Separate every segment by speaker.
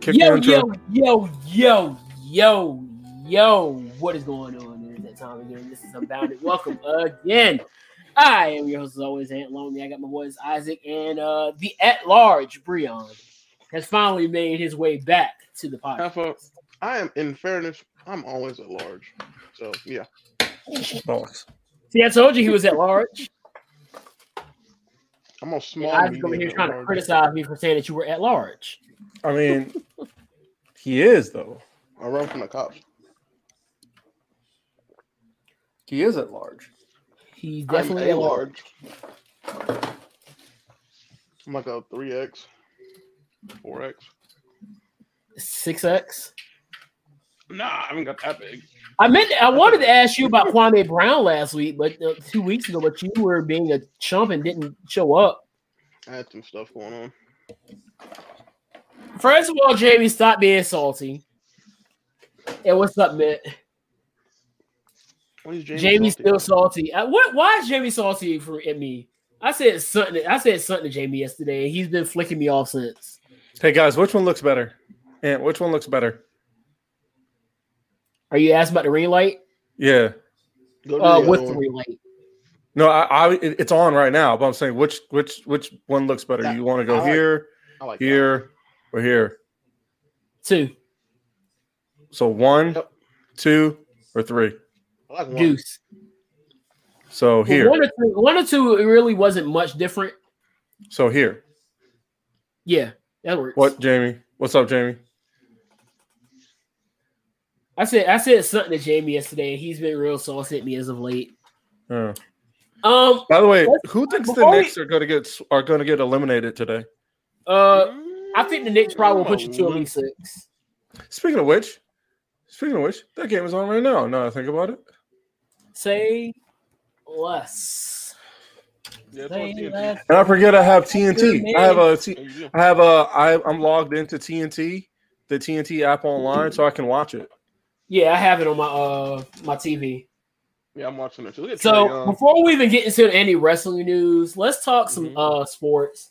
Speaker 1: Kick
Speaker 2: yo,
Speaker 1: your intro.
Speaker 2: yo, yo, yo, yo, yo. What is going on? It is that time again. This is Unbounded. Welcome again. I am your host, as always, Ant Lonely. I got my boys Isaac and uh, the at large Breon has finally made his way back to the podcast.
Speaker 3: Half up. I am, in fairness, I'm always at large. So yeah,
Speaker 1: Bollocks.
Speaker 2: See, I told you he was at large.
Speaker 3: I'm on small.
Speaker 2: I was
Speaker 3: medium,
Speaker 2: over here
Speaker 3: at
Speaker 2: trying to
Speaker 3: large.
Speaker 2: criticize me for saying that you were at large.
Speaker 1: I mean, he is though.
Speaker 3: I run from the cops.
Speaker 1: He is at large.
Speaker 2: He's definitely
Speaker 3: I'm
Speaker 2: at large.
Speaker 3: I'm like a three X, four X.
Speaker 2: Six X.
Speaker 3: Nah, I haven't got that big.
Speaker 2: I meant I wanted to ask you about Kwame Brown last week, but uh, two weeks ago, but you were being a chump and didn't show up.
Speaker 3: I had some stuff going on.
Speaker 2: First of all, Jamie, stop being salty. And what's up, man?
Speaker 3: What is Jamie?
Speaker 2: Jamie's
Speaker 3: salty
Speaker 2: still
Speaker 3: about?
Speaker 2: salty. I, what? Why is Jamie salty for at me? I said something. I said something to Jamie yesterday, and he's been flicking me off since.
Speaker 1: Hey guys, which one looks better? And which one looks better?
Speaker 2: Are you asking about the ring light?
Speaker 1: Yeah.
Speaker 3: Go to
Speaker 2: Uh,
Speaker 3: the
Speaker 2: with
Speaker 3: other
Speaker 2: the
Speaker 3: one.
Speaker 2: ring light,
Speaker 1: No, I, I it- it's on right now, but I'm saying which which which one looks better?
Speaker 3: Yeah,
Speaker 1: You want to
Speaker 3: I
Speaker 1: go
Speaker 3: like-
Speaker 1: here,
Speaker 3: I like that.
Speaker 1: here, or here?
Speaker 2: two
Speaker 1: So one,
Speaker 3: Yep.
Speaker 1: two, or three.
Speaker 3: I like one.
Speaker 2: goose.
Speaker 1: So
Speaker 2: Well,
Speaker 1: here.
Speaker 2: one or two. One or two. It really wasn't much different.
Speaker 1: So here.
Speaker 2: Yeah, that works.
Speaker 1: What, Jamie? What's up, Jamie?
Speaker 2: I said I said something to Jamie yesterday, and he's been real saucy at me as of late.
Speaker 1: Uh,
Speaker 2: Um,
Speaker 1: by the way,
Speaker 2: Let's-
Speaker 1: who thinks the
Speaker 2: before we-
Speaker 1: Knicks are going to get s- are going to get eliminated today?
Speaker 2: uh, I think the Knicks probably will put you to at
Speaker 3: Mm,
Speaker 2: least six.
Speaker 1: Speaking of which, speaking of which, that game is on right now. Now I think about it.
Speaker 2: Say less.
Speaker 3: yeah, it's on
Speaker 2: Say
Speaker 3: TNT.
Speaker 2: less.
Speaker 1: And I forget I have
Speaker 2: Good
Speaker 1: TNT.
Speaker 2: man.
Speaker 1: I have a T-
Speaker 3: There you go.
Speaker 1: I have a I I'm logged into TNT, the TNT app online, so I can watch it.
Speaker 2: Yeah, I have it on my uh my TV.
Speaker 3: Yeah, I'm watching it. too. Look at Trae
Speaker 2: So
Speaker 3: Young.
Speaker 2: before we even get into any wrestling news, let's talk some
Speaker 3: Mhm.
Speaker 2: uh sports.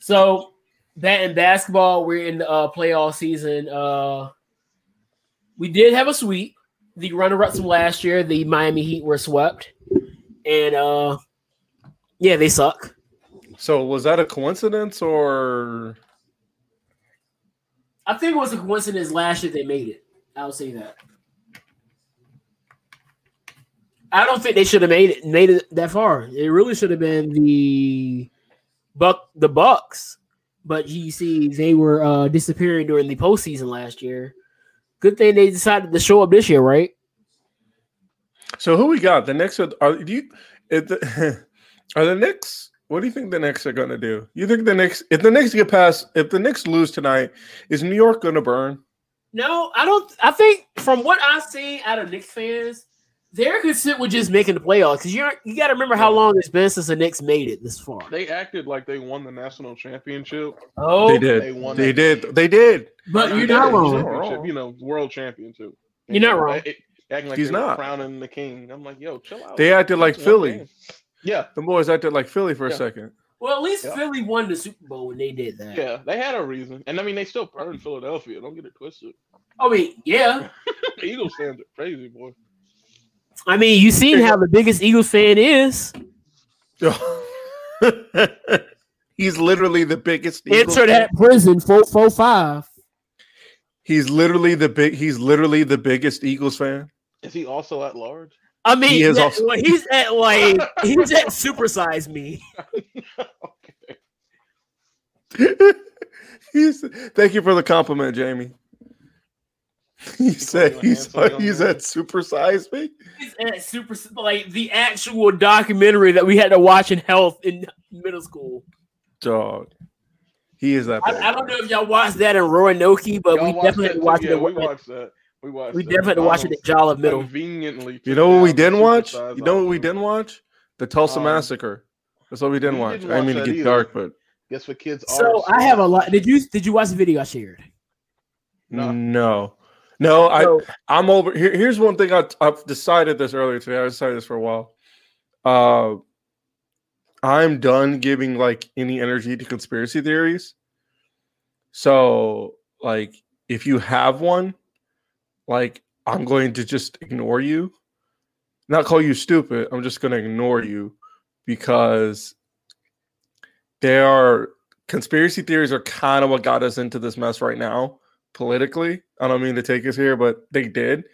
Speaker 2: So that in basketball, we're in the uh, playoff season. Uh, we did have a sweep. The runner-ups from last year, the Miami Heat, were swept, and uh, yeah, they suck.
Speaker 1: So was that a coincidence or
Speaker 2: I think it was a coincidence last year they made it. I'll say that. I don't think they should have made it made it that far. It really should have been the buck the Bucks. But you see, they were uh, disappearing during the postseason last year. Good thing they decided to show up this year, right?
Speaker 1: so? Who we got? The Knicks are, are do you? If the, are the Knicks? What do you think the Knicks are going to do? You think the Knicks? If the Knicks get past, if the Knicks lose tonight, is New York going to burn?
Speaker 2: No, I don't. I think from what I've seen out of Knicks fans, they're content with just making the playoffs because you you got to remember how long it's been since the Knicks made it this far.
Speaker 3: they acted like they won the national championship.
Speaker 2: Oh,
Speaker 1: they did.
Speaker 3: they won
Speaker 1: They
Speaker 3: that
Speaker 1: did.
Speaker 3: game.
Speaker 1: They did.
Speaker 2: But
Speaker 3: They
Speaker 2: you're
Speaker 3: got
Speaker 2: not
Speaker 3: the
Speaker 2: wrong.
Speaker 3: championship, You know, world champion too.
Speaker 2: You're not wrong.
Speaker 3: They- Acting like
Speaker 1: He's
Speaker 3: He's not
Speaker 1: not.
Speaker 3: crowning the king. I'm like, yo, chill out.
Speaker 1: They acted like
Speaker 3: It's one
Speaker 1: Philly.
Speaker 3: game. Yeah,
Speaker 1: The boys acted like Philly for a
Speaker 3: Yeah.
Speaker 1: second.
Speaker 2: Well, at least
Speaker 3: Yeah.
Speaker 2: Philly won the Super Bowl when they did that.
Speaker 3: yeah, they had a reason, and I mean, they still burned Philadelphia. Don't get it twisted.
Speaker 2: I mean, yeah.
Speaker 3: The Eagles fans are crazy, boy.
Speaker 2: I mean, you seen how the biggest Eagles fan is.
Speaker 1: He's literally the biggest. Eagles
Speaker 2: Enter that prison four four five.
Speaker 1: He's literally the big. He's literally the biggest Eagles fan.
Speaker 3: Is he also at large?
Speaker 2: I mean,
Speaker 1: He is
Speaker 2: that-
Speaker 1: also-
Speaker 2: well, he's at like he's at supersize me.
Speaker 3: okay.
Speaker 1: he's. Thank you for the compliment, Jamie. He said
Speaker 3: calling you
Speaker 1: he's
Speaker 3: handsome young
Speaker 1: he's
Speaker 3: man?
Speaker 1: at supersize me.
Speaker 2: He's at super like the actual documentary that we had to watch in health in middle school.
Speaker 1: Dog, he is that.
Speaker 2: I,
Speaker 1: big.
Speaker 2: I don't know if y'all watched that in Roy Noki, but
Speaker 3: Y'all
Speaker 2: we
Speaker 3: watched
Speaker 2: definitely
Speaker 3: that too?
Speaker 2: watched
Speaker 3: Yeah,
Speaker 2: it.
Speaker 3: we watched that. We watched.
Speaker 2: we
Speaker 3: that.
Speaker 2: definitely watched it
Speaker 3: Donald
Speaker 2: at Jolly Middle.
Speaker 3: Conveniently,
Speaker 1: You know what we
Speaker 3: took
Speaker 1: didn't
Speaker 3: down the
Speaker 1: watch?
Speaker 3: supersize
Speaker 1: You know what we
Speaker 3: offense.
Speaker 1: didn't watch? The Tulsa
Speaker 3: Um,
Speaker 1: Massacre. That's what we didn't
Speaker 3: we
Speaker 1: watch.
Speaker 3: didn't
Speaker 1: I
Speaker 3: watch
Speaker 1: didn't mean to
Speaker 3: that
Speaker 1: get
Speaker 3: either.
Speaker 1: dark, but
Speaker 3: Guess what kids are.
Speaker 2: So I have a lot. Did you did you watch the video I shared?
Speaker 3: No.
Speaker 1: no, no. I
Speaker 2: So-
Speaker 1: I'm over here. Here's one thing I, I've decided this earlier today. I decided this for a while. Uh, I'm done giving like any energy to conspiracy theories. So like if you have one, like I'm going to just ignore you. Not call you stupid. I'm just going to ignore you because there are conspiracy theories are kind of what got us into this mess right now politically. I don't mean to take us here, but they did. If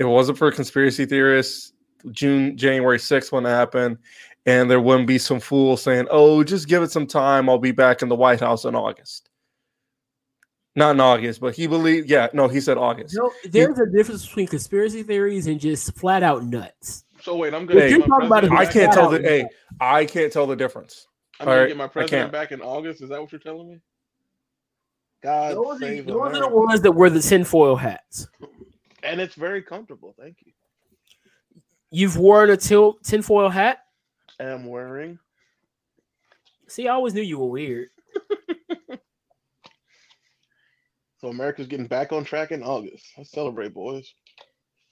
Speaker 1: It wasn't for conspiracy theorists. June, January 6th, when it happened, and there wouldn't be some fool saying, "Oh, just give it some time. I'll be back in the White House in August." Not in August, but he believed. Yeah, no, he said August.
Speaker 2: No, there's a difference between conspiracy theories and just flat out nuts.
Speaker 3: So wait, I'm gonna.
Speaker 2: If
Speaker 3: get
Speaker 2: you're
Speaker 3: my
Speaker 2: talking about it,
Speaker 3: president
Speaker 1: I
Speaker 3: back-
Speaker 1: can't tell the. Hey, I can't tell the difference.
Speaker 3: I'm gonna
Speaker 1: Alright,
Speaker 3: get my
Speaker 1: I
Speaker 3: president
Speaker 1: can't.
Speaker 3: back in August. Is that what you're telling me? God
Speaker 2: Those are,
Speaker 3: save
Speaker 2: those are the
Speaker 3: America.
Speaker 2: ones that wear the tinfoil hats.
Speaker 3: and it's very comfortable. Thank you.
Speaker 2: You've worn a til- tinfoil hat.
Speaker 3: I am wearing.
Speaker 2: See, I always knew you were weird.
Speaker 3: So America's getting back on track in August. Let's celebrate, boys.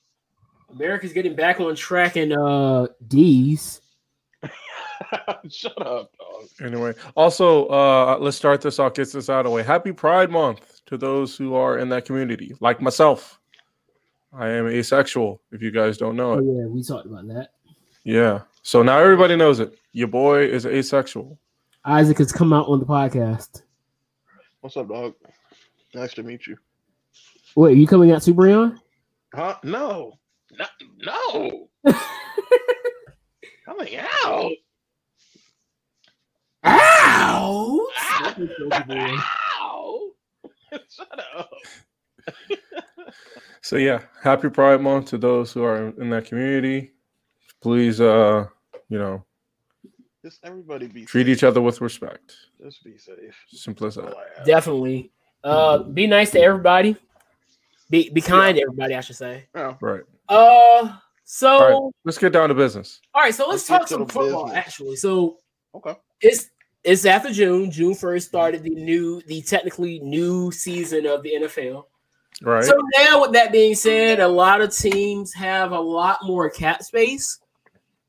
Speaker 2: America's getting back on track in uh D's.
Speaker 3: Shut up, dog.
Speaker 1: Anyway, also, uh, let's start this. I'll get this out of the way. Happy Pride Month to those who are in that community, like myself. I am asexual. If you guys don't know
Speaker 2: Oh
Speaker 1: it,
Speaker 2: yeah, we talked about that.
Speaker 1: yeah. So now everybody knows it. Your boy is asexual.
Speaker 2: Isaac has come out on the podcast.
Speaker 3: What's up, dog? Nice to meet you.
Speaker 2: Wait, are you coming out to Breon?
Speaker 3: Huh? No. No. no. Coming out.
Speaker 2: Ow!
Speaker 3: Ow. Shut up.
Speaker 1: So yeah, happy Pride Month to those who are in that community. Please, uh, you know,
Speaker 3: Just everybody be
Speaker 1: treat
Speaker 3: safe.
Speaker 1: each other with respect.
Speaker 3: Just be safe.
Speaker 1: Simple as that.
Speaker 3: Relax.
Speaker 2: Definitely. Uh, be nice to everybody. Be be kind to everybody, I should say.
Speaker 3: Oh,
Speaker 1: Right.
Speaker 2: Uh, so
Speaker 1: All right. Let's get down to business.
Speaker 2: All right, so let's,
Speaker 3: Let's
Speaker 2: talk
Speaker 3: get to
Speaker 2: some
Speaker 3: the
Speaker 2: football.
Speaker 3: business.
Speaker 2: Actually, so
Speaker 3: okay.
Speaker 2: it's it's after June. June first started the new, the technically new season of the NFL.
Speaker 1: Right.
Speaker 2: So now, with that being said, a lot of teams have a lot more cap space,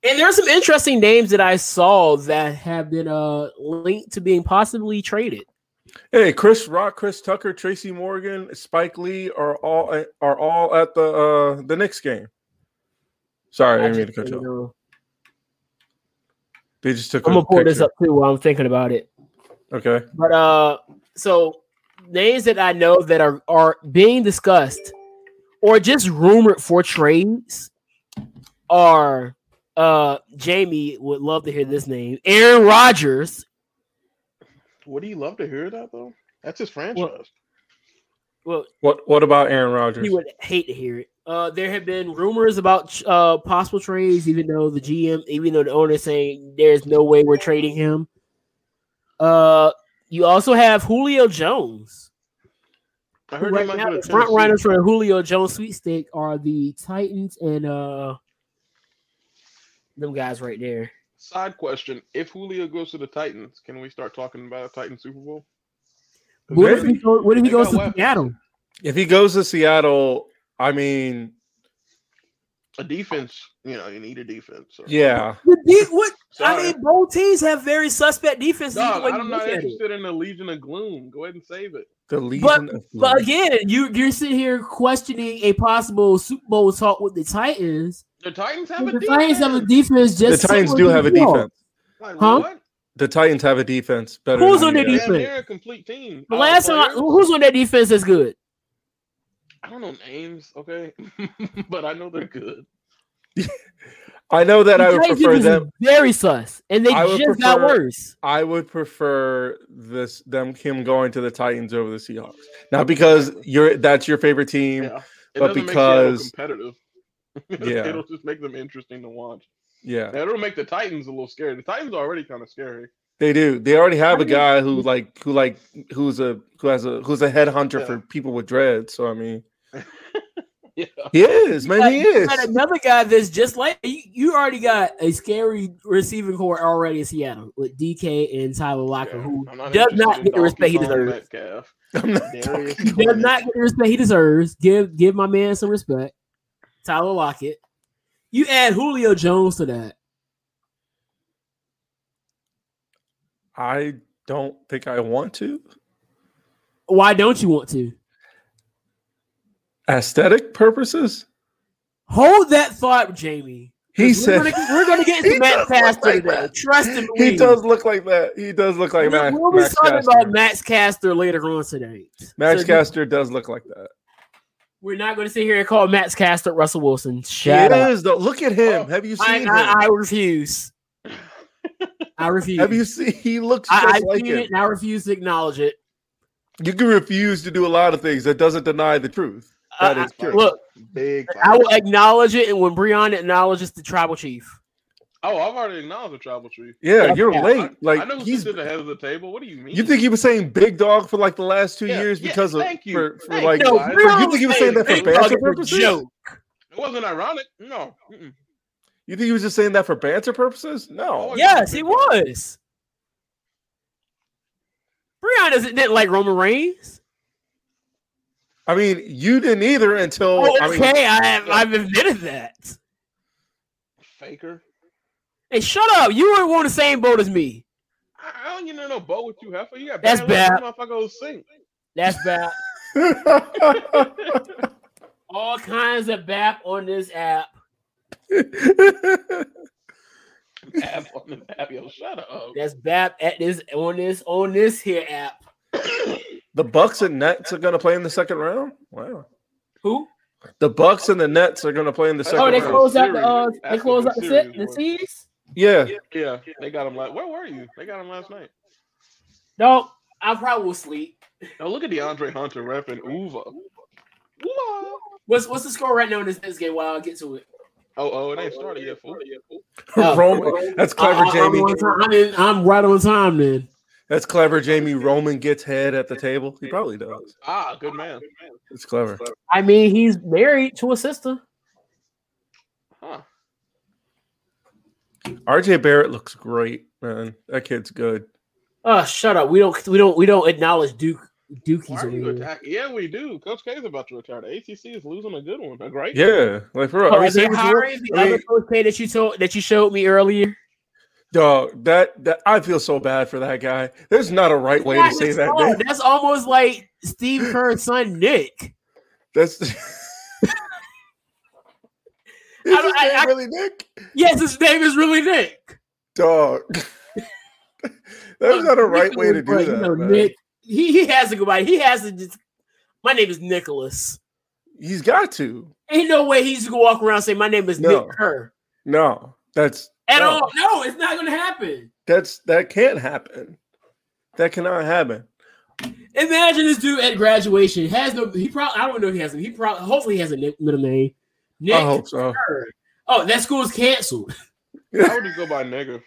Speaker 2: and there are some interesting names that I saw that have been uh linked to being possibly traded.
Speaker 1: hey, Chris Rock, Chris Tucker, Tracy Morgan, Spike Lee are all are all at the uh the Knicks game. Sorry, I didn't mean to cut you off. They just took.
Speaker 2: I'm
Speaker 1: a
Speaker 2: gonna pull this
Speaker 1: picture.
Speaker 2: up too while I'm thinking about it.
Speaker 1: Okay.
Speaker 2: But uh, so names that I know that are are being discussed or just rumored for trades are uh Jamie would love to hear this name Aaron Rodgers.
Speaker 3: Would he love to hear that though? That's his franchise.
Speaker 2: Well,
Speaker 1: What What about Aaron Rodgers?
Speaker 2: he would hate to hear it. Uh, there have been rumors about uh possible trades, even though the GM, even though the owner is saying there's no way we're trading him. Uh, you also have Julio Jones.
Speaker 3: I heard
Speaker 2: right
Speaker 3: he might
Speaker 2: now,
Speaker 3: go
Speaker 2: the
Speaker 3: to
Speaker 2: front
Speaker 3: Tennessee.
Speaker 2: runners for the Julio Jones sweet steak are the Titans and uh them guys right there.
Speaker 3: Side question: If Julio goes to the Titans, can we start talking about a Titan Super Bowl?
Speaker 2: What if
Speaker 1: Maybe.
Speaker 2: he, go, what if he
Speaker 3: They
Speaker 2: goes
Speaker 3: got
Speaker 2: to
Speaker 3: weapons.
Speaker 2: Seattle?
Speaker 1: If he goes to Seattle, I mean,
Speaker 3: A defense, you know, you need a defense. So.
Speaker 1: yeah.
Speaker 2: what
Speaker 3: Sorry.
Speaker 2: both teams have very suspect defenses.
Speaker 3: Dog, I'm not interested in the Legion of Gloom. Go ahead and save it.
Speaker 1: The Legion of
Speaker 2: But
Speaker 1: Boom.
Speaker 2: again, you you're sitting here questioning a possible Super Bowl talk with the Titans.
Speaker 3: The Titans have a
Speaker 2: The
Speaker 3: defense.
Speaker 2: Titans have a defense.
Speaker 1: the
Speaker 2: Just
Speaker 1: Titans
Speaker 2: similar
Speaker 1: do
Speaker 2: to
Speaker 1: have a
Speaker 2: New York.
Speaker 1: defense.
Speaker 3: Like,
Speaker 2: Huh?
Speaker 3: What?
Speaker 1: The Titans have a defense better.
Speaker 2: Who's
Speaker 1: than
Speaker 2: on
Speaker 1: you
Speaker 2: their
Speaker 1: guys.
Speaker 3: Damn
Speaker 2: defense?
Speaker 3: near a complete team.
Speaker 2: The
Speaker 3: Uh,
Speaker 2: last time, I,
Speaker 3: players?
Speaker 2: who's on that defense that's good?
Speaker 3: I don't know names, okay, but I know they're good.
Speaker 1: I know that
Speaker 2: The
Speaker 1: I would
Speaker 2: Titans
Speaker 1: prefer
Speaker 2: defense is
Speaker 1: them.
Speaker 2: Very sus, and they
Speaker 1: I would
Speaker 2: just got
Speaker 1: prefer-
Speaker 2: worse.
Speaker 1: I would prefer this them him going to the Titans over the Seahawks. Not because you're that's your favorite team. Yeah.
Speaker 3: Yeah, it
Speaker 1: But
Speaker 3: doesn't
Speaker 1: because-
Speaker 3: make Seattle competitive.
Speaker 1: Yeah.
Speaker 3: it'll just make them interesting to watch. Now, it'll make the Titans a little scary. The Titans are already kind of scary.
Speaker 1: They do. They already have
Speaker 2: I
Speaker 1: a
Speaker 2: mean-
Speaker 1: guy who like who like who's a who has a who's a headhunter
Speaker 3: Yeah.
Speaker 1: for people with dreads. So I mean
Speaker 3: Yeah,
Speaker 1: he is, man,
Speaker 2: Like,
Speaker 1: he
Speaker 2: you got
Speaker 1: is.
Speaker 2: another guy that's just like you, you already got a scary receiving core already in Seattle with DK and Tyler Lockett,
Speaker 3: Yeah,
Speaker 2: who
Speaker 3: I'm not
Speaker 2: does
Speaker 3: interested
Speaker 2: not
Speaker 3: in
Speaker 2: get the respect he
Speaker 3: Donkey Kong
Speaker 2: deserves.
Speaker 3: Metcalf.
Speaker 1: I'm not
Speaker 3: Darius
Speaker 1: talking-
Speaker 2: Does
Speaker 3: Leonard.
Speaker 2: not get the respect he deserves. Give give my man some respect. Tyler Lockett. You add Julio Jones to that.
Speaker 1: I don't think I want to.
Speaker 2: Why don't you want to?
Speaker 1: aesthetic purposes?
Speaker 2: Hold that thought, Jamie.
Speaker 1: He
Speaker 2: we're
Speaker 1: said
Speaker 2: gonna, we're going to get
Speaker 1: He
Speaker 2: into
Speaker 1: does
Speaker 2: Matt
Speaker 1: look
Speaker 2: Caster
Speaker 1: like
Speaker 2: today.
Speaker 1: that.
Speaker 2: Trust and believe.
Speaker 1: he does look like that. He does look like Max.
Speaker 2: we'll be
Speaker 1: Max
Speaker 2: talking
Speaker 1: Caster.
Speaker 2: about Max Caster later on today.
Speaker 1: Max
Speaker 2: So
Speaker 1: Caster does look like that.
Speaker 2: We're not going to sit here and call Max Caster Russell Wilson. Shut
Speaker 1: he
Speaker 2: up. Oh,
Speaker 1: is though. Look at him. Have you seen
Speaker 2: I,
Speaker 1: him?
Speaker 2: I, I refuse. I refuse.
Speaker 1: Have you seen? He looks just
Speaker 2: I, I've
Speaker 1: like
Speaker 2: seen
Speaker 1: him.
Speaker 2: it and I refuse to acknowledge it.
Speaker 1: You can refuse to do a lot of things that doesn't deny the truth. That
Speaker 2: I-
Speaker 1: is true.
Speaker 2: Uh, Look,
Speaker 3: Big.
Speaker 2: I will acknowledge it, and when Breon acknowledges the tribal chief,
Speaker 3: Oh, I've already acknowledged the tribal tree.
Speaker 1: yeah,
Speaker 2: yeah.
Speaker 1: you're
Speaker 2: I-
Speaker 1: late.
Speaker 3: I know
Speaker 1: Like
Speaker 3: he's
Speaker 1: he's.
Speaker 3: at the head of the table. What do you mean?
Speaker 1: You think he was saying big dog for like the last two
Speaker 3: Yeah,
Speaker 1: years
Speaker 3: yeah,
Speaker 1: because of
Speaker 3: thank you.
Speaker 1: for, for
Speaker 3: Thank
Speaker 1: like
Speaker 3: you.
Speaker 2: no,
Speaker 3: I-
Speaker 2: Breon
Speaker 1: you think he was saying that for
Speaker 2: big
Speaker 1: banter
Speaker 2: dog is a
Speaker 1: purposes?
Speaker 2: joke.
Speaker 3: it wasn't ironic? No. Mm-mm.
Speaker 1: you think he was just saying that for banter purposes? No.
Speaker 3: Oh, yeah.
Speaker 2: Yes, he was. Breon doesn't didn't like Roman Reigns.
Speaker 1: I mean, you didn't either until
Speaker 2: Oh,
Speaker 1: I mean,
Speaker 2: okay, I have, I've admitted that.
Speaker 3: Faker.
Speaker 2: Hey, shut up! You were on the same boat as me.
Speaker 3: I I don't get no no bow with you, heifer. You got
Speaker 2: That's
Speaker 3: bad. luck. That Motherfucker will sing.
Speaker 2: That's bad. All kinds of bap on this app.
Speaker 3: Ab on the bap. Yo, shut up.
Speaker 2: That's bap at this on this on this here app.
Speaker 1: the Bucks and Nets are going to play in the second round. Wow.
Speaker 2: Who?
Speaker 1: The Bucks and the Nets are going to play in the second
Speaker 2: Oh, they
Speaker 1: round.
Speaker 3: close-
Speaker 2: closed out the uh,
Speaker 3: Series.
Speaker 2: they closed out the set the
Speaker 3: Series.
Speaker 2: series.
Speaker 1: yeah.
Speaker 3: Yeah, they got him last. Where were you? They got him last night.
Speaker 2: No, I probably will sleep.
Speaker 3: Now look at DeAndre Hunter repping Uva. Uva.
Speaker 2: What's what's the score right now in this, this game? While I get to it,
Speaker 3: Oh, oh, it ain't started yet. Fool.
Speaker 2: Oh.
Speaker 1: Roman. That's clever,
Speaker 2: I- I-
Speaker 1: Jamie.
Speaker 2: I'm, on uh, time. I'm in- I'm right on time, then.
Speaker 1: That's clever, Jamie. Roman gets head at the table. He probably does.
Speaker 3: Ah, good man.
Speaker 1: It's clever.
Speaker 2: I mean, he's married to a sister.
Speaker 3: Huh.
Speaker 1: RJ Barrett looks great, man. That kid's good.
Speaker 2: Oh, shut up. We don't we don't we don't acknowledge Duke Dookies
Speaker 3: Why are
Speaker 2: over
Speaker 3: you
Speaker 2: here.
Speaker 3: attack? Yeah, we do. Coach K is about to retire. The ACC is losing a good one, a great. one.
Speaker 1: Yeah. Like, bro, I
Speaker 2: Oh,
Speaker 1: mean,
Speaker 2: are they
Speaker 1: say what you want.
Speaker 2: hiring the
Speaker 1: I mean-
Speaker 2: other coach K that you told that you showed me earlier?
Speaker 1: dog, that, that I feel so bad for that guy. There's not a right way to say that.
Speaker 2: Oh,
Speaker 1: Name.
Speaker 2: That's almost like Steve Kerr's son Nick.
Speaker 1: That's. Is
Speaker 2: don't-
Speaker 1: his
Speaker 2: I-
Speaker 1: name
Speaker 2: I-
Speaker 1: really Nick?
Speaker 2: Yes, his name is really Nick.
Speaker 1: Dog. That's not a right way to do
Speaker 2: But,
Speaker 1: that.
Speaker 2: you know,
Speaker 1: man.
Speaker 2: Nick, he, he has to go by. He has to just. My name is Nicholas.
Speaker 1: He's got to.
Speaker 2: Ain't no way he's gonna walk around and say my name is
Speaker 1: No.
Speaker 2: Nick Kerr.
Speaker 1: No, that's
Speaker 2: At
Speaker 1: No.
Speaker 2: all? No, it's not gonna happen.
Speaker 1: that's that can't happen. That cannot happen.
Speaker 2: Imagine this dude at graduation has no. He probably. I don't know if he has. a- He probably. Hopefully, he has a Nick, middle name. Nick
Speaker 1: I hope so.
Speaker 2: Kerr. Oh, that school is canceled.
Speaker 3: How would you go by nigga?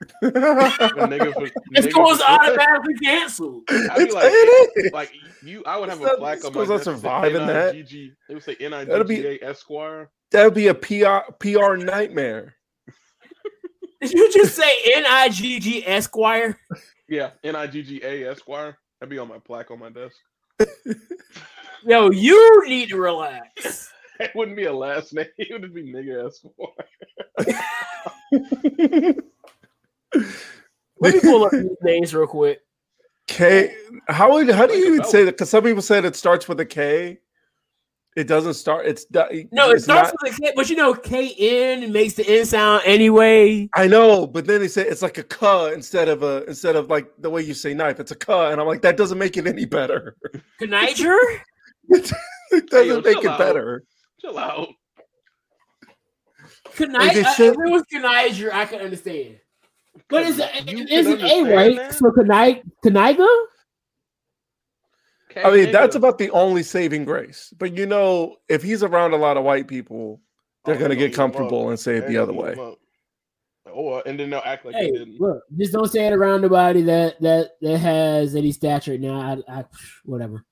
Speaker 3: A
Speaker 1: it's,
Speaker 3: nigga for,
Speaker 2: This
Speaker 3: nigga
Speaker 2: school is
Speaker 3: for-
Speaker 2: automatically canceled.
Speaker 3: I'd be like,
Speaker 1: it is.
Speaker 3: Like you, I would have
Speaker 1: It's
Speaker 3: a
Speaker 1: not-
Speaker 3: plaque
Speaker 1: this
Speaker 3: on my
Speaker 1: goes on
Speaker 3: desk. that said
Speaker 1: surviving that.
Speaker 3: NIGG. They would say
Speaker 1: That'll be-
Speaker 3: NIGGA Esquire.
Speaker 1: That would be a PR, PR nightmare.
Speaker 2: Did you just say N I G G Esquire?
Speaker 3: Yeah, NIGGA Esquire. That'd be on my plaque on my desk.
Speaker 2: No, you need to relax.
Speaker 3: It wouldn't be a last name. It would just be nigga Esquire.
Speaker 2: Let me pull up these names real quick.
Speaker 1: K. How would how do
Speaker 3: Like
Speaker 1: you
Speaker 3: a
Speaker 1: even
Speaker 3: belt.
Speaker 1: say that? Because some people said it starts with a K. It doesn't start. It's di-
Speaker 2: No, it
Speaker 1: it's
Speaker 2: starts
Speaker 1: not-
Speaker 2: with a K, but you know, KN makes the N sound anyway.
Speaker 1: I know, but then they say it's like a "k" instead of a instead of like the way you say knife. It's a "k," and I'm like, that doesn't make it any better.
Speaker 2: Kniger?
Speaker 1: it
Speaker 3: Hey, yo,
Speaker 1: doesn't make
Speaker 3: chill
Speaker 1: it
Speaker 3: out.
Speaker 1: better.
Speaker 3: Chill out.
Speaker 2: Kniger?
Speaker 1: Is it
Speaker 2: uh, If
Speaker 1: shit?
Speaker 2: it was Kniger, I could understand. But it's, a-
Speaker 3: You
Speaker 2: it
Speaker 3: can
Speaker 2: isn't A,
Speaker 3: understand
Speaker 2: right?
Speaker 3: that?
Speaker 2: So Kniger?
Speaker 1: I mean, that's
Speaker 3: K-nigga.
Speaker 1: about the only saving grace. But you know, if he's around a lot of white people, they're
Speaker 3: Oh,
Speaker 1: gonna
Speaker 3: they
Speaker 1: get
Speaker 3: gonna eat him up.
Speaker 1: comfortable and say it the
Speaker 3: They gonna
Speaker 1: other
Speaker 3: eat
Speaker 1: way.
Speaker 3: him up. Or Oh, uh, and then they'll act like
Speaker 2: Hey,
Speaker 3: they didn't.
Speaker 2: look, just don't say it around nobody that that that has any stature. Now, I, I whatever.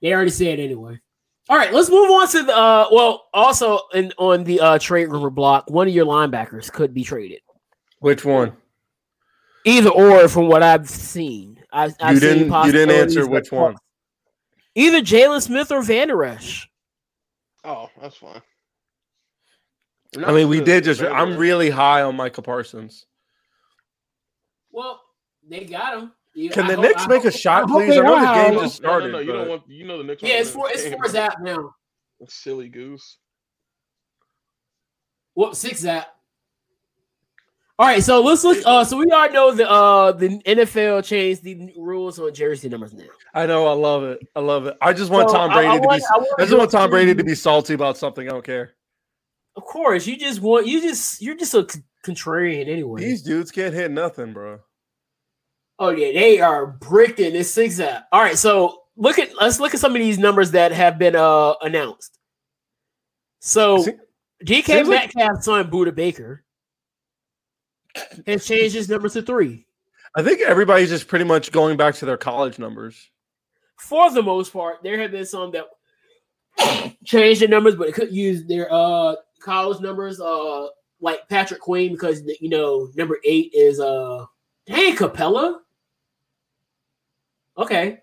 Speaker 2: They already said anyway. All right, let's move on to the uh, well. Also, in on the uh, trade rumor block, one of your linebackers could be traded.
Speaker 1: Which one?
Speaker 2: Either or, from what I've seen, I've, I've
Speaker 1: you
Speaker 2: seen
Speaker 1: didn't. You didn't
Speaker 2: possibilities
Speaker 1: answer
Speaker 2: of-
Speaker 1: which one.
Speaker 2: Either Jalen Smith or Van Der Esch.
Speaker 3: Oh, that's fine.
Speaker 1: I mean, we did just. I'm really high on Michael Parsons.
Speaker 2: Well, they got him. You-
Speaker 1: Can
Speaker 2: I
Speaker 1: the
Speaker 2: hope-
Speaker 1: Knicks
Speaker 2: I
Speaker 1: make a
Speaker 2: hope-
Speaker 1: shot,
Speaker 2: hope
Speaker 1: please?
Speaker 2: they
Speaker 1: I know
Speaker 2: are.
Speaker 1: the game
Speaker 2: No,
Speaker 1: just
Speaker 3: No, no,
Speaker 1: started.
Speaker 3: no, you
Speaker 1: but-
Speaker 3: don't want. You know the Knicks.
Speaker 2: Yeah,
Speaker 3: aren't
Speaker 2: it's
Speaker 3: winning
Speaker 2: four. It's
Speaker 3: this
Speaker 2: four
Speaker 3: game.
Speaker 2: zap now.
Speaker 3: Silly goose.
Speaker 2: Whoop, six that. All right, so let's look. Uh, so we all know the uh, the NFL changed the rules on jersey numbers now.
Speaker 1: I know. I love it. I love it. I just want
Speaker 2: So,
Speaker 1: Tom
Speaker 2: I- I
Speaker 1: Brady
Speaker 2: want- I
Speaker 1: to be.
Speaker 2: want
Speaker 1: I just want
Speaker 2: your
Speaker 1: Tom Brady to
Speaker 2: opinion.
Speaker 1: be salty about something. I don't care.
Speaker 2: Of course, you just want you just you're just a c- contrarian anyway.
Speaker 1: These dudes can't hit nothing, bro.
Speaker 2: Oh yeah, they are bricking this six out. All right, so look at let's look at some of these numbers that have been uh announced. So
Speaker 1: Se-
Speaker 2: DK
Speaker 1: seems like-
Speaker 2: Metcalf's son Buda Baker has changed his number to three
Speaker 1: I think everybody's just pretty much going back to their college numbers.
Speaker 2: for the most part. There have been some that changed their numbers, but it could use their uh college numbers, uh like Patrick Queen because you know number eight is uh dang Capella. Okay,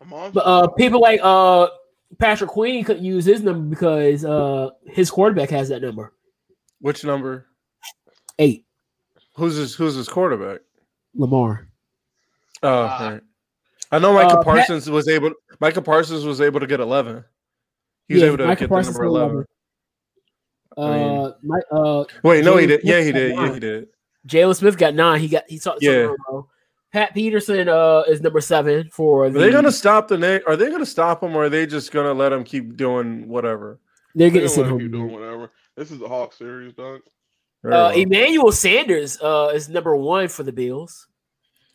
Speaker 3: I'm on.
Speaker 2: But uh, people like uh, Patrick Queen couldn't use his number because uh, his quarterback has that number
Speaker 1: Which number?
Speaker 2: eight,
Speaker 1: Who's his Who's his quarterback?
Speaker 2: Lamar.
Speaker 1: Oh,
Speaker 3: Ah.
Speaker 1: all right. I know Micah
Speaker 2: Uh, Pat-
Speaker 1: Parsons was able. Micah Parsons was able to get eleven. He was
Speaker 2: Yeah,
Speaker 1: able to
Speaker 2: Micah
Speaker 1: get
Speaker 2: Parsons
Speaker 1: the number
Speaker 2: got
Speaker 1: eleven. I mean-
Speaker 2: Uh, my uh,
Speaker 1: Wait, no, he
Speaker 2: Jalen
Speaker 1: did. Yeah, he
Speaker 2: Smith got
Speaker 1: did. Yeah,
Speaker 2: nine.
Speaker 1: he did.
Speaker 2: Jalen Smith got nine. He got he saw
Speaker 1: Yeah.
Speaker 2: yeah. Pat Peterson uh is number seven for.
Speaker 1: Are
Speaker 2: The,
Speaker 1: they gonna stop the Knick- Are they gonna stop him, or are they just gonna let him keep doing whatever?
Speaker 2: They're
Speaker 3: They
Speaker 2: getting
Speaker 3: don't
Speaker 2: sent
Speaker 3: let you do
Speaker 2: home.
Speaker 3: whatever. This is the Hawk series, dog.
Speaker 1: Very
Speaker 2: Uh,
Speaker 1: well.
Speaker 2: Emmanuel Sanders uh is number one for the Bills.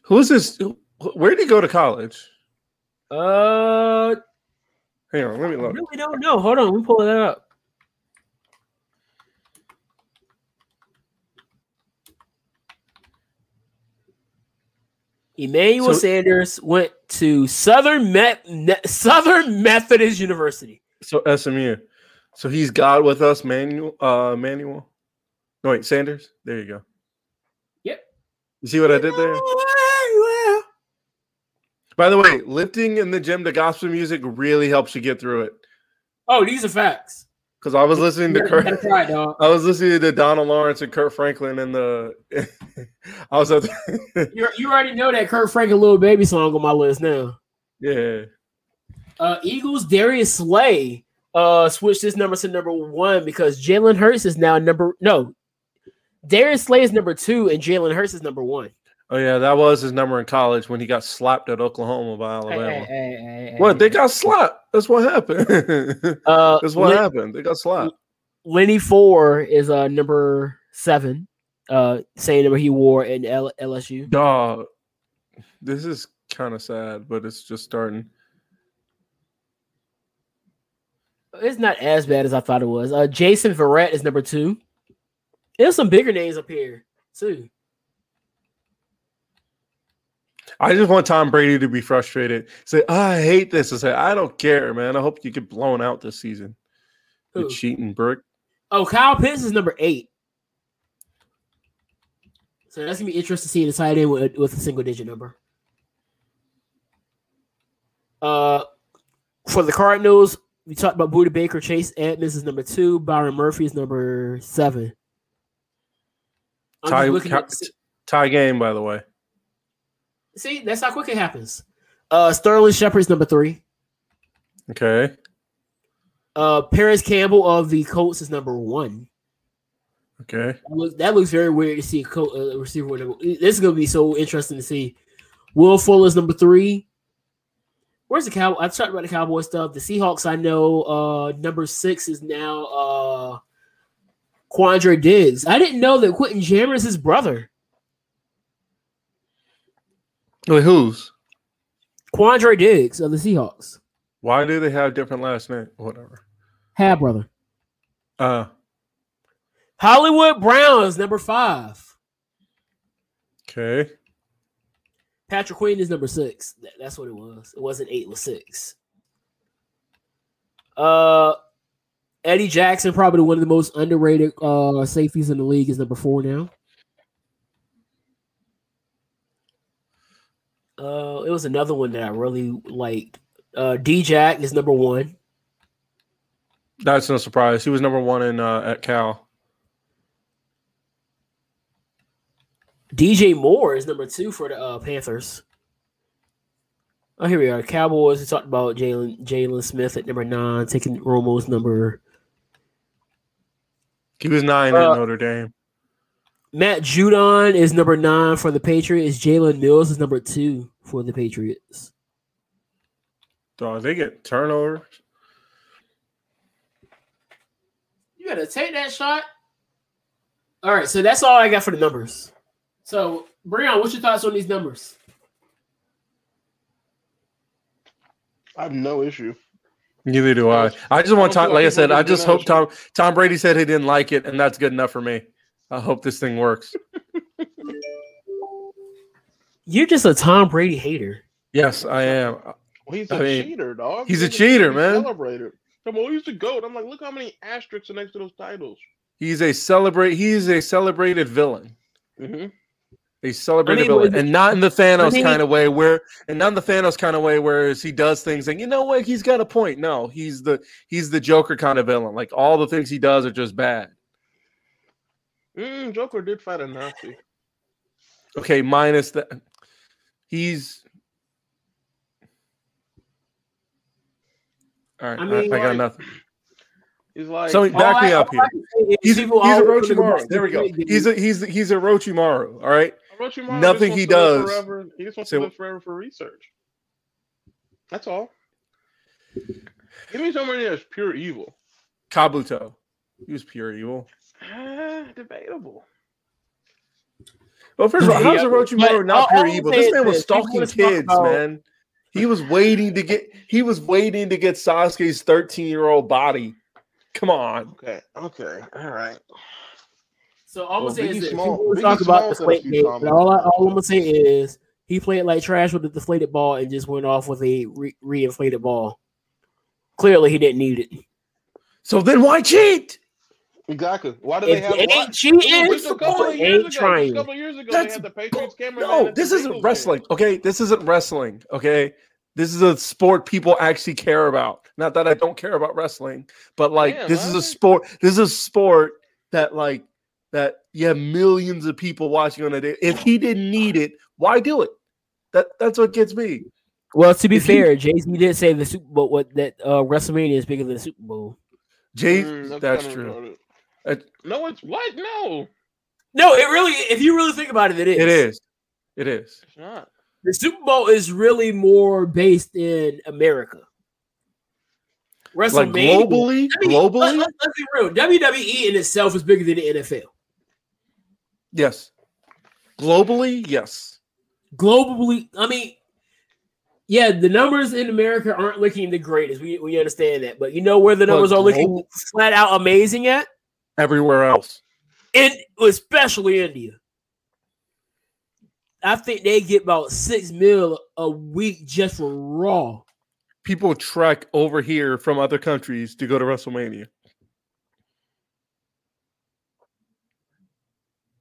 Speaker 1: Who's this? who- Where did he go to college?
Speaker 2: Uh,
Speaker 1: Hang on, let me
Speaker 2: I
Speaker 1: look.
Speaker 2: really don't know. Hold on, let me pull it up. Emmanuel
Speaker 1: So-
Speaker 2: Sanders went to Southern Met Ne- Southern Methodist University.
Speaker 1: So SMU. So he's God with us, Manuel. Uh, Manuel. No, wait, Sanders. There you go.
Speaker 2: Yep.
Speaker 1: You see what I did there? By the way, lifting in the gym to gospel music really helps you get through it.
Speaker 2: Oh, these are facts.
Speaker 1: Because I was listening to
Speaker 2: Yeah,
Speaker 1: Kurt.
Speaker 2: that's right, dog.
Speaker 1: I was listening to Donna Lawrence and Kurt Franklin and the. I was at the-
Speaker 2: You're, you already know that Kurt Franklin "Little Baby" song on my list now.
Speaker 1: yeah.
Speaker 2: Uh, Eagles Darius Slay uh, switched his number to number one because Jalen Hurts is now number no. Darius Slay is number two and Jalen Hurts is number one.
Speaker 1: Oh yeah, that was his number in college when he got slapped at Oklahoma by
Speaker 2: Hey,
Speaker 1: Alabama.
Speaker 2: hey, hey, hey, hey.
Speaker 1: What they got slapped? That's what happened.
Speaker 2: Uh,
Speaker 1: That's what
Speaker 2: Lin-
Speaker 1: happened. They got slapped.
Speaker 2: Lenny Four is uh, number seven, uh, same number he wore in L- LSU.
Speaker 1: Dog. This is kind of sad, but it's just starting.
Speaker 2: It's not as bad as I thought it was. Uh, Jason Verrett is number two. There's some bigger names up here too.
Speaker 1: I just want Tom Brady to be frustrated. Say, I hate this. And say, I don't care, man. I hope you get blown out this season. You
Speaker 2: Who?
Speaker 1: cheating brick.
Speaker 2: Oh, Kyle Pitts is number eight. So that's gonna be interesting to see the tight end with, with a single digit number. Uh, for the Cardinals, we talked about Buda Baker, Chase Edmonds is number two, Byron Murphy is number seven. I'm just
Speaker 1: Tie,
Speaker 2: looking
Speaker 1: ca-
Speaker 2: at- see-
Speaker 1: tie game, by the way.
Speaker 2: see, that's how quick it happens. Uh, Sterling Shepard's number three.
Speaker 1: Okay.
Speaker 2: Uh, Paris Campbell of the Colts is number one.
Speaker 1: Okay.
Speaker 2: That looks, that looks very weird to see a co- uh, receiver. with number- This is going to be so interesting to see. Will Fuller's number three. Where's the cow? I've talked about the Cowboy stuff. The Seahawks, I know. Uh, number six is now uh, Quandre Diggs. I didn't know that Quentin Jammer is his brother.
Speaker 1: Wait, who's?
Speaker 2: Quandre Diggs of the Seahawks.
Speaker 1: Why do they have different last name? Whatever.
Speaker 2: Half brother.
Speaker 1: Uh
Speaker 2: Hollywood Browns, number five.
Speaker 1: okay.
Speaker 2: Patrick Queen is number six. That- that's what it was. It wasn't eight. It was six. Uh, Eddie Jackson, probably one of the most underrated uh safeties in the league, is number four now. Uh, it was another one that I really liked. Uh, D Jack is number one.
Speaker 1: That's no surprise. He was number one in uh, at Cal.
Speaker 2: DJ Moore is number two for the uh, Panthers. Oh, here we are. Cowboys. We talked about Jalen Jalen Smith at number nine, taking Romo's number.
Speaker 1: He was nine
Speaker 2: Uh,
Speaker 1: at Notre Dame.
Speaker 2: Matt Judon is number nine for the Patriots. Jalen Mills is number two for the Patriots.
Speaker 1: Dog, they get turnovers.
Speaker 2: You gotta take that shot. All right, so that's all I got for the numbers. So, Breon, what's your thoughts on these numbers?
Speaker 3: I have no issue.
Speaker 1: Neither do I. I just want
Speaker 3: I don't
Speaker 1: to talk.
Speaker 3: feel
Speaker 1: Like I
Speaker 3: like
Speaker 1: said,
Speaker 3: we're
Speaker 1: I
Speaker 3: doing
Speaker 1: just
Speaker 3: that
Speaker 1: hope
Speaker 3: shit.
Speaker 1: Tom Tom Brady said he didn't like it, and that's good enough for me. I hope this thing works.
Speaker 2: You're just a Tom Brady hater.
Speaker 1: Yes, I am.
Speaker 3: Well, he's a
Speaker 1: I mean,
Speaker 3: cheater, dog.
Speaker 1: he's a
Speaker 3: Look at him,
Speaker 1: cheater,
Speaker 3: he's
Speaker 1: man.
Speaker 3: Celebrated. Come on, he's the goat. I'm like, look how many asterisks are next to those titles.
Speaker 1: He's a celebrate. He is a celebrated villain.
Speaker 3: Mm-hmm.
Speaker 1: A celebrated
Speaker 2: I mean,
Speaker 1: villain,
Speaker 2: but-
Speaker 1: and not in the Thanos
Speaker 2: I mean-
Speaker 1: kind of way where, and not in the Thanos kind of way where he does things and you know what, he's got a point. No, he's the he's the Joker kind of villain. Like all the things he does are just bad.
Speaker 3: Mm, Joker did fight a Nazi.
Speaker 1: Okay, minus that, he's. All right,
Speaker 2: I
Speaker 1: I,
Speaker 2: mean,
Speaker 1: I got
Speaker 3: like-
Speaker 1: nothing.
Speaker 3: He's like,
Speaker 1: So back me up here. He's, he's a Rochimaru.
Speaker 2: Rochimaru.
Speaker 1: There we go. He's a he's he's a Rochimaru. All right.
Speaker 3: Orochimaru
Speaker 1: Nothing
Speaker 3: just wants
Speaker 1: he
Speaker 3: to live
Speaker 1: does.
Speaker 3: Forever. He just wants
Speaker 1: So-
Speaker 3: to live forever for research. That's all. Give me somebody that's pure evil.
Speaker 1: Kabuto. He was pure evil.
Speaker 3: Ah, debatable.
Speaker 1: Well, first of all, how's
Speaker 2: Yeah,
Speaker 1: Orochimaru
Speaker 2: but
Speaker 1: not
Speaker 2: all-
Speaker 1: pure
Speaker 2: all I'm
Speaker 1: evil? This
Speaker 2: saying
Speaker 1: man was
Speaker 2: is, if you
Speaker 1: stalking
Speaker 2: wanna talk
Speaker 1: kids,
Speaker 2: about-
Speaker 1: man. He was waiting to get he was waiting to get Sasuke's 13-year-old body. Come on.
Speaker 3: Okay. Okay. All right.
Speaker 2: So all I'm
Speaker 3: Well,
Speaker 2: gonna say
Speaker 3: Biggie
Speaker 2: is that
Speaker 3: Small-
Speaker 2: people
Speaker 3: Biggie
Speaker 2: talk about
Speaker 3: Small's
Speaker 2: the
Speaker 3: had a
Speaker 2: weight
Speaker 3: few
Speaker 2: game,
Speaker 3: comments.
Speaker 2: but all, I, all I'm gonna say is he played like trash with a deflated ball and just went off with a re- reinflated ball. Clearly, he didn't need it.
Speaker 1: So then why cheat?
Speaker 3: Exactly. Why do they
Speaker 2: If
Speaker 3: have?
Speaker 2: it
Speaker 3: why-
Speaker 2: ain't cheating,
Speaker 3: Just a couple of
Speaker 2: it
Speaker 3: years
Speaker 2: ain't
Speaker 3: ago, just a
Speaker 2: trying.
Speaker 3: couple of years ago,
Speaker 1: That's
Speaker 3: they had the Patriots camera. man
Speaker 1: No,
Speaker 3: at the
Speaker 1: this isn't
Speaker 3: Bengals
Speaker 1: wrestling.
Speaker 3: game.
Speaker 1: Okay, this isn't wrestling. Okay. This is a sport people actually care about. Not that I don't care about wrestling, but like
Speaker 3: Yeah,
Speaker 1: this is a
Speaker 3: right.
Speaker 1: sport. This is a sport that like that you have millions of people watching on a day. If he didn't need it, why do it? That that's what gets me.
Speaker 2: Well, to be
Speaker 1: If he-
Speaker 2: fair, Jay Z did say the Super Bowl what that uh, WrestleMania is bigger than the Super Bowl.
Speaker 1: Jay,
Speaker 3: Mm,
Speaker 1: that's
Speaker 3: kinda
Speaker 1: true.
Speaker 3: retarded.
Speaker 1: That-
Speaker 3: no, it's what? No,
Speaker 2: No, it really. If you really think about it,
Speaker 1: It is. It is.
Speaker 3: it's not.
Speaker 2: The Super Bowl is really more based in America. WrestleMania.
Speaker 1: Like globally,
Speaker 2: I mean,
Speaker 1: globally,
Speaker 2: let- let- let's be real. WWE in itself is bigger than the NFL.
Speaker 1: yes. Globally, yes.
Speaker 2: globally, I mean, yeah, the numbers in America aren't looking the greatest. We we understand that, but you know where the
Speaker 1: But
Speaker 2: numbers are looking
Speaker 1: global-
Speaker 2: flat out amazing at,
Speaker 1: Everywhere else,
Speaker 2: and especially India. I think they get about six mil a week just for Raw.
Speaker 1: people trek over here from other countries to go to WrestleMania.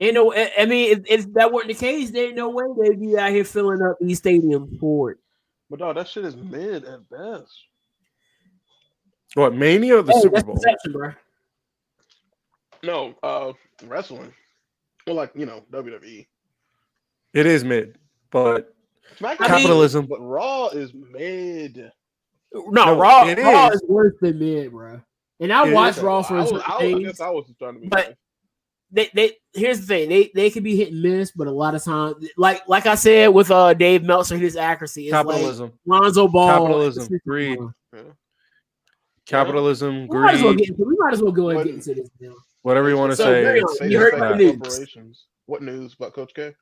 Speaker 2: Ain't no, I I mean, if, if that weren't the case, there ain't no way they'd be out here filling up these stadiums for it.
Speaker 3: But dog, that shit is mid at best.
Speaker 1: What Mania or the
Speaker 2: Hey,
Speaker 1: Super
Speaker 2: Oh, that's
Speaker 1: Bowl?
Speaker 2: perception, bro.
Speaker 3: No, uh, wrestling. Well, like you know, E. WWE.
Speaker 1: It is mid, but
Speaker 3: SmackDown-
Speaker 2: I mean-
Speaker 1: capitalism.
Speaker 3: but Raw is mid.
Speaker 2: No,
Speaker 1: No,
Speaker 2: Raw,
Speaker 1: it
Speaker 2: Raw
Speaker 1: is.
Speaker 2: is worse than mid, bro. And I
Speaker 1: It
Speaker 2: watch
Speaker 1: is.
Speaker 2: Raw for
Speaker 3: I,
Speaker 2: its
Speaker 3: was, I, was, I
Speaker 2: ratings.
Speaker 3: guess I was just trying to be.
Speaker 2: But-
Speaker 3: nice.
Speaker 2: they they here's the thing they they can be hit and miss, but a lot of times, like like I said with uh Dave Meltzer, his accuracy is like
Speaker 1: capitalism,
Speaker 2: Lonzo Ball.
Speaker 1: Capitalism,
Speaker 2: It's just-
Speaker 1: greed.
Speaker 3: Yeah.
Speaker 1: capitalism,
Speaker 2: We might, as well
Speaker 1: greed,
Speaker 2: get into, we might as well go and get
Speaker 3: What-
Speaker 2: into this now.
Speaker 1: whatever you want to
Speaker 2: So,
Speaker 1: say.
Speaker 2: very
Speaker 1: it's-
Speaker 2: honest,
Speaker 1: it's
Speaker 2: you heard
Speaker 1: bad.
Speaker 2: the news.
Speaker 3: Corporations. What news about Coach K?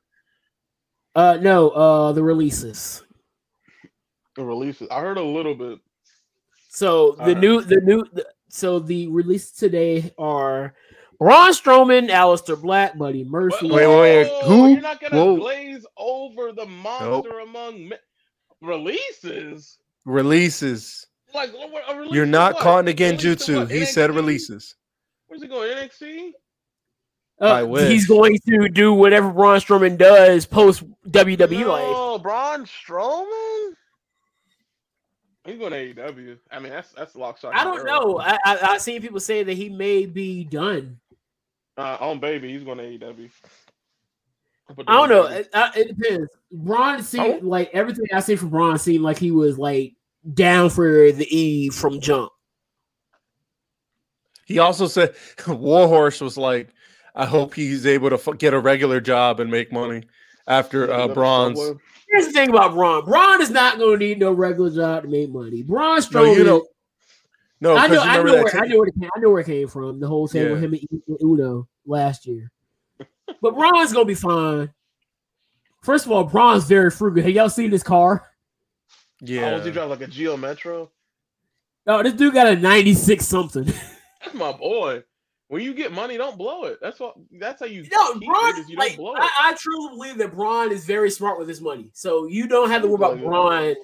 Speaker 2: Uh, no, uh, the releases.
Speaker 3: The releases. I heard a little bit.
Speaker 2: So the
Speaker 3: Alright.
Speaker 2: new the new the, so the releases today are Braun Strowman, Aleister Black, Buddy Murphy.
Speaker 1: Wait, wait, wait, who?
Speaker 3: You're not gonna
Speaker 1: Whoa.
Speaker 3: glaze over the monster among men. releases.
Speaker 1: Releases.
Speaker 3: Like what- what- a release
Speaker 1: You're
Speaker 3: to
Speaker 1: not
Speaker 3: what?
Speaker 1: caught in the
Speaker 3: Release to
Speaker 1: genjutsu.
Speaker 3: what?
Speaker 1: He
Speaker 3: NXT?
Speaker 1: said releases.
Speaker 3: Where's he going? NXT.
Speaker 1: I
Speaker 2: Uh,
Speaker 1: wish.
Speaker 2: he's going to do whatever Braun Strowman does post WWE life.
Speaker 3: No, Oh, Braun Strowman. He's going to AEW. I mean, that's that's lock shot.
Speaker 2: I don't know. I, I I've seen people say that he may be done.
Speaker 3: E Uh, on baby, he's going to AEW.
Speaker 2: I don't know. It, I- it depends. Braun
Speaker 1: Oh.
Speaker 2: seemed like everything I see from Braun seemed like he was like down for the E from jump.
Speaker 1: He also said Warhorse was like, I hope he's able to f- get a regular job and make money after uh, bronze.
Speaker 2: Here's the thing about Braun. Braun is not going to need no regular job to make money. Braun
Speaker 1: No,
Speaker 2: Strowman.
Speaker 1: you know, no,
Speaker 2: I know.
Speaker 1: because you
Speaker 2: I know,
Speaker 1: remember
Speaker 2: where,
Speaker 1: that
Speaker 2: I
Speaker 1: tape-
Speaker 2: know where. It came, I know where it came from. The whole thing with
Speaker 1: Yeah.
Speaker 2: him and E- Uno last year. But Braun's going to be fine. First of all, Braun's very frugal. Have y'all seen this car?
Speaker 1: yeah.
Speaker 3: was he driving like a Geo Metro?
Speaker 2: No, Oh, this dude got a 96 something.
Speaker 3: That's my boy. When you get money, don't blow it. That's all. That's how you.
Speaker 2: No,
Speaker 3: keep it,
Speaker 2: Braun,
Speaker 3: is you
Speaker 2: like,
Speaker 3: don't blow it.
Speaker 2: I, I truly believe that Braun is very smart with his money. So you don't have to worry about
Speaker 3: Like, uh,
Speaker 2: Braun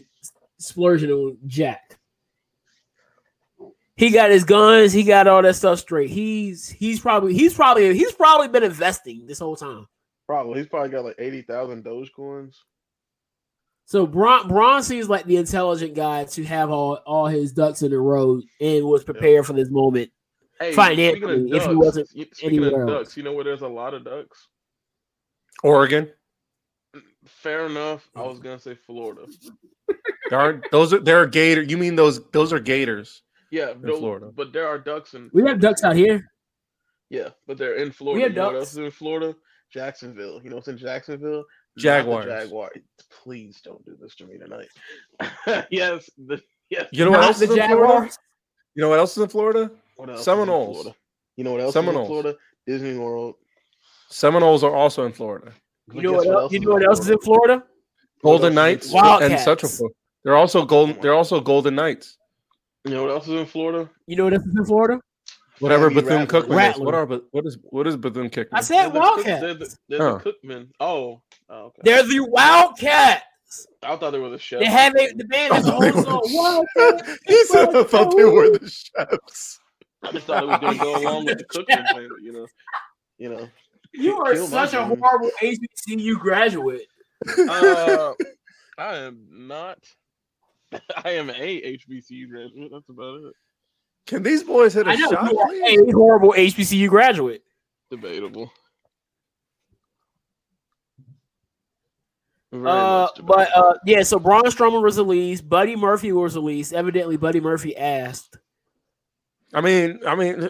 Speaker 2: splurging on Jack. He got his guns, he got all that stuff straight. He's he's probably he's probably he's probably been investing this whole time.
Speaker 3: Probably he's probably got like eighty thousand Dogecoins.
Speaker 2: So Braun Braun seems like the intelligent guy to have all, all his ducks in a row and was prepared for this moment.
Speaker 3: Hey,
Speaker 2: Financially,
Speaker 3: speaking of
Speaker 2: if he
Speaker 3: ducks,
Speaker 2: wasn't
Speaker 3: you- speaking of
Speaker 2: anywhere else.
Speaker 3: ducks, you know where there's a lot of ducks.
Speaker 1: Oregon.
Speaker 3: Fair enough. I was gonna say Florida.
Speaker 1: There are those are there are gator. You mean those those are gators?
Speaker 3: Yeah, no-
Speaker 1: Florida.
Speaker 3: But there are ducks in.
Speaker 2: We have ducks out here.
Speaker 3: Yeah, but they're in Florida.
Speaker 2: have
Speaker 3: you know what
Speaker 2: ducks.
Speaker 3: else is in Florida? Jacksonville. You know what's in Jacksonville? Not the
Speaker 1: Jaguars.
Speaker 3: Jaguar. Please don't do this to me tonight. yes. The, yes.
Speaker 1: You know what
Speaker 2: Not
Speaker 1: else
Speaker 2: the
Speaker 1: is in Florida?
Speaker 2: Jaguars.
Speaker 1: You know what else is in Florida?
Speaker 3: What else? is in
Speaker 1: Seminoles.
Speaker 3: Florida? You know what else? is
Speaker 1: Seminoles.
Speaker 3: in Florida. Disney World.
Speaker 1: Seminoles are also in Florida.
Speaker 2: You
Speaker 3: But
Speaker 2: know
Speaker 3: guess
Speaker 2: what else, you
Speaker 3: is
Speaker 2: know what else is in Florida?
Speaker 1: Golden
Speaker 3: else
Speaker 1: Knights
Speaker 3: is in Florida?
Speaker 2: Wildcats.
Speaker 1: and Central. Florida. They're also golden. They're also Golden Knights.
Speaker 3: You know what else is in Florida?
Speaker 2: You know what else is in Florida?
Speaker 1: Whatever
Speaker 3: Miami
Speaker 1: Bethune
Speaker 3: Rattlers.
Speaker 1: Cookman is.
Speaker 2: Rattler.
Speaker 1: What are Beth- what is what is Bethune Cookman?
Speaker 2: I said
Speaker 3: They're the Cook-
Speaker 2: Wildcats.
Speaker 3: They're the, they're
Speaker 1: Huh.
Speaker 3: the Cookman. Oh. oh okay.
Speaker 2: They're the Wildcats.
Speaker 3: I thought they were the chef.
Speaker 2: They have a the band
Speaker 3: Oh,
Speaker 2: has a whole song. Wildcats.
Speaker 1: he said I thought they were the chefs.
Speaker 3: I just thought it was gonna go along with the Cookman thing, but you know, you know.
Speaker 2: You are
Speaker 3: Kill my
Speaker 2: such a
Speaker 3: dream.
Speaker 2: horrible HBCU graduate.
Speaker 3: Uh, I am not. I am a HBCU graduate. That's about it.
Speaker 1: Can these boys hit a
Speaker 2: I know
Speaker 1: shot?
Speaker 2: you are
Speaker 1: please?
Speaker 2: a horrible HBCU graduate.
Speaker 3: Debatable.
Speaker 2: Uh,
Speaker 3: Very much debatable.
Speaker 2: but uh, yeah, so Braun Strowman was released. Buddy Murphy was released. Evidently, Buddy Murphy asked.
Speaker 1: I mean, I mean,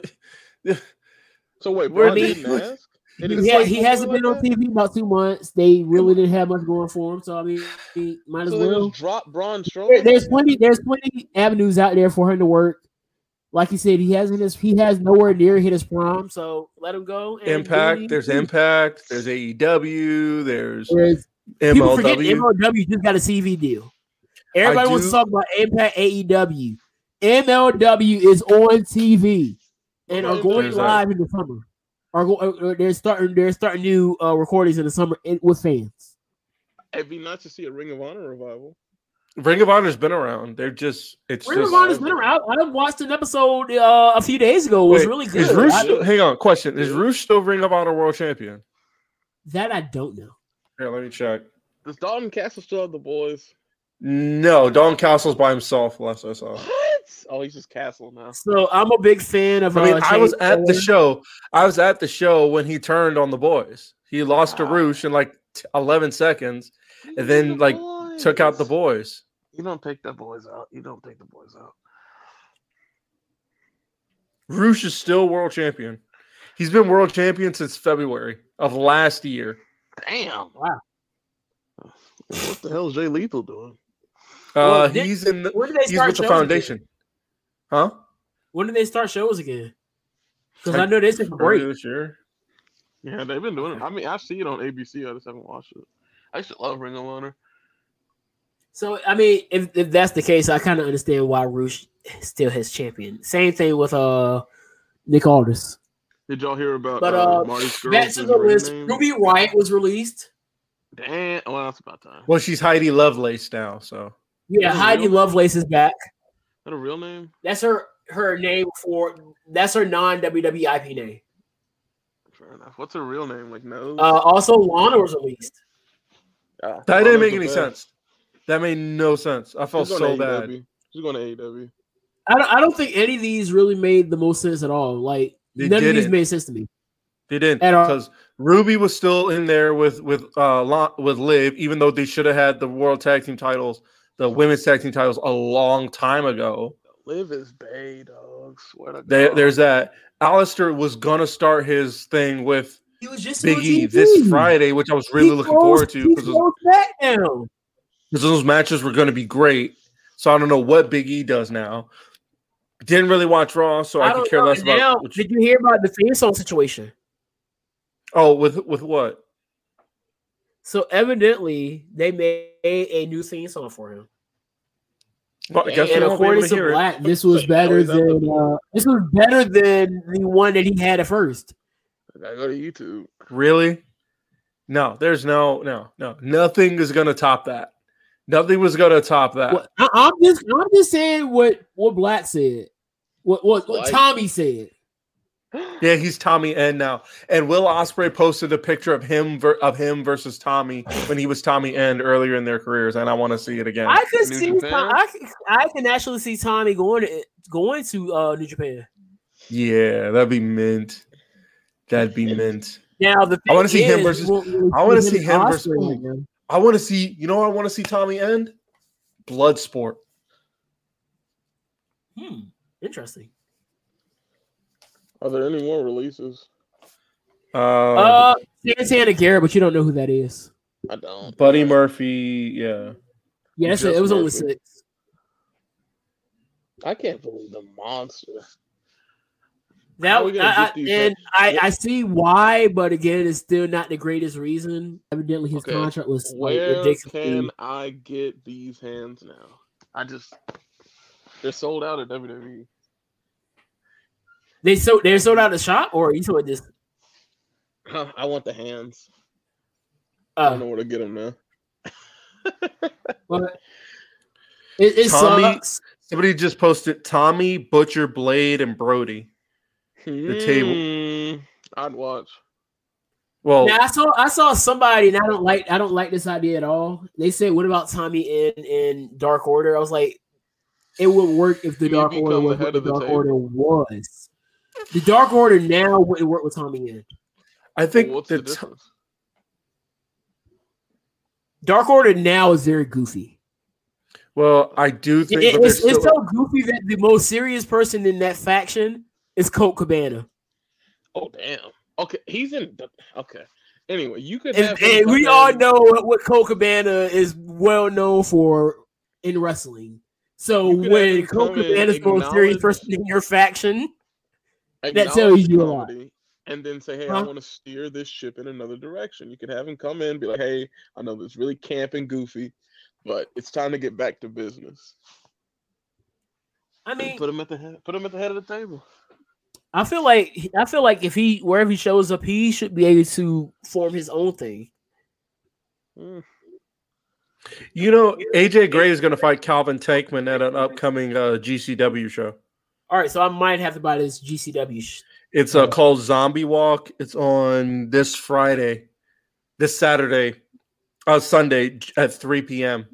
Speaker 3: so wait,
Speaker 1: we're
Speaker 3: Braun
Speaker 1: the-
Speaker 3: didn't ask. They didn't
Speaker 2: He, ha-
Speaker 3: like
Speaker 2: he
Speaker 3: him
Speaker 2: hasn't
Speaker 3: like
Speaker 2: been on
Speaker 3: that?
Speaker 2: TV about two months. They really didn't have much going for him, so I mean, he might as
Speaker 3: So they
Speaker 2: well.
Speaker 3: just dropped Braun
Speaker 2: There-
Speaker 3: Strowman.
Speaker 2: there's plenty there's plenty avenues out there for him to work. Like he said, he hasn't his he has nowhere near hit his prime, so let him go. and do what he
Speaker 1: Impact. There's
Speaker 2: needs
Speaker 1: Impact. There's AEW. There's
Speaker 2: to do. Whereas People forget
Speaker 1: MLW.
Speaker 2: MLW just got a CV deal. Everybody wants
Speaker 1: do-
Speaker 2: to talk about Impact E AEW. MLW is on TV and are going
Speaker 1: There's that.
Speaker 2: live in the summer. Are go, uh, uh, they're starting they're starting new uh, recordings in the summer in, with fans.
Speaker 3: It'd be nice to see a Ring of Honor revival.
Speaker 1: Ring of Honor's been around. They're just it's
Speaker 2: Ring
Speaker 1: just.
Speaker 2: of Honor's been around. I done watched an episode uh, a few days ago. It was
Speaker 1: Wait,
Speaker 2: really good.
Speaker 1: Is Roosh
Speaker 2: I-
Speaker 1: still, hang on? Question: Is Roosh still Ring of Honor World Champion?
Speaker 2: that I don't know.
Speaker 1: Here, let me check.
Speaker 3: Does Dalton Castle still have the boys?
Speaker 1: No, Don Castle's by himself. Last I saw.
Speaker 3: What? Oh, he's just Castle now.
Speaker 2: So I'm a big fan of.
Speaker 1: I mean,
Speaker 2: uh,
Speaker 1: I was
Speaker 2: Shane
Speaker 1: at the
Speaker 2: Taylor.
Speaker 1: show. I was at the show when he turned on the boys. He lost to
Speaker 3: Ah.
Speaker 1: Roosh in like t- eleven seconds. And then, like, Took out the boys.
Speaker 3: boys. You don't take the boys out. You don't take the boys out.
Speaker 1: Roosh is still world champion. He's been world champion since February of last year.
Speaker 3: Damn.
Speaker 2: Wow.
Speaker 3: What the hell is Jay Lethal doing?
Speaker 1: Uh,
Speaker 2: Well, did-
Speaker 1: he's in. The,
Speaker 2: When do they
Speaker 1: he's
Speaker 2: start
Speaker 1: with the
Speaker 2: shows again?
Speaker 1: foundation, huh?
Speaker 2: When do they start shows again? Because I
Speaker 1: Tech-
Speaker 2: know they took a
Speaker 1: Earlier
Speaker 2: break.
Speaker 1: this year.
Speaker 3: Yeah, they've been doing it. I mean, I see it on ABC. I just haven't watched it. I used to love Ring of Honor.
Speaker 2: So I mean, if, if that's the case, I kind of understand why Roosh still his champion. Same thing with uh Nick Aldis.
Speaker 3: Did y'all hear about
Speaker 2: But,
Speaker 3: uh,
Speaker 2: uh,
Speaker 3: Marty's girl?
Speaker 2: Back to the list. Ruby Riot was released.
Speaker 3: Damn. Well, that's about time.
Speaker 1: Well, she's Heidi Lovelace now, so
Speaker 2: Yeah,
Speaker 3: Is it
Speaker 2: Heidi
Speaker 3: real?
Speaker 2: Lovelace is back.
Speaker 3: Is that a real name?
Speaker 2: That's her her name for that's her non WWIP name.
Speaker 3: Fair enough. What's her real name? Like no.
Speaker 2: Uh, also, Lana was released.
Speaker 1: that didn't make any sense. That made no sense. I felt
Speaker 3: She's
Speaker 1: so
Speaker 3: going to
Speaker 1: bad.
Speaker 3: AEW. She's going to AEW.
Speaker 2: I don't, I don't think any of these really made the most sense at all. Like
Speaker 1: They
Speaker 2: none of these
Speaker 1: didn't.
Speaker 2: made sense to me.
Speaker 1: They didn't
Speaker 2: At all.
Speaker 1: because Ruby was still in there with with uh Lon- with Liv, even though they should have had the World Tag Team titles, the Women's Tag Team titles a long time ago.
Speaker 3: Liv is Bay, dog. Swear to
Speaker 1: There,
Speaker 2: Uh-huh.
Speaker 3: God.
Speaker 1: there's that. Alistair was gonna start his thing with
Speaker 2: He was just on
Speaker 1: Big E
Speaker 2: TV.
Speaker 1: this Friday, which I was really
Speaker 2: He
Speaker 1: looking forward
Speaker 2: closed-
Speaker 1: to
Speaker 2: he
Speaker 1: because
Speaker 2: closed that down.
Speaker 1: because those matches were going to be great. So I don't know what Big E does now. Didn't really watch Raw, so I,
Speaker 2: don't
Speaker 1: could care
Speaker 2: know.
Speaker 1: less about.
Speaker 2: Now,
Speaker 1: which-
Speaker 2: did you hear about the fan song situation?
Speaker 1: oh, with with what?
Speaker 2: So evidently, they made a new theme song for him.
Speaker 1: Well, I guess we
Speaker 2: and
Speaker 1: won't be able
Speaker 2: according
Speaker 1: to
Speaker 2: to
Speaker 1: hear it.
Speaker 2: Black, this was
Speaker 3: Wait,
Speaker 2: better
Speaker 3: how is that
Speaker 2: than uh, this was better than the one that he had at first.
Speaker 3: I gotta go to YouTube.
Speaker 1: Really? No, there's no, no, no. Nothing is going to top that. Nothing was going to top that.
Speaker 2: What- I, I'm just I'm just saying what what Black said, what what, what
Speaker 3: Black?
Speaker 2: Tommy said.
Speaker 1: Yeah, he's Tommy N now. And Will Osprey posted a picture of him ver- of him versus Tommy when he was Tommy N earlier in their careers, and I want to see it again.
Speaker 2: I could
Speaker 3: New
Speaker 2: see
Speaker 3: Japan?
Speaker 2: Tom, I, could- I can actually see Tommy going to, going to uh, New Japan.
Speaker 1: yeah, that'd be mint. That'd be mint.
Speaker 2: Now the
Speaker 1: I wanna
Speaker 2: thing
Speaker 1: see him
Speaker 2: is,
Speaker 1: versus-
Speaker 2: we'll- we'll
Speaker 1: I wanna see
Speaker 2: as
Speaker 1: him versus-
Speaker 2: Osprey again.
Speaker 1: I want to see. You know, what I want to see Tommy end Bloodsport.
Speaker 2: Hmm, interesting.
Speaker 3: Are there any more releases?
Speaker 1: Uh,
Speaker 2: Uh, Santana Garrett, but you don't know who that is.
Speaker 3: I don't.
Speaker 1: Buddy Murphy. Yeah,
Speaker 2: Yeah, that's it.
Speaker 3: Just
Speaker 2: It was only
Speaker 3: Murphy.
Speaker 2: six.
Speaker 3: I can't believe the monster. How
Speaker 2: That
Speaker 3: we
Speaker 2: was,
Speaker 3: gonna
Speaker 2: I,
Speaker 3: get
Speaker 2: I-
Speaker 3: these
Speaker 2: and I,
Speaker 3: What-
Speaker 2: I see why, but again, it's still not the greatest reason. Evidently, his
Speaker 3: Okay.
Speaker 2: contract was like,
Speaker 3: Where
Speaker 2: ridiculous.
Speaker 3: can I get these hands now? I just they're sold out at E. WWE.
Speaker 2: They so they sold out the shop, or you sold this.
Speaker 3: Huh, I want the hands. I don't
Speaker 2: Uh,
Speaker 3: know where to get them now.
Speaker 2: but it, it
Speaker 1: Tommy-
Speaker 2: sucks.
Speaker 1: somebody just posted Tommy Butcher Blade and Brody. table.
Speaker 3: table. Hmm, I'd watch.
Speaker 1: Well,
Speaker 2: Now, I saw I saw somebody, and I don't like I don't like this idea at all. They said, "What about Tommy in in Dark Order?" I was like, "It would work if the
Speaker 3: He'd
Speaker 2: Dark
Speaker 3: become
Speaker 2: Order
Speaker 3: the
Speaker 2: was
Speaker 3: head
Speaker 2: what the
Speaker 3: of the
Speaker 2: Dark
Speaker 3: table.
Speaker 2: Order was." The Dark Order now wouldn't work with Tommy in.
Speaker 1: I think
Speaker 3: What's the
Speaker 1: that t-
Speaker 3: difference?
Speaker 2: Dark Order now is very goofy.
Speaker 1: well, I do
Speaker 2: It-
Speaker 1: think
Speaker 2: it-
Speaker 1: but
Speaker 2: it's,
Speaker 1: there's
Speaker 2: it's
Speaker 1: still-
Speaker 2: so goofy that the most serious person in that faction is Colt Cabana.
Speaker 3: Oh damn. Okay, he's in. the- Okay. Anyway, you could.
Speaker 2: And,
Speaker 3: have him
Speaker 2: and we
Speaker 3: come
Speaker 2: all
Speaker 3: in.
Speaker 2: know what, what Colt Cabana is well known for in wrestling. So
Speaker 3: You could have
Speaker 2: when
Speaker 3: him
Speaker 2: Colt
Speaker 3: come in,
Speaker 2: Cabana is the most serious
Speaker 3: acknowledge-
Speaker 2: person in your faction,
Speaker 3: acknowledge
Speaker 2: tells
Speaker 3: the
Speaker 2: you a lot.
Speaker 3: comedy, And then say, hey, I
Speaker 2: Huh?
Speaker 3: want to steer this ship in another direction. You could have him come in, be like, hey, I know this is really camp and goofy, but it's time to get back to business.
Speaker 2: I
Speaker 3: And
Speaker 2: mean,
Speaker 3: put him at the head, put him at the head of the table.
Speaker 2: I feel like I feel like if he wherever he shows up, he should be able to form his own thing.
Speaker 3: Mm.
Speaker 1: you know AJ Gray is going to fight Calvin Tankman at an upcoming uh, GCW show.
Speaker 2: All right, so I might have to buy this GCW. Sh-
Speaker 1: It's uh, called Zombie Walk. It's on this Friday, this Saturday, uh, Sunday at 3 p.m.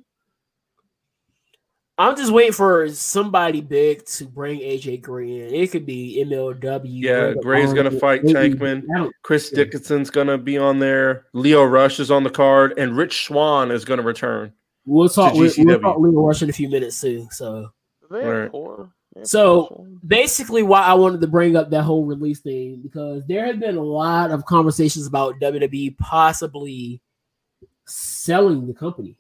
Speaker 2: I'm just waiting for somebody big to bring AJ Gray in. It could be MLW.
Speaker 1: Yeah,
Speaker 2: Ring of
Speaker 1: Gray's gonna
Speaker 2: Honor,
Speaker 1: fight
Speaker 2: maybe-
Speaker 1: Tankman.
Speaker 2: I don't-
Speaker 1: Chris
Speaker 2: Yeah.
Speaker 1: Dickinson's gonna be on there. Leo Rush is on the card, and Rich Swan is gonna return.
Speaker 2: We'll talk. We'll, we'll
Speaker 1: GCW.
Speaker 2: talk Leo Rush in a few minutes too. So
Speaker 3: They're
Speaker 1: Right.
Speaker 3: poor. They're
Speaker 2: So-
Speaker 3: poor.
Speaker 2: basically, why I wanted to bring up that whole release thing because there have been a lot of conversations about WWE possibly selling the company.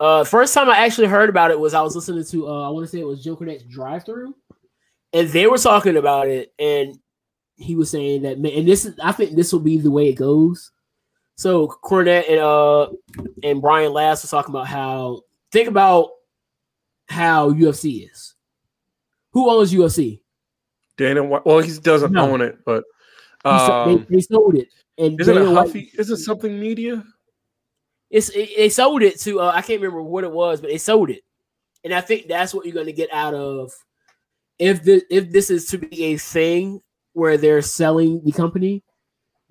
Speaker 2: Uh, first time I actually heard about it was I was listening to uh, I want to say it was Joe Cornette's Drive Through, and they were talking about it, and he was saying that, man, and this is I think this will be the way it goes. So Cornette and uh and Brian Last was talking about how think about how UFC is. Who owns UFC?
Speaker 1: Dana, White, well, he doesn't
Speaker 2: No.
Speaker 1: own it, but
Speaker 2: He so-
Speaker 1: um,
Speaker 2: they, they sold it, and
Speaker 1: isn't it
Speaker 2: Dana White-
Speaker 1: Huffy? Is it something media?
Speaker 2: It's it, they sold it to uh, I can't remember what it was, but they sold it, and I think that's what you're going to get out of if the if this is to be a thing where they're selling the company,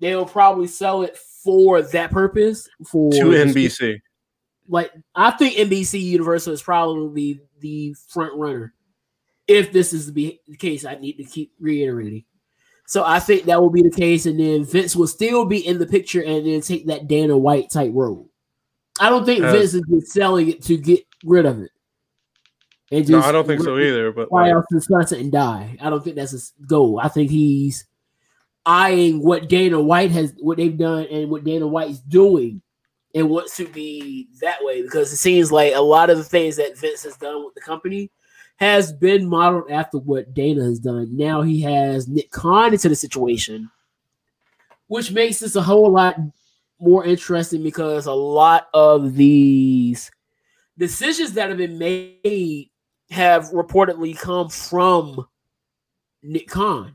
Speaker 2: they'll probably sell it for that purpose for
Speaker 1: To NBC.
Speaker 2: Like I think NBC Universal is probably the front runner if this is to be the case. I need to keep reiterating. So I think that will be the case, and then Vince will still be in the picture, and then take that Dana White type role. I don't think
Speaker 1: Uh,
Speaker 2: Vince is just selling it to get rid of it. And
Speaker 1: No,
Speaker 2: just
Speaker 1: I don't think so
Speaker 2: rip it
Speaker 1: either. But
Speaker 2: Fly
Speaker 1: like,
Speaker 2: off to the sunset and die. I don't think that's his goal. I think he's eyeing what Dana White has, what they've done, and what Dana White's doing, and wants to be that way because it seems like a lot of the things that Vince has done with the company has been modeled after what Dana has done. Now he has Nick Khan into the situation, which makes this a whole lot more interesting because a lot of these decisions that have been made have reportedly come from Nick Khan.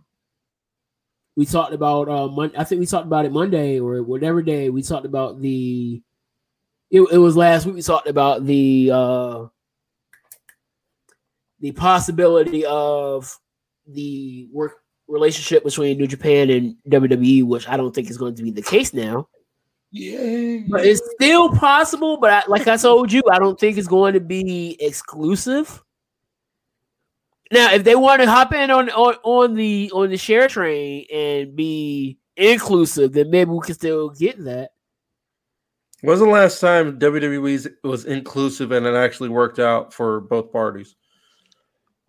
Speaker 2: We talked about uh, Mon- I think we talked about it Monday or whatever day we talked about the. It, it was last week. We talked about the uh, the possibility of the work relationship between New Japan and WWE, which I don't think is going to be the case now.
Speaker 3: Yeah.
Speaker 2: But it's still possible, but I, like I told you, I don't think it's going to be exclusive. Now, if they want to hop in on, on on the on the share train and be inclusive, then maybe we can still get that.
Speaker 1: when's the last time WWE's was inclusive and it actually worked out for both parties?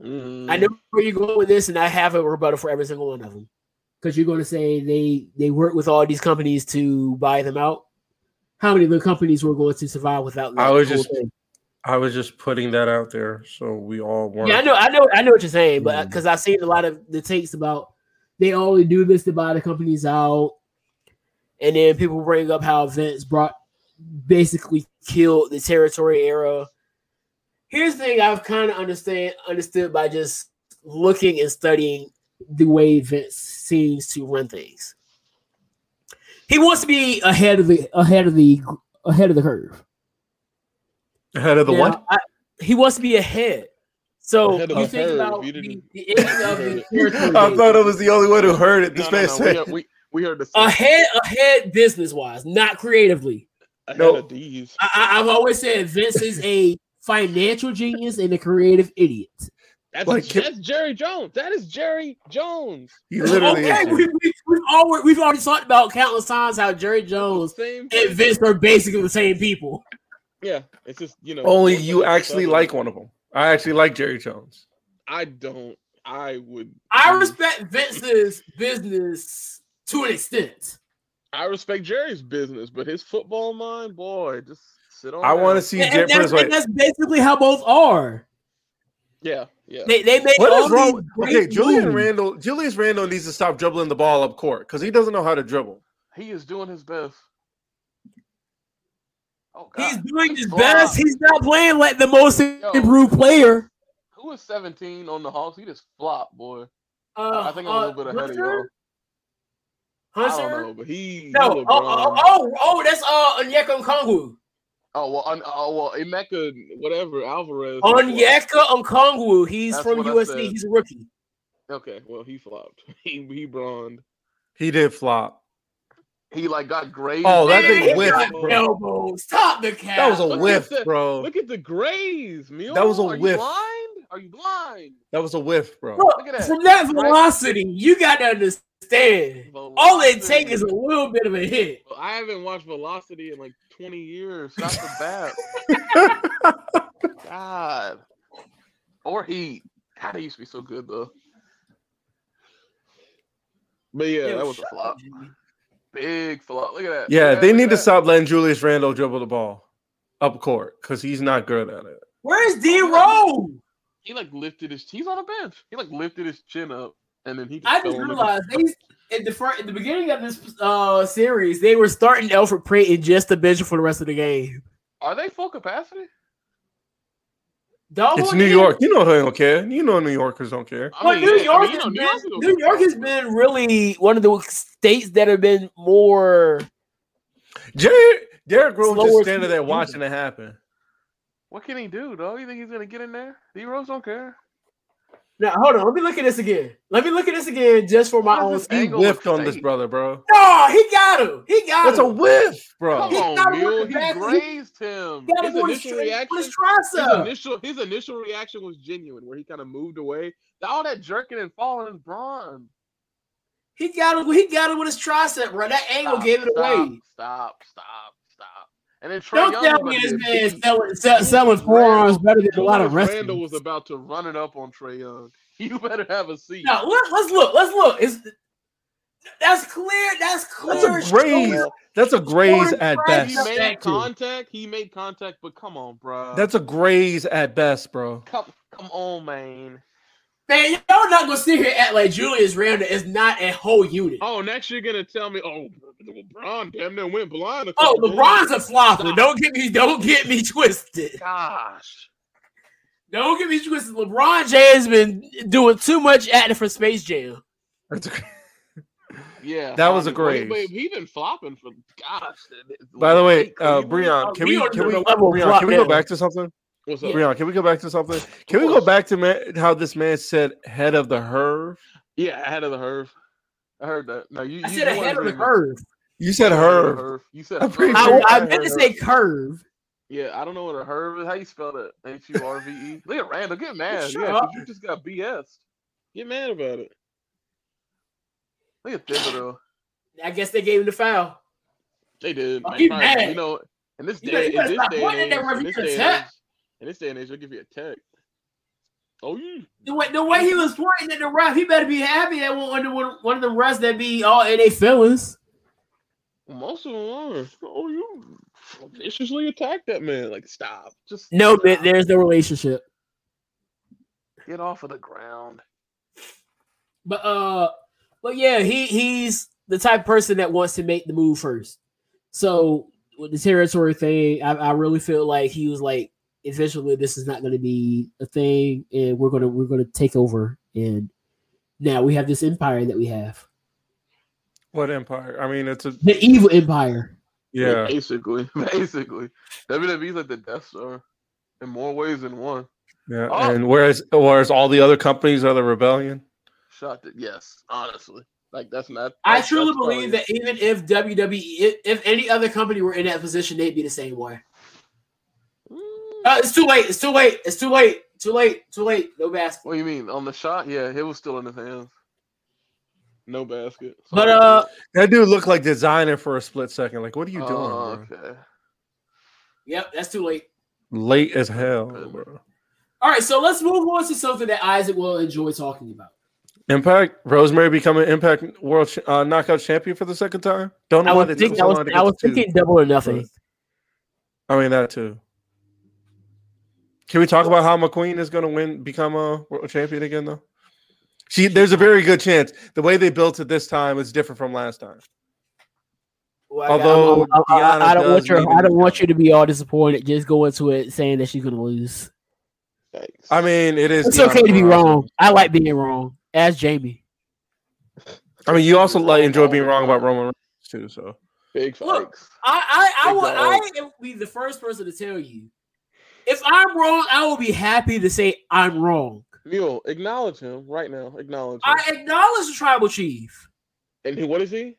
Speaker 3: Mm.
Speaker 2: I know where you're going with this, and I have a rebuttal for every single one of them. Because you're going to say they they work with all these companies to buy them out. How many of the companies were going to survive without?
Speaker 1: I
Speaker 2: that
Speaker 1: was
Speaker 2: whole
Speaker 1: just-
Speaker 2: thing?
Speaker 1: I was just putting that out there, so we all weren't.
Speaker 2: Yeah, I know, I know, I know what you're saying, but
Speaker 1: Mm.
Speaker 2: because I've seen a lot of the takes about they only do this to buy the companies out, and then people bring up how Vince brought basically killed the territory era. Here's the thing I've kind of understand understood by just looking and studying the way Vince seems to run things. He wants to be ahead of the ahead of the ahead of the curve.
Speaker 1: Ahead of the
Speaker 2: Now,
Speaker 1: what?
Speaker 2: I- he wants to be ahead. So
Speaker 3: Ahead of
Speaker 2: you
Speaker 3: the
Speaker 2: think
Speaker 3: curve.
Speaker 2: about
Speaker 3: You
Speaker 2: the,
Speaker 3: didn't-
Speaker 2: the end of
Speaker 3: You
Speaker 2: the
Speaker 1: I
Speaker 2: territory days.
Speaker 1: thought I was the only one who heard it. This
Speaker 3: No, no,
Speaker 1: man
Speaker 3: no. We,
Speaker 1: said,
Speaker 3: heard- we, we heard the
Speaker 1: Uh,
Speaker 3: same.
Speaker 2: ahead, ahead business wise, not creatively.
Speaker 3: ahead
Speaker 1: no.
Speaker 3: of these.
Speaker 2: I, I, I've always said Vince is a financial genius and a creative idiot.
Speaker 3: That's,
Speaker 1: Like, can-
Speaker 3: that's Jerry Jones. That is Jerry Jones.
Speaker 1: he literally.
Speaker 2: okay,
Speaker 1: is.
Speaker 2: we, we, we've already we've already talked about countless times how Jerry Jones
Speaker 3: Same.
Speaker 2: and Vince are basically the same people.
Speaker 3: Yeah. It's just you know.
Speaker 1: Only
Speaker 3: one
Speaker 1: you
Speaker 3: thing is
Speaker 1: actually
Speaker 3: other.
Speaker 1: like one of them. I actually like Jerry Jones.
Speaker 3: I don't. I would.
Speaker 1: Mm.
Speaker 2: I respect Vince's business to an extent.
Speaker 3: I respect Jerry's business, but his football mind, boy, just sit on.
Speaker 1: I want to
Speaker 3: that.
Speaker 1: see
Speaker 2: And-
Speaker 1: Jerry.
Speaker 2: and that's, and that's basically how both are.
Speaker 3: Yeah. Yeah.
Speaker 2: They they make
Speaker 1: What
Speaker 2: all
Speaker 1: is wrong?
Speaker 2: these
Speaker 1: with-
Speaker 2: great
Speaker 1: Okay, Julian
Speaker 2: moves.
Speaker 1: Randle. Julius Randle needs to stop dribbling the ball up court because he doesn't know how to dribble.
Speaker 3: He is doing his best. Oh God.
Speaker 2: He's doing his
Speaker 3: Wow.
Speaker 2: best. He's not playing like the most improved player.
Speaker 3: Who is 17 on the Hawks? He just flopped, boy.
Speaker 2: Uh,
Speaker 3: I think I'm a
Speaker 2: uh,
Speaker 3: little bit ahead of y'all.
Speaker 2: Hunter?
Speaker 3: I
Speaker 2: Hunter?
Speaker 3: don't know, but he.
Speaker 2: No.
Speaker 3: he
Speaker 2: Oh, oh,
Speaker 3: LeBron.
Speaker 2: oh, oh, that's uh, Onyeka Okongwu.
Speaker 3: Oh well, un, oh well, Emeka, whatever Alvarez.
Speaker 2: Onyeka Okongwu. He's
Speaker 3: That's
Speaker 2: from
Speaker 3: what I
Speaker 2: USC.
Speaker 3: said.
Speaker 2: He's a rookie.
Speaker 3: Okay, well he flopped. He he bronzed.
Speaker 1: He did flop.
Speaker 3: He like got grazed.
Speaker 1: Oh, that
Speaker 2: Man,
Speaker 1: thing
Speaker 2: he
Speaker 1: whiff,
Speaker 2: got
Speaker 1: bro.
Speaker 2: elbows. Stop the cap.
Speaker 1: That was a
Speaker 3: Look at
Speaker 1: whiff,
Speaker 3: the-
Speaker 1: bro.
Speaker 3: Look at the graze, Mule.
Speaker 1: That was a
Speaker 3: Are
Speaker 1: whiff.
Speaker 3: You blind? Are you blind?
Speaker 1: That was a whiff, bro.
Speaker 2: Look,
Speaker 3: Look at that.
Speaker 2: From that
Speaker 3: Right?
Speaker 2: velocity, you got to understand. All it takes is a little bit of a hit.
Speaker 3: I haven't watched Velocity in like 20 years. Stop the bat. God. Or Heat. God, he used to be so good though. But yeah,
Speaker 2: Yo,
Speaker 3: that was a
Speaker 2: shut
Speaker 3: flop.
Speaker 2: up, Jimmy.
Speaker 3: Big flop. Look at that.
Speaker 1: Yeah,
Speaker 3: Look at
Speaker 1: they
Speaker 3: that,
Speaker 1: need
Speaker 3: look
Speaker 1: to
Speaker 3: at that.
Speaker 1: stop letting Julius Randle dribble the ball up court because he's not good at it.
Speaker 2: Where's D Rowe?
Speaker 3: He like lifted his. He's on a bench. He like lifted his chin up, and then he.
Speaker 2: I
Speaker 3: fell
Speaker 2: just
Speaker 3: on the-
Speaker 2: realized they at the front at the beginning of this uh series they were starting Alfred Payton just to bench him for the rest of the game.
Speaker 3: Are they full capacity?
Speaker 2: Dog,
Speaker 3: Oh,
Speaker 1: It's
Speaker 2: what
Speaker 1: New
Speaker 2: is-
Speaker 1: York. You know they don't care. You know New Yorkers don't care.
Speaker 3: I
Speaker 2: Well,
Speaker 3: mean,
Speaker 2: New
Speaker 3: yeah, I
Speaker 2: York,
Speaker 3: mean, you
Speaker 2: has
Speaker 3: know,
Speaker 2: been-
Speaker 3: New York is gonna
Speaker 2: New
Speaker 3: be
Speaker 2: York has
Speaker 3: full.
Speaker 2: been really one of the states that have been more.
Speaker 1: Jerry, Derrick Rose just
Speaker 2: Slower
Speaker 1: standing there
Speaker 2: speed.
Speaker 1: watching it happen.
Speaker 3: What can he do, though? You think he's gonna get in there? D Rose don't care.
Speaker 2: Now hold on, let me look at this again. Let me look at this again just for my
Speaker 3: Why
Speaker 2: own.
Speaker 3: is
Speaker 2: sake.
Speaker 3: this
Speaker 1: He
Speaker 3: Angle
Speaker 1: whiffed on this
Speaker 3: mistake.
Speaker 1: brother, bro.
Speaker 2: No, he got him. He got
Speaker 1: That's a
Speaker 2: him.
Speaker 1: whiff,
Speaker 3: Come
Speaker 2: He
Speaker 1: bro.
Speaker 3: on,
Speaker 2: gotta work
Speaker 3: Mule.
Speaker 2: the
Speaker 3: He
Speaker 2: basket.
Speaker 3: grazed him.
Speaker 2: He got
Speaker 3: His
Speaker 2: him on his,
Speaker 3: initial
Speaker 2: tri- on
Speaker 3: reaction.
Speaker 2: his
Speaker 3: His
Speaker 2: tricep.
Speaker 3: initial, his initial reaction was genuine, where he kind of moved away. All that jerking and falling is bronze.
Speaker 2: He got him. He got him with his tricep, bro. That angle
Speaker 4: Stop,
Speaker 2: gave it
Speaker 4: stop,
Speaker 2: away.
Speaker 4: Stop, stop, stop. And then Trey
Speaker 2: Don't
Speaker 4: Young was
Speaker 2: tell me
Speaker 4: gonna
Speaker 2: this
Speaker 4: get
Speaker 2: man
Speaker 4: beat.
Speaker 2: is selling, sell, selling forearms better than a lot of
Speaker 3: Julius
Speaker 2: wrestlers.
Speaker 3: Randle was about to run it up on Trey Young. You better have a seat.
Speaker 2: No, let, let's look. Let's look. It's, that's clear. That's clear.
Speaker 1: That's a
Speaker 2: as
Speaker 1: graze.
Speaker 2: hell.
Speaker 1: That's a graze
Speaker 2: Jordan
Speaker 1: at
Speaker 2: Brand-
Speaker 1: best.
Speaker 3: He
Speaker 2: That's
Speaker 3: made
Speaker 2: back to-
Speaker 3: contact. He made contact, but come on, bro.
Speaker 1: That's a graze at best, bro.
Speaker 4: Come, come on, man.
Speaker 2: Man, y'all not gonna sit here and act like Julius Randle is not a whole unit.
Speaker 3: Oh, next you're gonna tell me, oh, LeBron damn near went blind. a
Speaker 2: Oh,
Speaker 3: couple
Speaker 2: LeBron's a flopper. Don't get me. Don't get me twisted.
Speaker 4: Gosh.
Speaker 2: Don't get me twisted. LeBron James been doing too much acting for Space Jam.
Speaker 1: That's a,
Speaker 3: Yeah,
Speaker 1: That was a
Speaker 3: honestly.
Speaker 1: graze.
Speaker 3: Well, he- He been flopping for gosh.
Speaker 1: by the way,
Speaker 3: Cleveland-
Speaker 1: uh, Breon, can we
Speaker 2: We are
Speaker 1: can
Speaker 2: to
Speaker 1: we
Speaker 2: the level of
Speaker 1: Breon, can we go
Speaker 2: lockdown.
Speaker 1: back to something?
Speaker 3: what's up?
Speaker 2: Yeah.
Speaker 1: Breon, can we go back to something? Can we go
Speaker 3: course.
Speaker 1: back to man, how this man said head of the herve?
Speaker 3: Yeah, ahead of the Herve. I heard that. No, you.
Speaker 2: I
Speaker 3: you-
Speaker 2: said
Speaker 3: you
Speaker 2: ahead
Speaker 3: weren't
Speaker 2: of the
Speaker 3: agreeing.
Speaker 2: curve.
Speaker 1: You said
Speaker 3: Ahead of the
Speaker 1: herve.
Speaker 3: Herve. You said.
Speaker 1: I'm pretty
Speaker 3: Herve.
Speaker 2: I,
Speaker 1: sure-
Speaker 2: I meant to say curve.
Speaker 3: Yeah, I don't know what a herb is. How you spell that? H U R V E. Look at Randall. Get mad.
Speaker 2: Shut
Speaker 3: yeah,
Speaker 2: up.
Speaker 3: 'cause you just got BS. Get mad about it. Look at Thibodeau.
Speaker 2: I guess they gave him the foul.
Speaker 3: They did.
Speaker 2: Oh,
Speaker 3: man.
Speaker 2: he
Speaker 3: Probably,
Speaker 2: mad.
Speaker 3: You know, in this
Speaker 2: You
Speaker 3: day,
Speaker 2: better- you
Speaker 3: in this
Speaker 2: better
Speaker 3: day
Speaker 2: stop
Speaker 3: and
Speaker 2: pointing
Speaker 3: age,
Speaker 2: at that referee
Speaker 3: in this day
Speaker 2: for
Speaker 3: and
Speaker 2: tech.
Speaker 3: age, in this day and age, they'll give you a tech. Oh yeah.
Speaker 2: The way, the way he was pointing at the ref, he better be happy that one under one, one of the refs that be all in their feelings.
Speaker 3: Most of them are. Oh, you viciously attacked that man. Like, stop. Just
Speaker 2: No,
Speaker 3: stop.
Speaker 2: but there's no relationship.
Speaker 4: Get off of the ground.
Speaker 2: But uh, but yeah, he he's the type of person that wants to make the move first. So with the territory thing, I, I really feel like he was like, eventually this is not going to be a thing, and we're gonna we're gonna take over, and now we have this empire that we have,
Speaker 1: What empire? I mean, it's a
Speaker 2: the evil empire.
Speaker 1: yeah.
Speaker 3: Basically, basically, WWE's like the Death Star in more ways than one.
Speaker 1: Yeah,
Speaker 3: Oh.
Speaker 1: and whereas whereas all the other companies are the rebellion.
Speaker 3: Shot that. Yes, honestly, like that's not.
Speaker 2: I
Speaker 3: like,
Speaker 2: truly
Speaker 3: that's
Speaker 2: believe
Speaker 3: probably-
Speaker 2: that even if WWE, if, if any other company were in that position, they'd be the same way.
Speaker 3: Mm.
Speaker 2: Uh, it's too late. It's too late. It's too late. Too late. Too late. No basket.
Speaker 3: What do you mean on the shot? Yeah, it was still in his hands. No basket. So-
Speaker 2: But, uh,
Speaker 1: That dude looked like designer for a split second. Like, what are you doing?
Speaker 3: Oh,
Speaker 1: bro?
Speaker 3: okay.
Speaker 2: Yep, that's too late.
Speaker 1: Late as hell, bro.
Speaker 2: All right, so let's move on to something that Isaac will enjoy talking about.
Speaker 1: Impact Rosemary becoming Impact World Ch- uh, Knockout Champion for the second time. Don't know
Speaker 2: I
Speaker 1: why
Speaker 2: was,
Speaker 1: they took
Speaker 2: thinking, I
Speaker 1: so long
Speaker 2: was,
Speaker 1: to
Speaker 2: I
Speaker 1: get
Speaker 2: was
Speaker 1: to two.
Speaker 2: thinking double or nothing.
Speaker 1: I mean that too. Can we talk about how McQueen is going to win, become a world champion again though? She, there's a very good chance. The way they built it this time is different from last time.
Speaker 2: Well, I got-
Speaker 1: Although
Speaker 2: I, I- I- I
Speaker 1: Deanna
Speaker 2: don't want
Speaker 1: does
Speaker 2: your,
Speaker 1: need
Speaker 2: I
Speaker 1: to-
Speaker 2: don't want you to be all disappointed. Just go into it saying that she's gonna lose.
Speaker 3: Yikes.
Speaker 1: I mean, it is.
Speaker 2: It's
Speaker 1: Deanna
Speaker 2: okay to be
Speaker 1: Purrazzo.
Speaker 2: wrong. I like being wrong. As Jamie.
Speaker 1: I mean, you also like enjoy being wrong about Roman Reigns too. So
Speaker 3: big
Speaker 2: Look,
Speaker 3: fakes.
Speaker 2: I, I, I
Speaker 3: Big
Speaker 2: will. I
Speaker 3: dog.
Speaker 2: am be the first person to tell you. If I'm wrong, I will be happy to say I'm wrong.
Speaker 3: Mule, acknowledge him right now. Acknowledge him.
Speaker 2: I acknowledge the tribal chief.
Speaker 3: and who- what is he?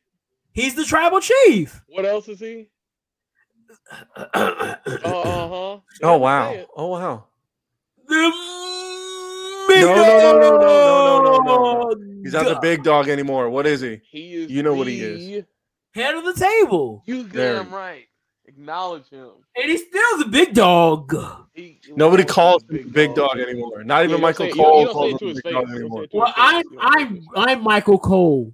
Speaker 2: He's the tribal chief.
Speaker 3: What else is he? Uh huh.
Speaker 1: Oh wow! Oh wow!
Speaker 2: The
Speaker 1: No, no, no, no, no, no, no, no,
Speaker 2: no.
Speaker 1: He's not the big dog anymore. What is he?
Speaker 3: He is.
Speaker 1: You know what he
Speaker 3: the-
Speaker 2: head of the table,
Speaker 3: You
Speaker 1: There.
Speaker 3: damn right. Acknowledge him.
Speaker 2: and he's still the big dog.
Speaker 3: He,
Speaker 1: Nobody
Speaker 3: he's
Speaker 1: calls
Speaker 3: a
Speaker 1: him big, big dog anymore. Not
Speaker 3: You
Speaker 1: even
Speaker 3: don't
Speaker 1: Michael
Speaker 3: say- you
Speaker 1: Cole
Speaker 3: don't- you don't say
Speaker 1: calls
Speaker 3: it to
Speaker 1: him big dog
Speaker 3: his face. You don't say
Speaker 1: anymore.
Speaker 3: it to his
Speaker 2: Well,
Speaker 3: face.
Speaker 2: I'm
Speaker 3: You don't say it to his
Speaker 2: I'm
Speaker 3: face.
Speaker 2: I'm Michael Cole.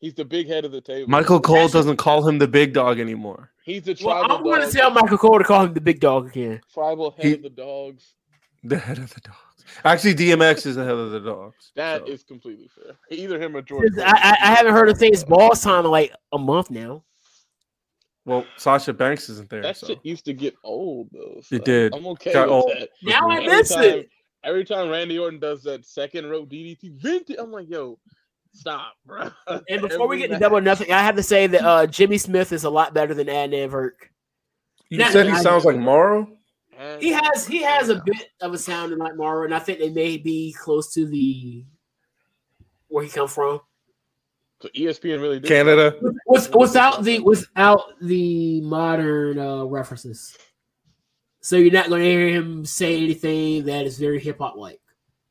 Speaker 3: He's the big head of the table.
Speaker 1: Michael Cole doesn't call him the big dog anymore.
Speaker 3: He's the
Speaker 2: Well,
Speaker 3: tribal
Speaker 2: I'm going to
Speaker 3: dog,
Speaker 2: tell Michael Cole to call him the big dog again.
Speaker 3: tribal head
Speaker 1: He-
Speaker 3: of the dogs.
Speaker 1: The head of the dogs. Actually, DMX is the head of the dogs.
Speaker 3: That is
Speaker 1: so.
Speaker 3: completely fair. Either him or Jordan.
Speaker 2: Since I, I, I haven't heard of things balls time in like a month now.
Speaker 1: well, Sasha Banks isn't there.
Speaker 3: That
Speaker 1: so.
Speaker 3: shit used to get old though. so
Speaker 1: did.
Speaker 3: I'm okay
Speaker 1: Got
Speaker 3: with
Speaker 1: old.
Speaker 3: that.
Speaker 2: Now I
Speaker 1: Every
Speaker 2: miss
Speaker 3: time,
Speaker 2: it.
Speaker 3: every time Randy Orton does that second rope DDT, vintage, I'm like, yo, stop, bro.
Speaker 2: And before we
Speaker 3: Every
Speaker 2: get to
Speaker 3: match.
Speaker 2: double or nothing, I have to say that uh, Jimmy Smith is a lot better than Adnan Verk.
Speaker 1: You
Speaker 2: That-
Speaker 1: said he
Speaker 2: I-
Speaker 1: sounds like Morrow.
Speaker 3: And-
Speaker 2: He has he has a bit of a sound in like Mara, and I think they may be close to the where he come from.
Speaker 3: So E ESPN really did.
Speaker 1: Canada.
Speaker 2: With, without the without the modern uh, references. So you're not going to hear him say anything that is very hip hop like.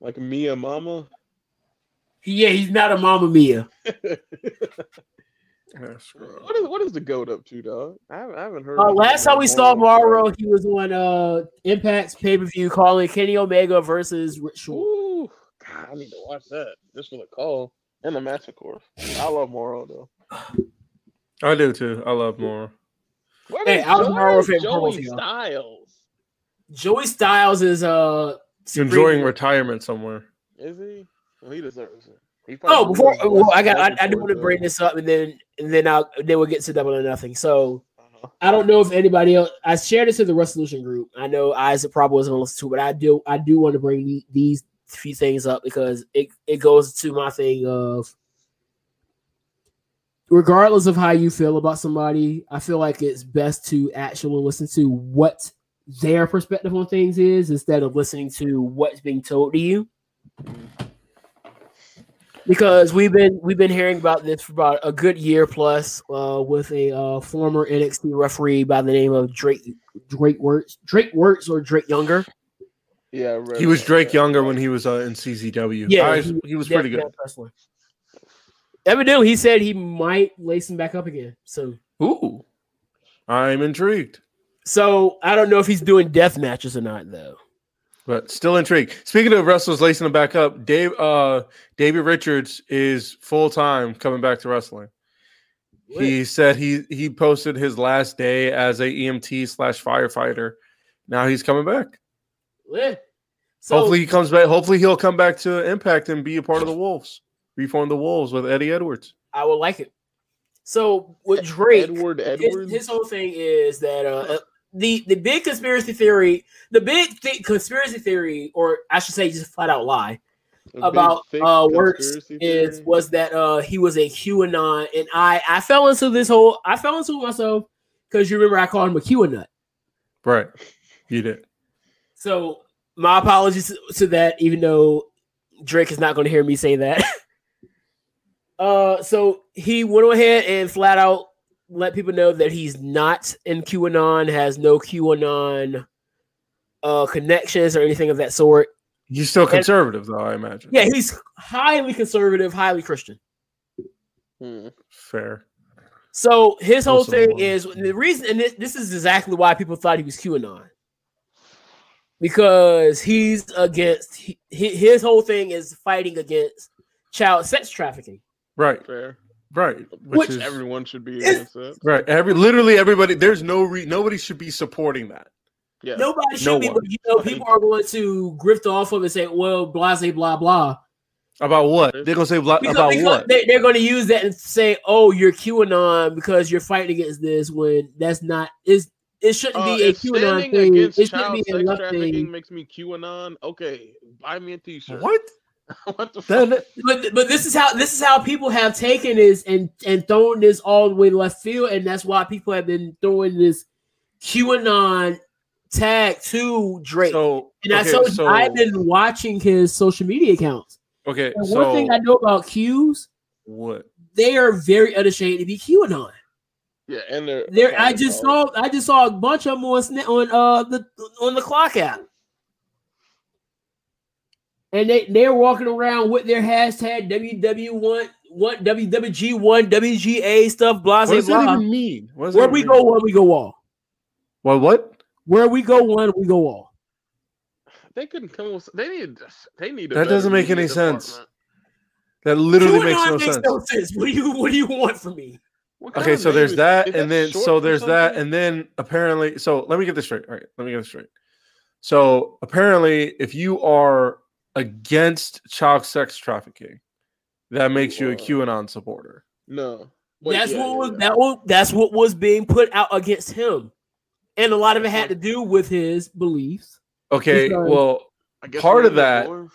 Speaker 3: like Mia Mama.
Speaker 2: Yeah, he's not a Mamma Mia.
Speaker 1: Yeah, screw it.
Speaker 3: What is what is the goat up to, dog? I haven't, I haven't heard.
Speaker 2: Uh,
Speaker 3: anything
Speaker 2: last
Speaker 3: about
Speaker 2: time we saw
Speaker 3: Mauro.
Speaker 2: Morrow, he was on uh Impact's pay per view calling Kenny Omega versus Rich Short.
Speaker 3: Ooh, God, I need to watch that just for the call and the match, of course. I love Moro though.
Speaker 1: I do too. I love more.
Speaker 3: Where
Speaker 2: Hey,
Speaker 3: is-
Speaker 2: I was
Speaker 3: where
Speaker 2: Mauro
Speaker 3: is
Speaker 2: fan of Mauro
Speaker 3: Joey
Speaker 2: fan.
Speaker 3: Styles?
Speaker 2: Joey Styles is uh
Speaker 1: Enjoying
Speaker 2: screaming-
Speaker 1: retirement somewhere.
Speaker 3: Is he? Well, he deserves it. He
Speaker 2: Oh,
Speaker 3: probably
Speaker 2: before
Speaker 3: deserves
Speaker 2: well, I got
Speaker 3: it.
Speaker 2: I, I do want to bring this up and then and then I'll then we'll get to double or nothing. So
Speaker 3: Uh-huh.
Speaker 2: I don't know if anybody else. I shared this in the Resolution group. I know Isaac probably wasn't going to listen to, it, but I do. I do want to bring the- these few things up because it it goes to my thing of regardless of how you feel about somebody, I feel like it's best to actually listen to what their perspective on things is instead of listening to what's being told to you. Because we've been we've been hearing about this for about a good year plus uh, with a uh, former NXT referee by the name of Drake Drake Wirtz Drake Wirtz or Drake Younger.
Speaker 3: Yeah, I read
Speaker 1: He was
Speaker 3: about
Speaker 1: Drake
Speaker 3: that.
Speaker 1: Younger when he was uh, in CZW.
Speaker 2: Yeah,
Speaker 1: I- he, was pretty
Speaker 2: Death
Speaker 1: good.
Speaker 2: Metal Wrestler. Evidently, he said he might lace him back up again soon.
Speaker 1: Ooh, I'm intrigued,
Speaker 2: So I don't know if he's doing death matches or not though.
Speaker 1: but still intrigued. Speaking of wrestlers lacing them back up, Dave uh, David Richards is full time coming back to wrestling. He said he he posted his last day as a EMT slash firefighter. Now he's coming back.
Speaker 2: Yeah. So
Speaker 1: hopefully he comes back. Hopefully he'll come back to Impact and be a part of the Wolves. Reform the Wolves with Eddie Edwards.
Speaker 2: I would like it. So with Drake,
Speaker 3: E-, Edward
Speaker 2: his,
Speaker 3: Edwards.
Speaker 2: his whole thing is that uh, uh, the the big conspiracy theory, the big thi- conspiracy theory, or I should say, just flat out lie
Speaker 3: A big,
Speaker 2: about
Speaker 3: thick
Speaker 2: uh, works
Speaker 3: conspiracy
Speaker 2: is
Speaker 3: theory?
Speaker 2: was that uh he was a QAnon, and I I fell into this whole I fell into it myself because you remember I called him a QAnon.
Speaker 1: Right, you did.
Speaker 2: So my apologies to that, even though Drake is not going to hear me say that. uh, so he went ahead and flat out let people know that he's not in QAnon, has no QAnon uh, connections or anything of that sort.
Speaker 1: He's still conservative though, I imagine.
Speaker 2: Yeah, he's highly conservative, highly Christian.
Speaker 3: Hmm.
Speaker 1: fair.
Speaker 2: So his whole
Speaker 1: Also
Speaker 2: thing
Speaker 1: one.
Speaker 2: is the reason, and this, this is exactly why people thought he was QAnon, because he's against he, he- his whole thing is fighting against child sex trafficking.
Speaker 1: Right,
Speaker 3: fair.
Speaker 1: right.
Speaker 2: Which
Speaker 1: is-
Speaker 3: Everyone should be
Speaker 2: It's-
Speaker 3: against that.
Speaker 1: Right. Every literally everybody. There's no re, nobody should be supporting that.
Speaker 3: Yeah.
Speaker 2: Nobody should
Speaker 1: No
Speaker 2: be,
Speaker 1: one.
Speaker 2: but you know, people are going to grift off of it and say, "Well, blase, blah blah,"
Speaker 1: About what they're gonna say blo-
Speaker 2: because,
Speaker 1: about
Speaker 2: because
Speaker 1: what?
Speaker 2: They, they're going to use that and say, "Oh, you're QAnon because you're fighting against this," when that's not is. It shouldn't
Speaker 3: Uh,
Speaker 2: be a
Speaker 3: if
Speaker 2: QAnon
Speaker 3: standing
Speaker 2: thing. It
Speaker 3: against
Speaker 2: shouldn't
Speaker 3: child
Speaker 2: be a
Speaker 3: sex
Speaker 2: left
Speaker 3: trafficking
Speaker 2: thing.
Speaker 3: makes me QAnon. Okay, buy me a T-shirt.
Speaker 1: What?
Speaker 3: what the fuck?
Speaker 1: That,
Speaker 2: But but this is how this is how people have taken this and and thrown this all the way left field, and that's why people have been throwing this QAnon tag to Drake.
Speaker 1: so
Speaker 2: and I
Speaker 1: okay,
Speaker 2: told you,
Speaker 1: so
Speaker 2: I've been watching his social media accounts.
Speaker 1: okay.
Speaker 2: And
Speaker 1: so
Speaker 2: one thing I know about Qs,
Speaker 1: what?
Speaker 2: they are very unashamed to be QAnon.
Speaker 3: Yeah, and they're
Speaker 2: There, I just saw I just saw a bunch of them on Sna- on uh the on the clock app. And they, they're walking around with their hashtag WW1, one, WWG1, WGA stuff, blah,
Speaker 1: What
Speaker 2: blah,
Speaker 1: does that
Speaker 2: blah.
Speaker 1: even mean? What does that
Speaker 2: Where
Speaker 1: even
Speaker 2: we
Speaker 1: mean?
Speaker 2: go one, we go all.
Speaker 1: What? What?
Speaker 2: Where we go one, we go all.
Speaker 3: They couldn't come. With, they need. They need. A
Speaker 1: That
Speaker 3: better
Speaker 1: doesn't make
Speaker 3: media
Speaker 1: any sense.
Speaker 3: department.
Speaker 1: That literally makes
Speaker 2: QAnon
Speaker 1: no sense.
Speaker 2: What do you what do you want from me?
Speaker 3: What kind
Speaker 1: Okay,
Speaker 3: of
Speaker 1: so
Speaker 3: name
Speaker 1: there's
Speaker 3: is-
Speaker 1: that,
Speaker 3: is
Speaker 1: and then
Speaker 3: short
Speaker 1: so
Speaker 3: for
Speaker 1: there's that,
Speaker 3: something?
Speaker 1: and then apparently, so let me get this straight. All right, let me get this straight. So apparently, if you are against child sex trafficking, that makes you a
Speaker 3: are.
Speaker 1: QAnon supporter.
Speaker 3: no. Wait,
Speaker 2: that's
Speaker 3: yeah,
Speaker 2: what
Speaker 3: yeah,
Speaker 2: was
Speaker 3: yeah.
Speaker 2: that was, that's what was being put out against him. And a lot of it had to do with his beliefs.
Speaker 1: Okay,
Speaker 2: Because-
Speaker 1: well,
Speaker 3: I guess
Speaker 1: part
Speaker 3: we're
Speaker 1: of that-
Speaker 3: bored.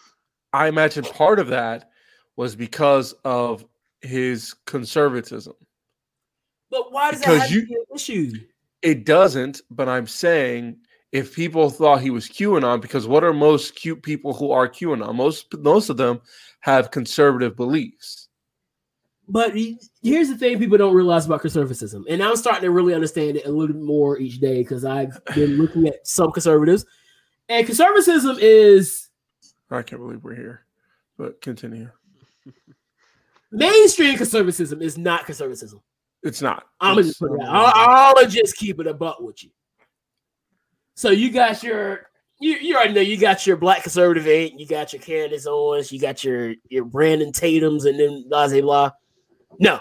Speaker 1: I imagine part of that was because of his conservatism.
Speaker 2: But why does
Speaker 1: Because
Speaker 2: that have
Speaker 1: you-
Speaker 2: to be an issue?
Speaker 1: It doesn't, but I'm saying if people thought he was QAnon, because what are most cute people who are QAnon? Most most of them have conservative beliefs.
Speaker 2: But he- here's the thing people don't realize about conservatism. And I'm starting to really understand it a little bit more each day because I've been looking at some conservatives. And conservatism is
Speaker 1: I can't believe we're here, but continue.
Speaker 2: Mainstream conservatism is not conservatism.
Speaker 1: It's not.
Speaker 2: I'm gonna just put it out. I'll, I'll just keep it a butt with you. So you got your you, you already know you got your black conservative eight, you got your Candace Owens, you got your your Brandon Tatum's, and then blah blah blah. No,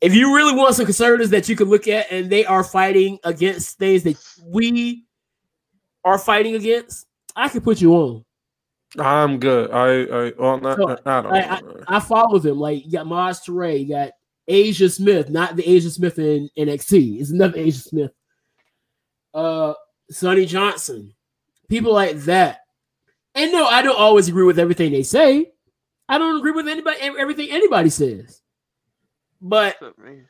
Speaker 2: if you really want some conservatives that you can look at and they are fighting against things that we are fighting against, I can put you on.
Speaker 1: I'm good. I I well not,
Speaker 2: So,
Speaker 1: I don't.
Speaker 2: I-
Speaker 1: know.
Speaker 2: I follow them. Like you got Maz Touré, you got Asia Smith, not the Asia Smith in NXT. It's another Asia Smith. Uh Sonny Johnson. People like that. And no, I don't always agree with everything they say. I don't agree with anybody ev- everything anybody says. But
Speaker 4: Except me.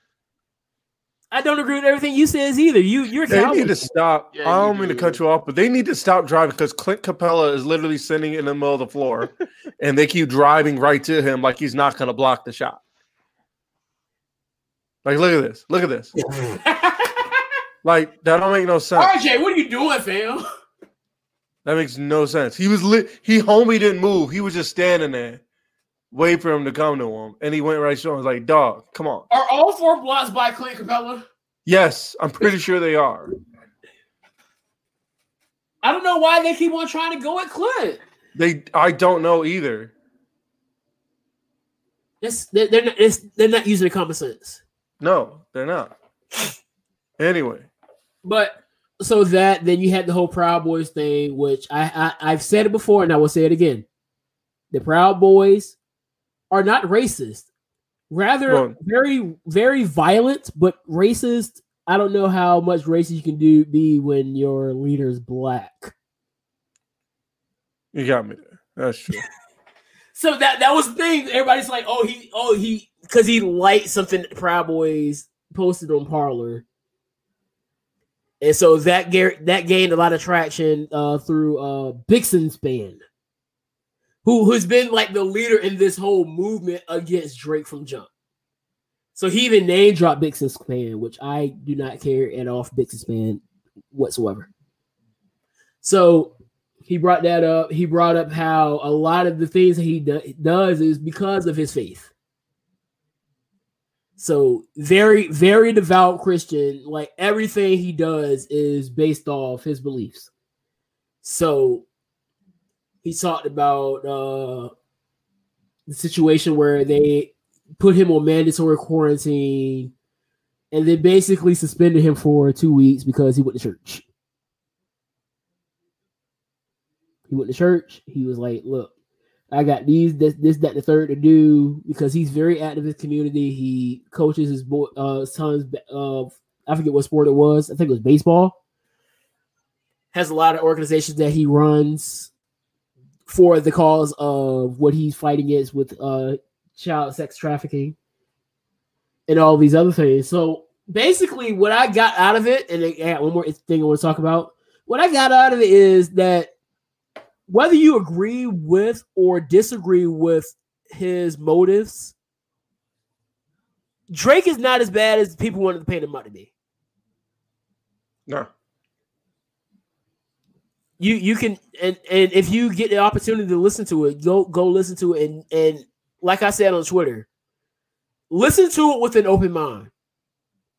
Speaker 2: I don't agree with everything you says either. You you're a
Speaker 1: They
Speaker 2: coward.
Speaker 1: need to stop.
Speaker 4: Yeah,
Speaker 1: I
Speaker 4: you
Speaker 1: don't mean to
Speaker 4: do.
Speaker 1: cut you off, but they need to stop driving because Clint Capella is literally sitting in the middle of the floor, and they keep driving right to him like he's not going to block the shot. Like, look at this. Look at this. Like that don't make no sense.
Speaker 2: RJ, what are you doing, fam?
Speaker 1: That makes no sense. He was lit. He homie didn't move. He was just standing there, wait for him to come to him, and he went right to him. I was like, dog, come on.
Speaker 2: Are all four blocks by Clint Capella?
Speaker 1: Yes, I'm pretty sure they are.
Speaker 2: I don't know why they keep on trying to go at Clint.
Speaker 1: They. I don't know either.
Speaker 2: It's, they're, they're, not, it's, they're not using the common sense.
Speaker 1: No, they're not. Anyway.
Speaker 2: But so that, then you had the whole Proud Boys thing, which I, I, I've said it before and I will say it again. The Proud Boys are not racist. Rather,
Speaker 1: Well-
Speaker 2: very, very violent, but racist. I don't know how much racist you can do be when your leader's black.
Speaker 1: You got me there. That's true.
Speaker 2: So that that was the thing. Everybody's like, oh, he, oh, he, because he liked something that Proud Boys posted on Parlor, and so that gar- that gained a lot of traction uh, through uh, Bixen's band, who who's been like the leader in this whole movement against Drake from Jump. So he even name dropped Bixen's band, which I do not care at all for Bixen's band whatsoever. So he brought that up. He brought up how a lot of the things that he do- does is because of his faith. So very, very devout Christian. Like everything he does is based off his beliefs. So he talked about uh, the situation where they put him on mandatory quarantine and then basically suspended him for two weeks because he went to church. He went to church. He was like, "Look, I got these, this, this, that, the third to do," because he's very active in his community. He coaches his boy, uh, his sons. Uh, I forget what sport it was. I think it was baseball. Has a lot of organizations that he runs for the cause of what he's fighting against with uh, child sex trafficking and all these other things. So basically, what I got out of it, and I got one more thing I want to talk about. What I got out of it is that whether you agree with or disagree with his motives, Drake is not as bad as people wanted to paint him out to be.
Speaker 1: No.
Speaker 2: You you can and and if you get the opportunity to listen to it, go go listen to it and and like I said on Twitter, listen to it with an open mind.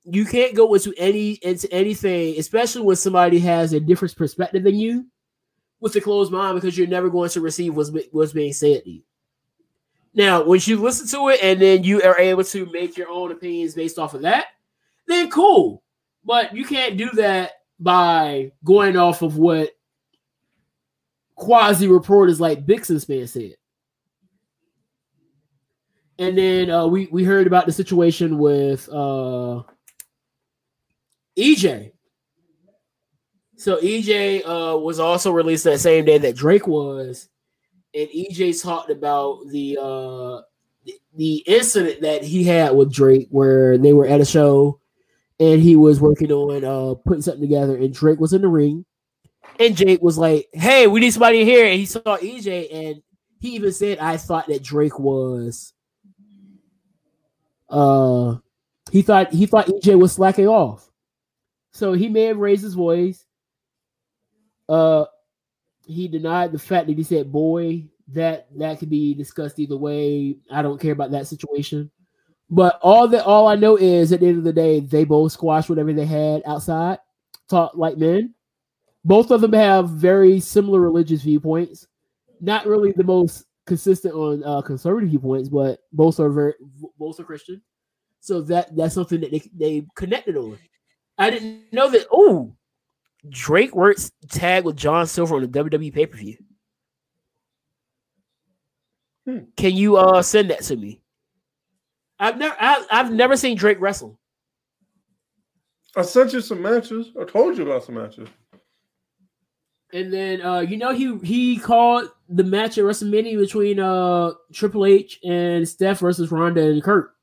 Speaker 2: You can't go into any into anything, especially when somebody has a different perspective than you, with a closed mind because you're never going to receive what's be- what's being said to you. Now, once you listen to it and then you are able to make your own opinions based off of that, then cool. But you can't do that by going off of what quasi reporters like Bixen's fan said. And then uh, we we heard about the situation with uh, EJ. So EJ uh, was also released that same day that Drake was, and EJ talked about the uh, the- the incident that he had with Drake, where they were at a show, and he was working on uh, putting something together, and Drake was in the ring, and Jake was like, "Hey, we need somebody here," and he saw EJ, and he even said, "I thought that Drake was." Uh, he thought he thought EJ was slacking off, so he may have raised his voice. Uh, he denied the fact that he said boy that that could be discussed either way. I don't care about that situation. But all that all I know is at the end of the day, they both squashed whatever they had outside, taught like men. Both of them have very similar religious viewpoints. Not really the most consistent on uh, conservative viewpoints, but both are very both are Christian. So that that's something that they, they connected on. I didn't know that. Oh, Drake works tag with John Silver on the E WWE pay per view.
Speaker 1: Hmm.
Speaker 2: Can you uh send that to me? I've never I, I've never seen Drake wrestle.
Speaker 1: I sent you some matches. I told you about some matches.
Speaker 2: And then uh you know he he called the match at WrestleMania between uh Triple H and Steph versus Ronda and Kurt.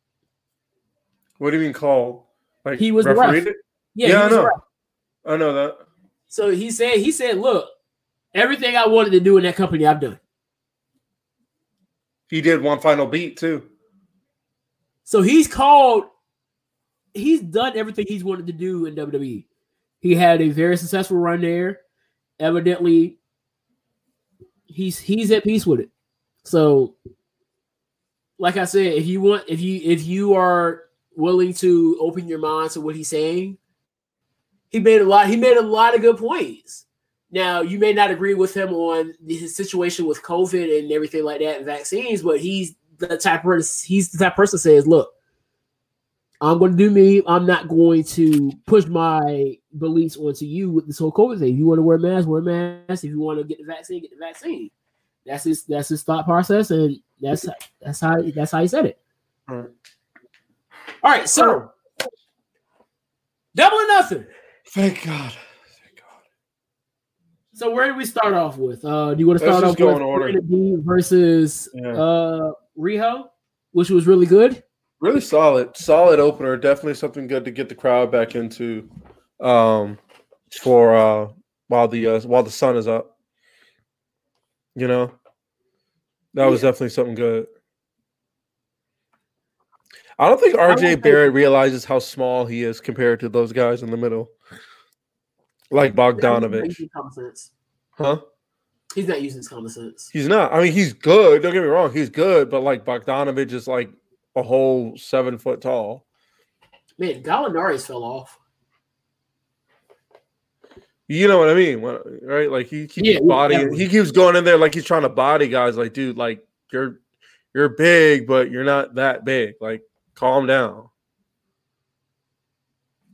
Speaker 1: What do you mean called? Like
Speaker 2: He was the ref.
Speaker 1: refereed it?
Speaker 2: Yeah,
Speaker 1: Yeah,
Speaker 2: he
Speaker 1: I
Speaker 2: was
Speaker 1: know.
Speaker 2: right.
Speaker 1: I know that.
Speaker 2: So he said, he said, look, everything I wanted to do in that company, I've done.
Speaker 1: He did one final beat too.
Speaker 2: So he's called, he's done everything he's wanted to do in WWE. He had a very successful run there. Evidently, he's he's at peace with it. So, like I said, if you want, if you if you are willing to open your mind to what he's saying, he made a lot. He made a lot of good points. Now, you may not agree with him on his situation with COVID and everything like that, and vaccines, but he's the type of person. He's the type of person that says, "Look, I'm going to do me. I'm not going to push my beliefs onto you with this whole COVID thing. If you want to wear a mask, wear a mask. If you want to get the vaccine, get the vaccine." That's his. That's his thought process, and that's that's how that's how he said it.
Speaker 1: Right.
Speaker 2: All right, so double or nothing.
Speaker 1: Thank God. Thank God.
Speaker 2: So where did we start off with? Uh, do you want to
Speaker 1: Let's
Speaker 2: start
Speaker 1: just
Speaker 2: off
Speaker 1: go
Speaker 2: with
Speaker 1: in order.
Speaker 2: Serena D versus
Speaker 1: Yeah.
Speaker 2: uh Riho, which was really good?
Speaker 1: really solid. Solid opener. Definitely something good to get the crowd back into. Um for uh while the uh, while the sun is up. You know? That was definitely something good. I don't think
Speaker 2: don't
Speaker 1: RJ
Speaker 2: think-
Speaker 1: Barrett realizes how small he is compared to those guys in the middle. Like
Speaker 2: He's not
Speaker 1: Bogdanovich.
Speaker 2: using common sense.
Speaker 1: Huh?
Speaker 2: He's not using his common sense.
Speaker 1: He's not. I mean, he's good. Don't get me wrong. He's good, but like Bogdanovich is like a whole seven foot tall.
Speaker 2: Man, Gallinari's fell off.
Speaker 1: You know what I mean, when- right? Like he keeps
Speaker 2: Yeah, yeah,
Speaker 1: bodying.
Speaker 2: definitely.
Speaker 1: He keeps going in there like he's trying to body guys. Like, dude, like you're you're big, but you're not that big. Like, calm down.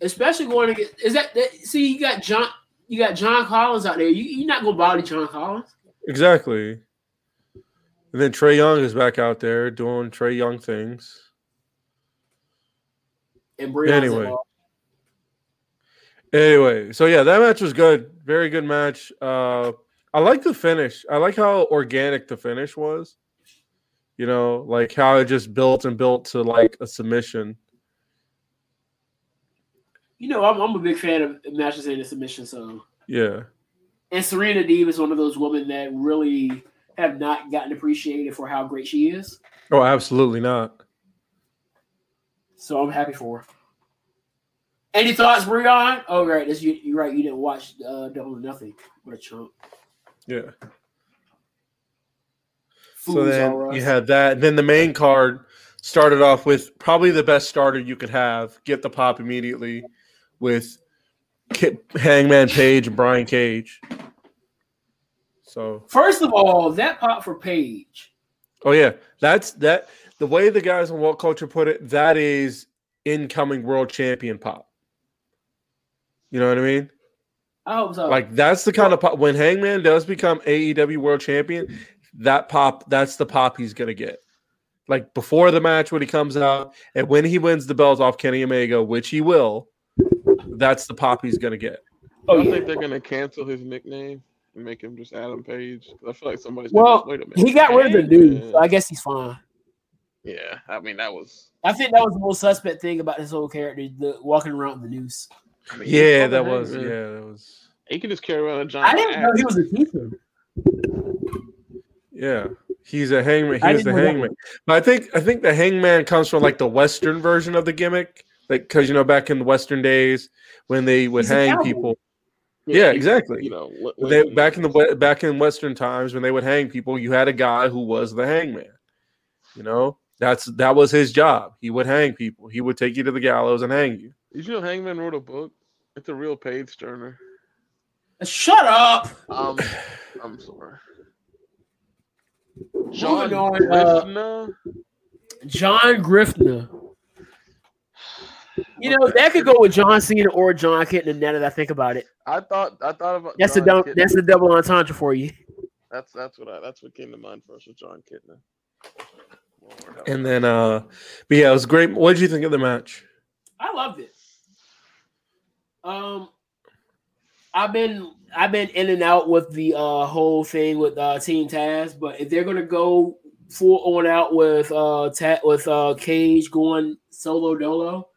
Speaker 2: Especially going against is that, that see you got John you got John Collins out there. You you're not gonna body John Collins.
Speaker 1: Exactly. And then Trey Young is back out there doing Trey Young things.
Speaker 2: And Breon's
Speaker 1: Anyway.
Speaker 2: involved.
Speaker 1: Anyway, so yeah, that match was good. Very good match. Uh I like the finish. I like how organic the finish was. You know, like how it just built and built to like a submission.
Speaker 2: You know, I'm, I'm a big fan of matches and submission, so
Speaker 1: Yeah.
Speaker 2: and Serena Deeb is one of those women that really have not gotten appreciated for how great she is.
Speaker 1: Oh, absolutely not.
Speaker 2: So I'm happy for her. Any thoughts, Breon? Oh, right. That's, you, you're right. You didn't watch uh, Double or Nothing. What a chunk.
Speaker 1: Yeah. So
Speaker 2: Fools
Speaker 1: then
Speaker 2: R Us.
Speaker 1: you had that. And then the main card started off with probably the best starter you could have. Get the pop immediately with Ki- Hangman Page and Brian Cage. So
Speaker 2: First of all, that pop for Paige.
Speaker 1: Oh yeah, that's that. The way the guys on Walt Culture put it, that is incoming world champion pop. You know what I mean?
Speaker 2: I hope so.
Speaker 1: Like that's the kind of pop when Hangman does become AEW world champion, that pop, that's the pop he's gonna get. Like before the match when he comes out, and when he wins the belt off Kenny Omega, which he will, that's the pop he's gonna get.
Speaker 2: oh,
Speaker 3: I
Speaker 2: yeah.
Speaker 3: think they're gonna cancel his nickname and make him just Adam Page. 'Cause I feel like somebody's
Speaker 2: Well,
Speaker 3: wait a minute.
Speaker 2: he got rid of the
Speaker 3: Page?
Speaker 2: dude, so
Speaker 3: Yeah.
Speaker 2: I guess he's fine.
Speaker 3: yeah, I mean that was.
Speaker 2: I think that was the most suspect thing about his whole character, the walking around with the noose.
Speaker 3: I mean, he's
Speaker 1: Yeah,
Speaker 3: called
Speaker 1: that
Speaker 3: the
Speaker 1: was yeah,
Speaker 3: Hangman.
Speaker 1: that was
Speaker 3: He can just carry around a giant.
Speaker 2: I didn't know
Speaker 3: axe.
Speaker 2: he was a teacher.
Speaker 1: yeah. He's a hangman.
Speaker 2: I
Speaker 1: He's the
Speaker 2: didn't know that.
Speaker 1: hangman. But I think I think the hangman comes from like the Western version of the gimmick, like because you know back in the Western days when they would
Speaker 2: He's a
Speaker 1: hang
Speaker 2: cowboy.
Speaker 1: people. Yeah, exactly.
Speaker 3: You know, li-
Speaker 1: They,
Speaker 3: living
Speaker 1: back in the
Speaker 3: niggas.
Speaker 1: we- back in Western times when they would hang people, you had a guy who was the hangman. You know, that's that was his job. He would hang people. He would take you to the gallows and hang you.
Speaker 3: Did you know Hangman wrote a book? It's a real page turner.
Speaker 2: Shut up.
Speaker 4: Um, I'm sorry.
Speaker 2: John,
Speaker 4: John
Speaker 2: on, uh,
Speaker 3: Krishna?
Speaker 2: John Griffner. You know that could go with John Cena or John Kitna. Now that I think about it,
Speaker 4: I thought I thought about
Speaker 2: that's a
Speaker 4: John
Speaker 2: dumb,
Speaker 4: Kitna.
Speaker 2: that's a double entendre for you.
Speaker 3: That's that's what I that's what came to mind first was John Kitna. Lord, how-
Speaker 1: And then, uh, but yeah, it was great. What did you think of the match?
Speaker 2: I loved it. Um, I've been I've been in and out with the uh, whole thing with uh, Team Taz, but if they're gonna go full on out with uh Ta- with uh Cage going solo dolo,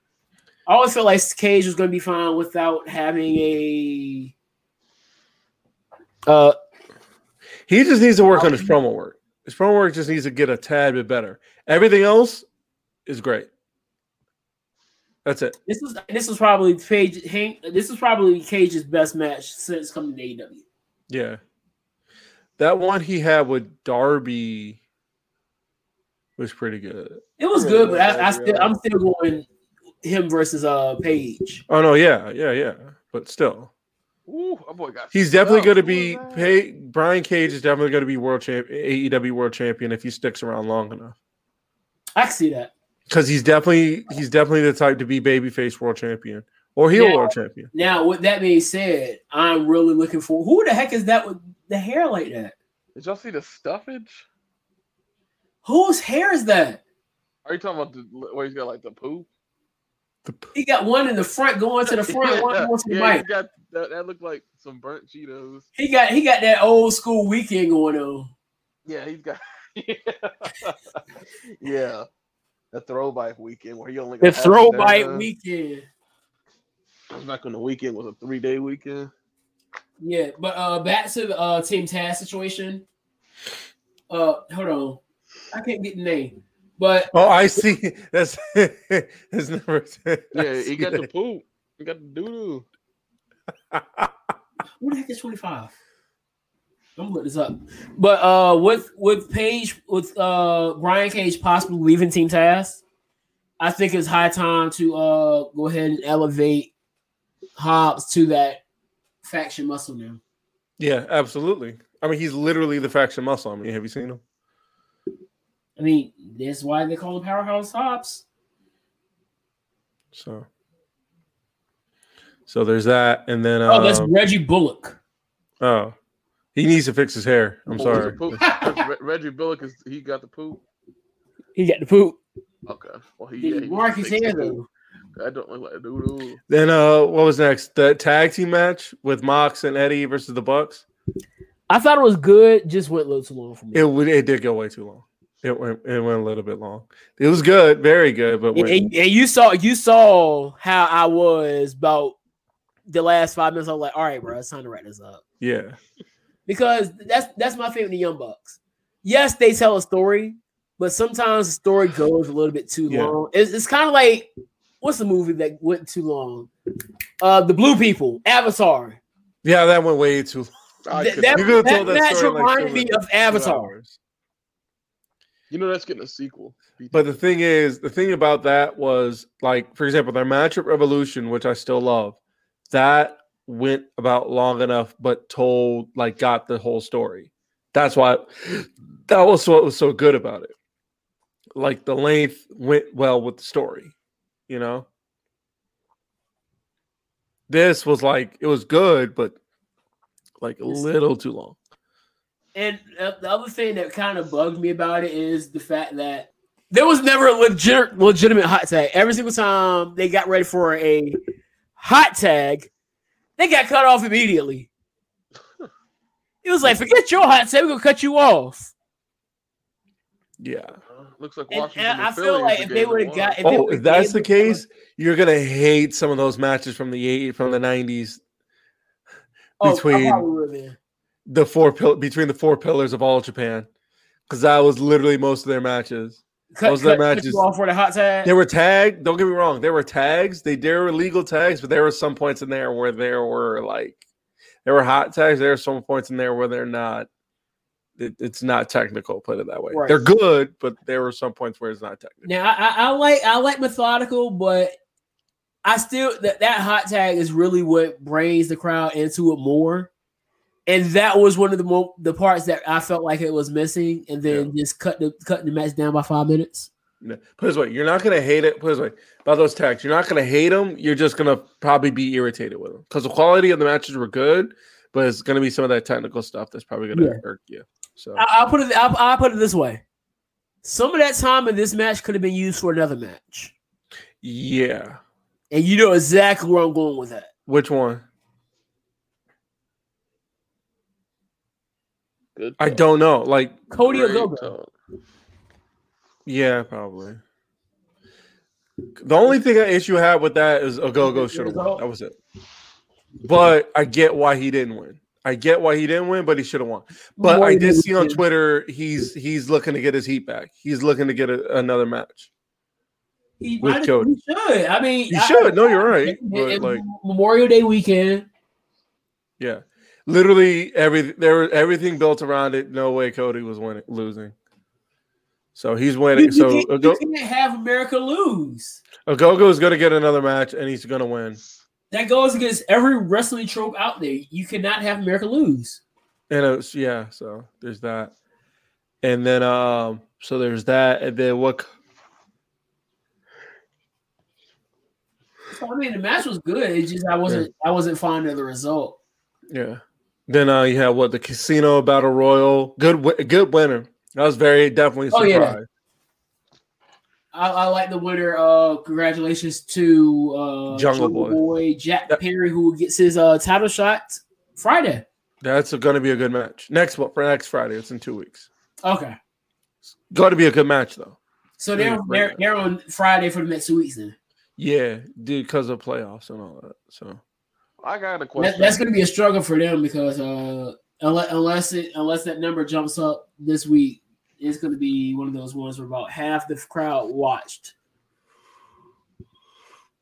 Speaker 2: I always felt like Cage was gonna be fine without having a uh
Speaker 1: He just needs to work on his promo work. His promo work just needs to get a tad bit better. Everything else is great. That's it.
Speaker 2: This was this was probably Page Hank. This was probably Cage's best match since coming to E AEW.
Speaker 1: Yeah. That one he had with Darby was pretty good.
Speaker 2: It was
Speaker 3: Yeah,
Speaker 2: good, but I,
Speaker 3: yeah,
Speaker 2: I still I'm still going him versus uh Page.
Speaker 1: Oh no, yeah, yeah, yeah. But still,
Speaker 4: Ooh, my boy got.
Speaker 1: he's definitely
Speaker 4: Who
Speaker 2: Oh,
Speaker 1: going to
Speaker 4: was
Speaker 1: be.
Speaker 4: that?
Speaker 1: Pay, Brian Cage is definitely going to be world champ, AEW world champion if he sticks around long enough.
Speaker 2: I can see that.
Speaker 1: Because he's definitely he's definitely the type to be babyface world champion or heel
Speaker 2: Yeah.
Speaker 1: world champion.
Speaker 2: Now, with that being said, I'm really looking for who the heck is that with the hair like that?
Speaker 4: Did y'all see the stuffage?
Speaker 2: Whose hair is that?
Speaker 4: Are you talking about the, where he's got like the poop?
Speaker 1: The p-
Speaker 2: He got one in the front going to the front, one going to the
Speaker 4: yeah,
Speaker 2: right.
Speaker 4: he's got that, that looked like some burnt Cheetos.
Speaker 2: He got he got that old school weekend going on.
Speaker 4: Yeah, he's got. yeah, the throwback weekend where he only
Speaker 2: The
Speaker 4: got half a
Speaker 2: throw bite
Speaker 3: Uh,
Speaker 4: banana.
Speaker 2: weekend.
Speaker 4: I was back on the weekend was a three day weekend.
Speaker 2: Yeah, but uh back to the uh Team Taz situation. Uh hold on. I can't get the name. But
Speaker 1: oh, I see. That's that's never. I
Speaker 3: yeah, he
Speaker 1: see
Speaker 3: got the
Speaker 1: that.
Speaker 3: poop. He got the doo
Speaker 2: what the heck is 25? I'm gonna look this up. But uh with with Page with uh Brian Cage possibly leaving Team Taz, I think it's high time to uh go ahead and elevate Hobbs to that faction muscle now.
Speaker 1: Yeah, absolutely. I mean, he's literally the faction muscle. I mean, have you seen him?
Speaker 2: I mean, that's why they call him powerhouse Hobbs.
Speaker 1: So, so there's that, and then um,
Speaker 2: Oh, that's Reggie Bullock.
Speaker 1: oh, he needs to fix his hair. I'm
Speaker 3: doo.
Speaker 1: sorry.
Speaker 3: Re- Reggie Bullock is he got the poop.
Speaker 2: He got the poop.
Speaker 4: Okay, well he, yeah,
Speaker 2: Did
Speaker 4: he
Speaker 2: Mark his
Speaker 4: fixed
Speaker 2: hair
Speaker 4: the poop.
Speaker 2: though.
Speaker 4: That don't look like a doo doo.
Speaker 1: Then uh, what was next? The tag team match with Mox and Eddie versus the Bucks.
Speaker 2: I thought it was good, just went a little too long for me.
Speaker 1: It would it did go way too long. It went it went a little bit long. It was good, very good, but
Speaker 2: and,
Speaker 1: went,
Speaker 2: and- and you saw you saw how I was about the last five minutes. I was like, all right, bro, it's time to wrap this up.
Speaker 1: yeah,
Speaker 2: Because that's that's my favorite in the Young Bucks. Yes, they tell a story, but sometimes the story goes a little bit too
Speaker 1: Yeah.
Speaker 2: long. It's, it's kind of like what's the movie that went too long? Uh the blue people, Avatar.
Speaker 1: yeah, that went way too. long.
Speaker 3: I
Speaker 2: Th-
Speaker 3: could-
Speaker 2: that
Speaker 1: You could've
Speaker 2: that
Speaker 1: told that
Speaker 2: match
Speaker 1: story, like,
Speaker 2: reminded
Speaker 1: two
Speaker 2: me
Speaker 1: minutes,
Speaker 2: of Avatar.
Speaker 1: hours.
Speaker 3: you know that's getting a sequel.
Speaker 1: But the thing is, the thing about that was like, for example, their matchup revolution, which I still love, that went about long enough, but told like got the whole story. That's why that was what was so good about it. Like the length went well with the story, you know. This was like it was good, but like a little too long.
Speaker 2: And uh, the other thing that kind of bugged me about it is the fact that there was never a legit, legitimate hot tag. Every single time they got ready for a hot tag, they got cut off immediately. It was like, forget your hot tag, we're gonna cut you off.
Speaker 1: Yeah.
Speaker 4: Uh, Looks like
Speaker 2: And,
Speaker 4: Washington.
Speaker 2: and I
Speaker 4: and
Speaker 2: feel
Speaker 4: Philly
Speaker 2: like
Speaker 4: is
Speaker 2: if
Speaker 4: the
Speaker 2: they
Speaker 4: game
Speaker 2: would
Speaker 4: that
Speaker 2: have got,
Speaker 4: won.
Speaker 2: if they
Speaker 1: Oh,
Speaker 2: would've
Speaker 1: if that's the
Speaker 2: gave-
Speaker 1: case, you're gonna hate some of those matches from the eight from the nineties,
Speaker 2: oh, I
Speaker 1: between-
Speaker 2: probably would've been.
Speaker 1: the four pill between the four pillars of all Japan, because that was literally most of their matches.
Speaker 2: cut,
Speaker 1: those are
Speaker 2: cut- cut
Speaker 1: matches-
Speaker 2: you off for the hot tag.
Speaker 1: They were tagged. Don't get me wrong, there were tags. They there were legal tags, but there were some points in there where there were like there were hot tags. There are some points in there where they're not. It, it's not technical. Put it that way.
Speaker 2: Right.
Speaker 1: They're good, but there were some points where it's not technical.
Speaker 2: Now I, I, I like I like methodical, but I still that that hot tag is really what brings the crowd into it more. And that was one of the mo- the parts that I felt like it was missing, and then just cut the cutting the match down by five minutes.
Speaker 1: No. Put it this way, you're not gonna hate it. Put it this way about those tags, you're not gonna hate them. You're just gonna probably be irritated with them because the quality of the matches were good, but it's gonna be some of that technical stuff that's probably gonna
Speaker 2: Yeah.
Speaker 1: irk you. So
Speaker 2: I, I'll put it I'll, I'll put it this way: some of that time in this match could have been used for another match,
Speaker 1: yeah,
Speaker 2: and you know exactly where I'm going with that.
Speaker 1: which one?
Speaker 3: Good
Speaker 1: I
Speaker 3: talk.
Speaker 1: don't know. Like
Speaker 2: Cody or
Speaker 3: Great
Speaker 2: Gogo?
Speaker 3: talk.
Speaker 1: Yeah, probably. The only thing I issue had with that is Ogogo should have won. That was it. But I get why he didn't win. I get why he didn't win, but he should have won. But
Speaker 2: More
Speaker 1: I
Speaker 2: than
Speaker 1: did
Speaker 2: we
Speaker 1: see on
Speaker 2: did.
Speaker 1: Twitter he's he's looking to get his heat back. He's looking to get a, another match.
Speaker 2: He,
Speaker 1: With
Speaker 2: I just-
Speaker 1: Cody.
Speaker 2: he should. I mean,
Speaker 1: He
Speaker 2: I-
Speaker 1: should. No, you're right.
Speaker 2: It's
Speaker 1: But like,
Speaker 2: Memorial Day weekend.
Speaker 1: yeah, literally every there everything built around it. No way Cody was winning, losing. So he's
Speaker 2: You, you
Speaker 1: winning. So uh,
Speaker 2: can't, you
Speaker 1: Ogo-
Speaker 2: can't have America lose.
Speaker 1: Ogogo is going to get another match, and he's going to win.
Speaker 2: That goes against every wrestling trope out there. You cannot have America lose.
Speaker 1: And it was, yeah, so there's that. And then um so there's that and then what
Speaker 2: So, I mean, the match was good. It's just I wasn't I wasn't fond of the result.
Speaker 1: yeah. Then uh you have what the casino battle royal. Good wi- good winner. That was very definitely a
Speaker 2: Oh,
Speaker 1: surprise.
Speaker 2: yeah. I, I like the winner. Uh, congratulations to uh,
Speaker 1: Jungle Boy.
Speaker 2: Jack
Speaker 1: That-
Speaker 2: Perry, who gets his uh, title shot Friday.
Speaker 1: That's going to be a good match. Next one for next Friday. It's in 2 weeks.
Speaker 2: Okay,
Speaker 1: Got to be a good match though.
Speaker 2: so
Speaker 1: Yeah,
Speaker 2: they're
Speaker 1: great
Speaker 2: they're,
Speaker 1: match.
Speaker 2: they're on Friday for the next two weeks. Then
Speaker 1: Yeah, dude cuz of playoffs and all that. So
Speaker 3: I got a
Speaker 2: that,
Speaker 3: question.
Speaker 2: that's going to be a struggle for them because uh, unless unless, it, unless that number jumps up this week, it's going to be one of those ones where about half the crowd watched.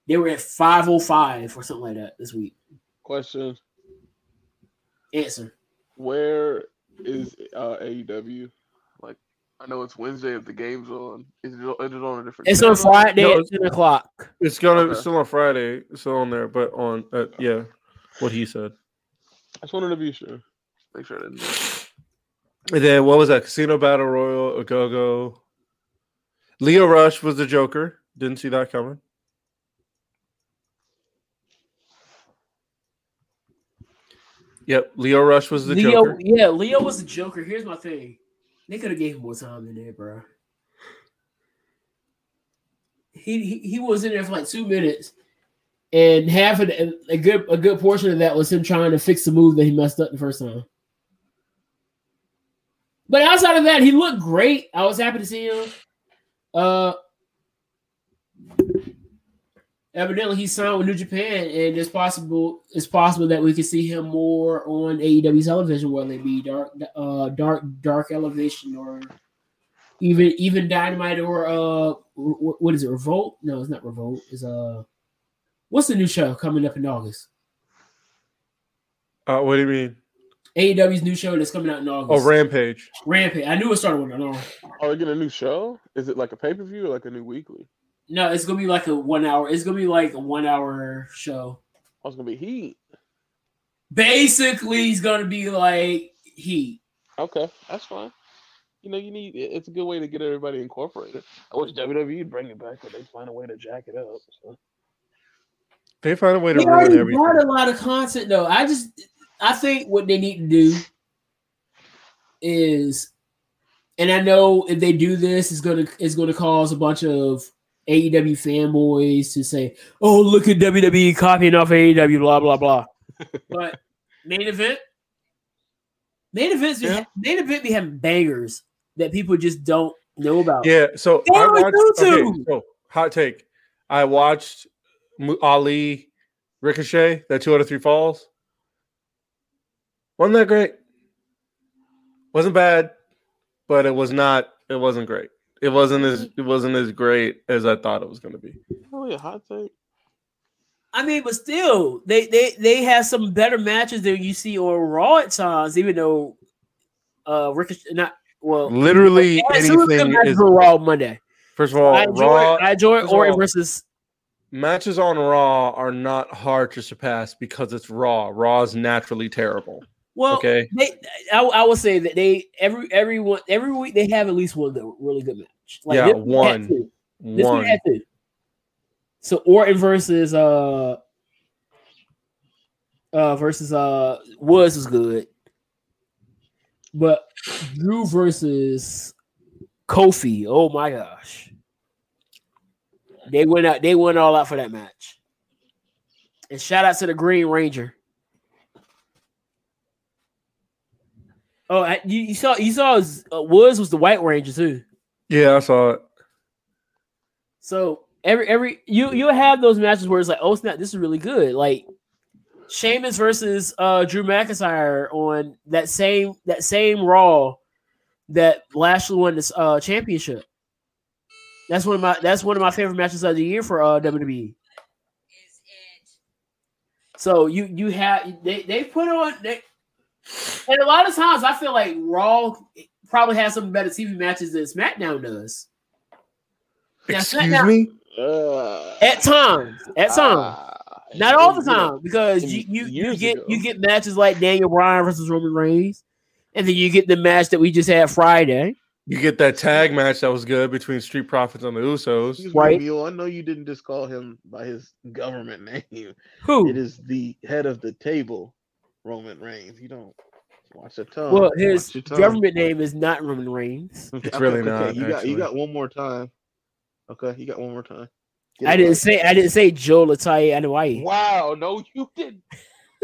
Speaker 2: They were at five oh five or something like that this week.
Speaker 3: question.
Speaker 2: Answer.
Speaker 3: Where is uh, AEW? Like, I know it's Wednesday if the game's on. Is it, is it on a different?
Speaker 2: It's on
Speaker 3: channel?
Speaker 2: Friday
Speaker 1: No,
Speaker 2: at ten o'clock.
Speaker 1: it's going to
Speaker 3: Okay.
Speaker 1: still on Friday, still on there, but on uh, yeah, what he said.
Speaker 3: I just wanted to be sure. Make sure I didn't.
Speaker 1: And then what was that? Casino Battle Royal, Ogogo. Leo Rush was the Joker. Didn't see that coming. Yep, Leo Rush was the
Speaker 2: Leo,
Speaker 1: Joker.
Speaker 2: yeah, Leo was the Joker. Here's my thing: they could have gave him more time in there, bro. He, he he was in there for like two minutes, and half of the, a good a good portion of that was him trying to fix the move that he messed up the first time. But outside of that, he looked great. I was happy to see him. Uh, evidently he signed with New Japan, and it's possible it's possible that we could see him more on AEW television, whether it be dark, uh, dark, dark elevation, or even even Dynamite, or uh, wh- what is it, Revolt? No, it's not Revolt. It's uh, what's the new show coming up in August?
Speaker 1: Uh, what do you mean?
Speaker 2: AEW's E new show that's coming out in
Speaker 1: Oh,
Speaker 2: August.
Speaker 1: Rampage.
Speaker 2: Rampage. I knew it started with an R.
Speaker 3: Are we getting a new show? Is it like a pay per view or like a new weekly?
Speaker 2: No, it's gonna be like a one hour. It's gonna be like a one hour show.
Speaker 3: Oh, it's gonna be Heat.
Speaker 2: Basically, it's gonna be like Heat.
Speaker 3: Okay, that's fine. You know, you need it- it's a good way to get everybody incorporated. I wish WWE would E bring it back, but they find a way to jack it up. So.
Speaker 1: They find a way to
Speaker 2: They
Speaker 1: ruin
Speaker 2: already
Speaker 1: everything.
Speaker 2: brought a lot of content though. I just I think what they need to do is and I know if they do this it's gonna it's gonna cause a bunch of AEW fanboys to say, Oh, look at WWE copying off AEW, blah blah blah. but main event main events be-
Speaker 3: Yeah.
Speaker 2: main event be having bangers that people just don't know about.
Speaker 1: Yeah, so
Speaker 2: Oh. They
Speaker 1: I
Speaker 2: already
Speaker 1: watched.
Speaker 2: do
Speaker 1: Okay,
Speaker 2: too.
Speaker 1: so hot take. I watched Mu- Ali, Ricochet, that two out of three falls. Wasn't that great? Wasn't bad, but it was not. It wasn't great. It
Speaker 3: Oh,
Speaker 1: wasn't as it wasn't as great as I thought it was going to be.
Speaker 3: Really a hot take?
Speaker 2: I mean, but still, they they they have some better matches than you see on Raw at times, even though uh Ricochet not well
Speaker 1: Literally
Speaker 2: Yes, who was the
Speaker 1: anything
Speaker 2: match
Speaker 1: is.
Speaker 2: for Raw Monday.
Speaker 1: First of all,
Speaker 2: I
Speaker 1: Oh, Raw
Speaker 2: enjoy I enjoy
Speaker 1: first of
Speaker 2: Orton
Speaker 1: all-
Speaker 2: versus
Speaker 1: matches on Raw are not hard to surpass because it's Raw. Raw is naturally terrible.
Speaker 2: well
Speaker 1: okay,
Speaker 2: they I, I will say that they every everyone every week they have at least one good- really good match.
Speaker 1: Yeah,
Speaker 2: this week had
Speaker 1: one.
Speaker 2: two. This one
Speaker 1: one.
Speaker 2: had two. So Orton versus uh uh versus uh Woods was good. But Drew versus Kofi, oh my gosh. They went out, they went all out for that match. And shout out to the Green Ranger. Oh, I- you, you saw you saw uh, Woods was the White Ranger too.
Speaker 1: Yeah, I saw it.
Speaker 2: So every every you you'll have those matches where it's like, oh snap, this is really good. Like Sheamus versus uh Drew McIntyre on that same that same Raw that Lashley won this uh championship. That's one of my that's one of my favorite matches of the year for uh WWE. So you you have they they put on they and a lot of times I feel like Raw probably has some better TV matches than SmackDown does. Now,
Speaker 1: Excuse
Speaker 2: SmackDown-
Speaker 1: me.
Speaker 3: Uh,
Speaker 2: At times, at times,
Speaker 3: ah,
Speaker 2: not all the
Speaker 3: you know,
Speaker 2: time because you
Speaker 3: in
Speaker 2: you, you
Speaker 3: years
Speaker 2: get
Speaker 3: ago.
Speaker 2: you get matches like Daniel Bryan versus Roman Reigns, and then you get the match that we just had Friday.
Speaker 1: You get that tag match that was good between Street Profits and the Usos.
Speaker 3: excuse me,
Speaker 2: right?
Speaker 3: Mule, I know you didn't just call him by his government name. It
Speaker 2: Who?
Speaker 3: is the head of the table, Roman Reigns. You don't watch your tongue.
Speaker 2: Well, his
Speaker 3: Watch your tongue.
Speaker 2: government name is not Roman Reigns.
Speaker 1: It's really not,
Speaker 3: You got
Speaker 1: actually.
Speaker 3: you got one more time. Okay, you got one more time. Get
Speaker 2: I
Speaker 3: it
Speaker 2: didn't
Speaker 3: right.
Speaker 2: say I didn't say Joe Latai Anoa'i.
Speaker 4: Wow, no, you didn't.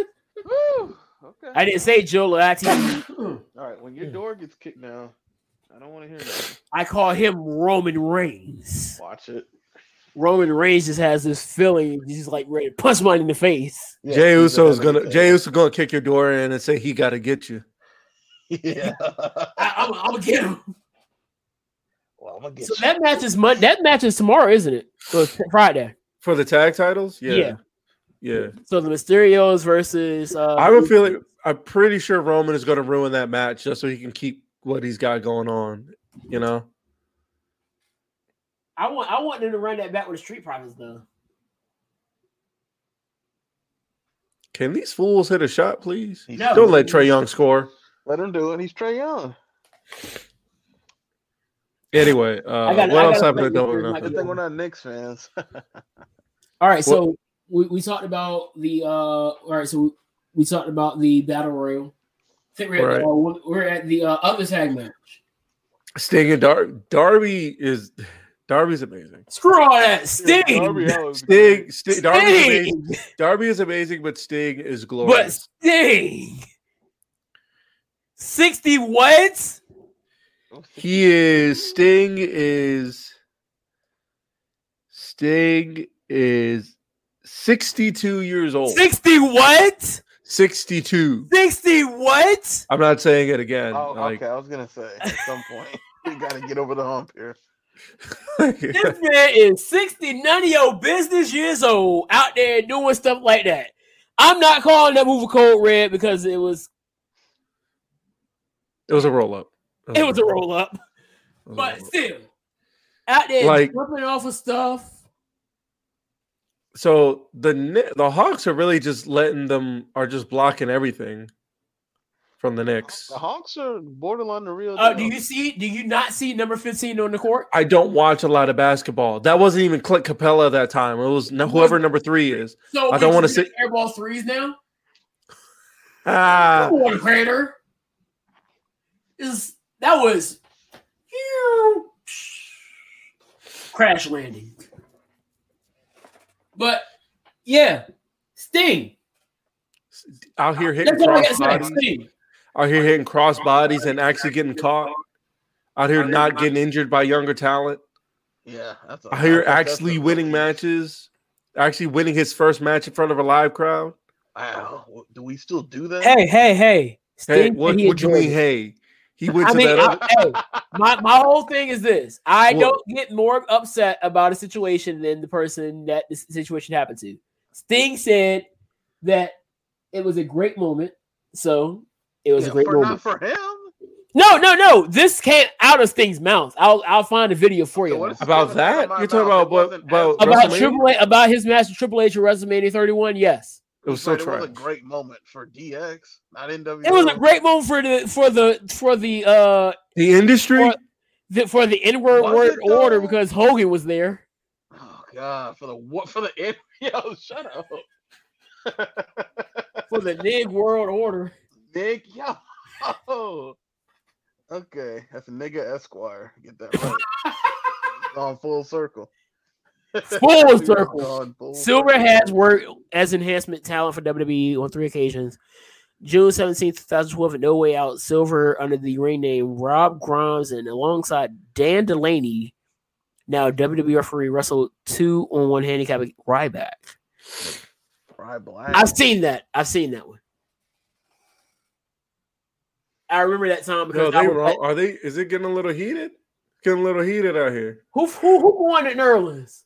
Speaker 4: Woo, okay.
Speaker 2: I didn't say Joe Latai.
Speaker 3: All right, when your door gets kicked now, I don't want to hear that.
Speaker 2: I call him Roman Reigns.
Speaker 3: Watch it.
Speaker 2: Roman Reigns just has this feeling he's just like ready to punch one in the face.
Speaker 3: Yeah,
Speaker 1: Jay
Speaker 3: he's the
Speaker 1: Uso's
Speaker 3: head of the
Speaker 1: gonna Jay Uso gonna kick your door in and say he got to get you.
Speaker 3: table. Yeah.
Speaker 2: I, I'm, I'm gonna get him.
Speaker 3: well, I'm gonna get
Speaker 2: So
Speaker 3: you.
Speaker 2: that match is Mon- that match is tomorrow, isn't it? Or it's Friday.
Speaker 1: For the tag titles? Yeah.
Speaker 2: Yeah.
Speaker 1: Yeah.
Speaker 2: So the Mysterios versus uh,
Speaker 1: I have a feeling I'm pretty sure Roman is gonna ruin that match just so he can keep what he's got going on. You know?
Speaker 2: I want I want them to run that back with the Street Profits though.
Speaker 1: Can these fools hit a shot, please?
Speaker 3: He's-
Speaker 2: No.
Speaker 1: Don't let Trey Young score.
Speaker 3: Let him do it. He's Trey Young.
Speaker 1: Anyway, uh,
Speaker 2: I gotta-
Speaker 1: what
Speaker 2: I
Speaker 1: else
Speaker 2: gotta
Speaker 1: happened
Speaker 2: play
Speaker 1: at Double
Speaker 2: this
Speaker 1: or
Speaker 2: during my
Speaker 1: Nothing?
Speaker 3: Good thing we're not Knicks fans.
Speaker 2: All right, so we, we talked about the uh all right, so we, we talked about the battle royal. I think we're at,
Speaker 1: Right.
Speaker 2: uh, one- we're at the uh, other tag match.
Speaker 1: Sting and Dar- Darby is Darby's amazing.
Speaker 2: Screw all that, Sting.
Speaker 4: Darby Allin was
Speaker 1: Sting,
Speaker 4: great.
Speaker 1: Sting, Darby, is amazing.
Speaker 2: Sting,
Speaker 1: Darby is amazing, but Sting is
Speaker 2: but
Speaker 1: glorious.
Speaker 2: Sting. Sixty what?
Speaker 1: he is Sting is Sting is 62 years old.
Speaker 2: Sixty what?
Speaker 1: 62.
Speaker 2: Sixty what?
Speaker 1: I'm not saying it again.
Speaker 3: Oh,
Speaker 1: like-
Speaker 3: okay. I was gonna say at some point we gotta get over the hump here.
Speaker 2: This man is 60, none of your business years old out there doing stuff like that. I'm not calling that move a cold red because it was
Speaker 1: it was a roll up.
Speaker 2: it was a roll up, but still out there
Speaker 1: Like-
Speaker 2: jumping off of stuff.
Speaker 1: So the Kni- the Hawks are really just letting them are just blocking everything from the Knicks.
Speaker 3: The Hawks are borderline the real.
Speaker 2: Uh, do
Speaker 3: deal.
Speaker 2: you see? Do you not see number 15 on the court?
Speaker 1: I don't watch a lot of basketball. That wasn't even Clint Capella that time. It was no- whoever number three is.
Speaker 2: So
Speaker 1: I don't
Speaker 2: wait,
Speaker 1: wanna
Speaker 2: you
Speaker 1: see-
Speaker 2: got airball threes now.
Speaker 1: Ah,
Speaker 2: Come on, Crater. Is that was crash landing. But yeah, Sting.
Speaker 1: out here hitting
Speaker 2: That's all I
Speaker 1: cross
Speaker 2: got to
Speaker 1: bodies.
Speaker 2: say. Sting.
Speaker 1: Out here hitting cross bodies and actually getting caught. Out here not getting injured by younger talent.
Speaker 3: Yeah, that's. a-
Speaker 1: Out here
Speaker 3: I think that's
Speaker 1: actually
Speaker 3: a-
Speaker 1: winning matches. Actually winning his first match in front of a live crowd.
Speaker 3: Wow, do we still do that?
Speaker 2: Hey, hey, hey. Sting
Speaker 1: Hey,
Speaker 2: said
Speaker 1: what,
Speaker 2: he
Speaker 1: what do you
Speaker 2: enjoyed
Speaker 1: mean?
Speaker 2: it.
Speaker 1: Hey, he went
Speaker 2: I
Speaker 1: to
Speaker 2: mean,
Speaker 1: that.
Speaker 2: I-
Speaker 1: other-
Speaker 2: hey, my, my whole thing is this. I
Speaker 1: Well-
Speaker 2: don't get more upset about a situation than the person that this situation happened to. Sting said that it was a great moment. So it was a great
Speaker 3: for,
Speaker 2: moment.
Speaker 3: Not for him.
Speaker 2: No, no, no. This came out of Sting's mouth. I'll I'll find a video for you.
Speaker 3: So what is
Speaker 1: About
Speaker 3: coming
Speaker 1: that?
Speaker 3: out of my
Speaker 1: You're talking
Speaker 3: mouth?
Speaker 1: about
Speaker 3: It
Speaker 1: what-
Speaker 3: wasn't
Speaker 1: about-
Speaker 3: as-
Speaker 2: about
Speaker 1: WrestleMania?
Speaker 2: Triple H about his match with Triple H at WrestleMania 31. Yes.
Speaker 1: It was so
Speaker 3: Right, It
Speaker 1: trash.
Speaker 3: was a great moment for DX, not NWO.
Speaker 2: It was a great moment for the for the for the uh
Speaker 1: The industry.
Speaker 2: Or- the, for the N-word
Speaker 3: Was
Speaker 2: word
Speaker 3: it, though?
Speaker 2: order because Hogan was there.
Speaker 3: Oh God, for the what for the end? Yo, shut up,
Speaker 2: For the Nig World Order.
Speaker 3: Nick. Yo. Okay, that's a nigga Esquire. Get that right. It's gone full circle.
Speaker 2: Full
Speaker 3: We've
Speaker 2: circle.
Speaker 3: gone full
Speaker 2: Silver
Speaker 3: circle.
Speaker 2: has worked as enhancement talent for WWE on three occasions. June 17, 2012, at No Way Out, Silver under the ring name Rob Grimes and alongside Dan Delaney, now WWE referee, wrestled two on one handicap at Ryback.
Speaker 3: Fry Black.
Speaker 2: I've seen that. I've seen that one. I remember that time
Speaker 1: No,
Speaker 2: because I
Speaker 1: they
Speaker 2: was-
Speaker 1: wrong. Are they? Is it getting a little heated? Getting a little heated out here.
Speaker 2: Who who who going to New Orleans?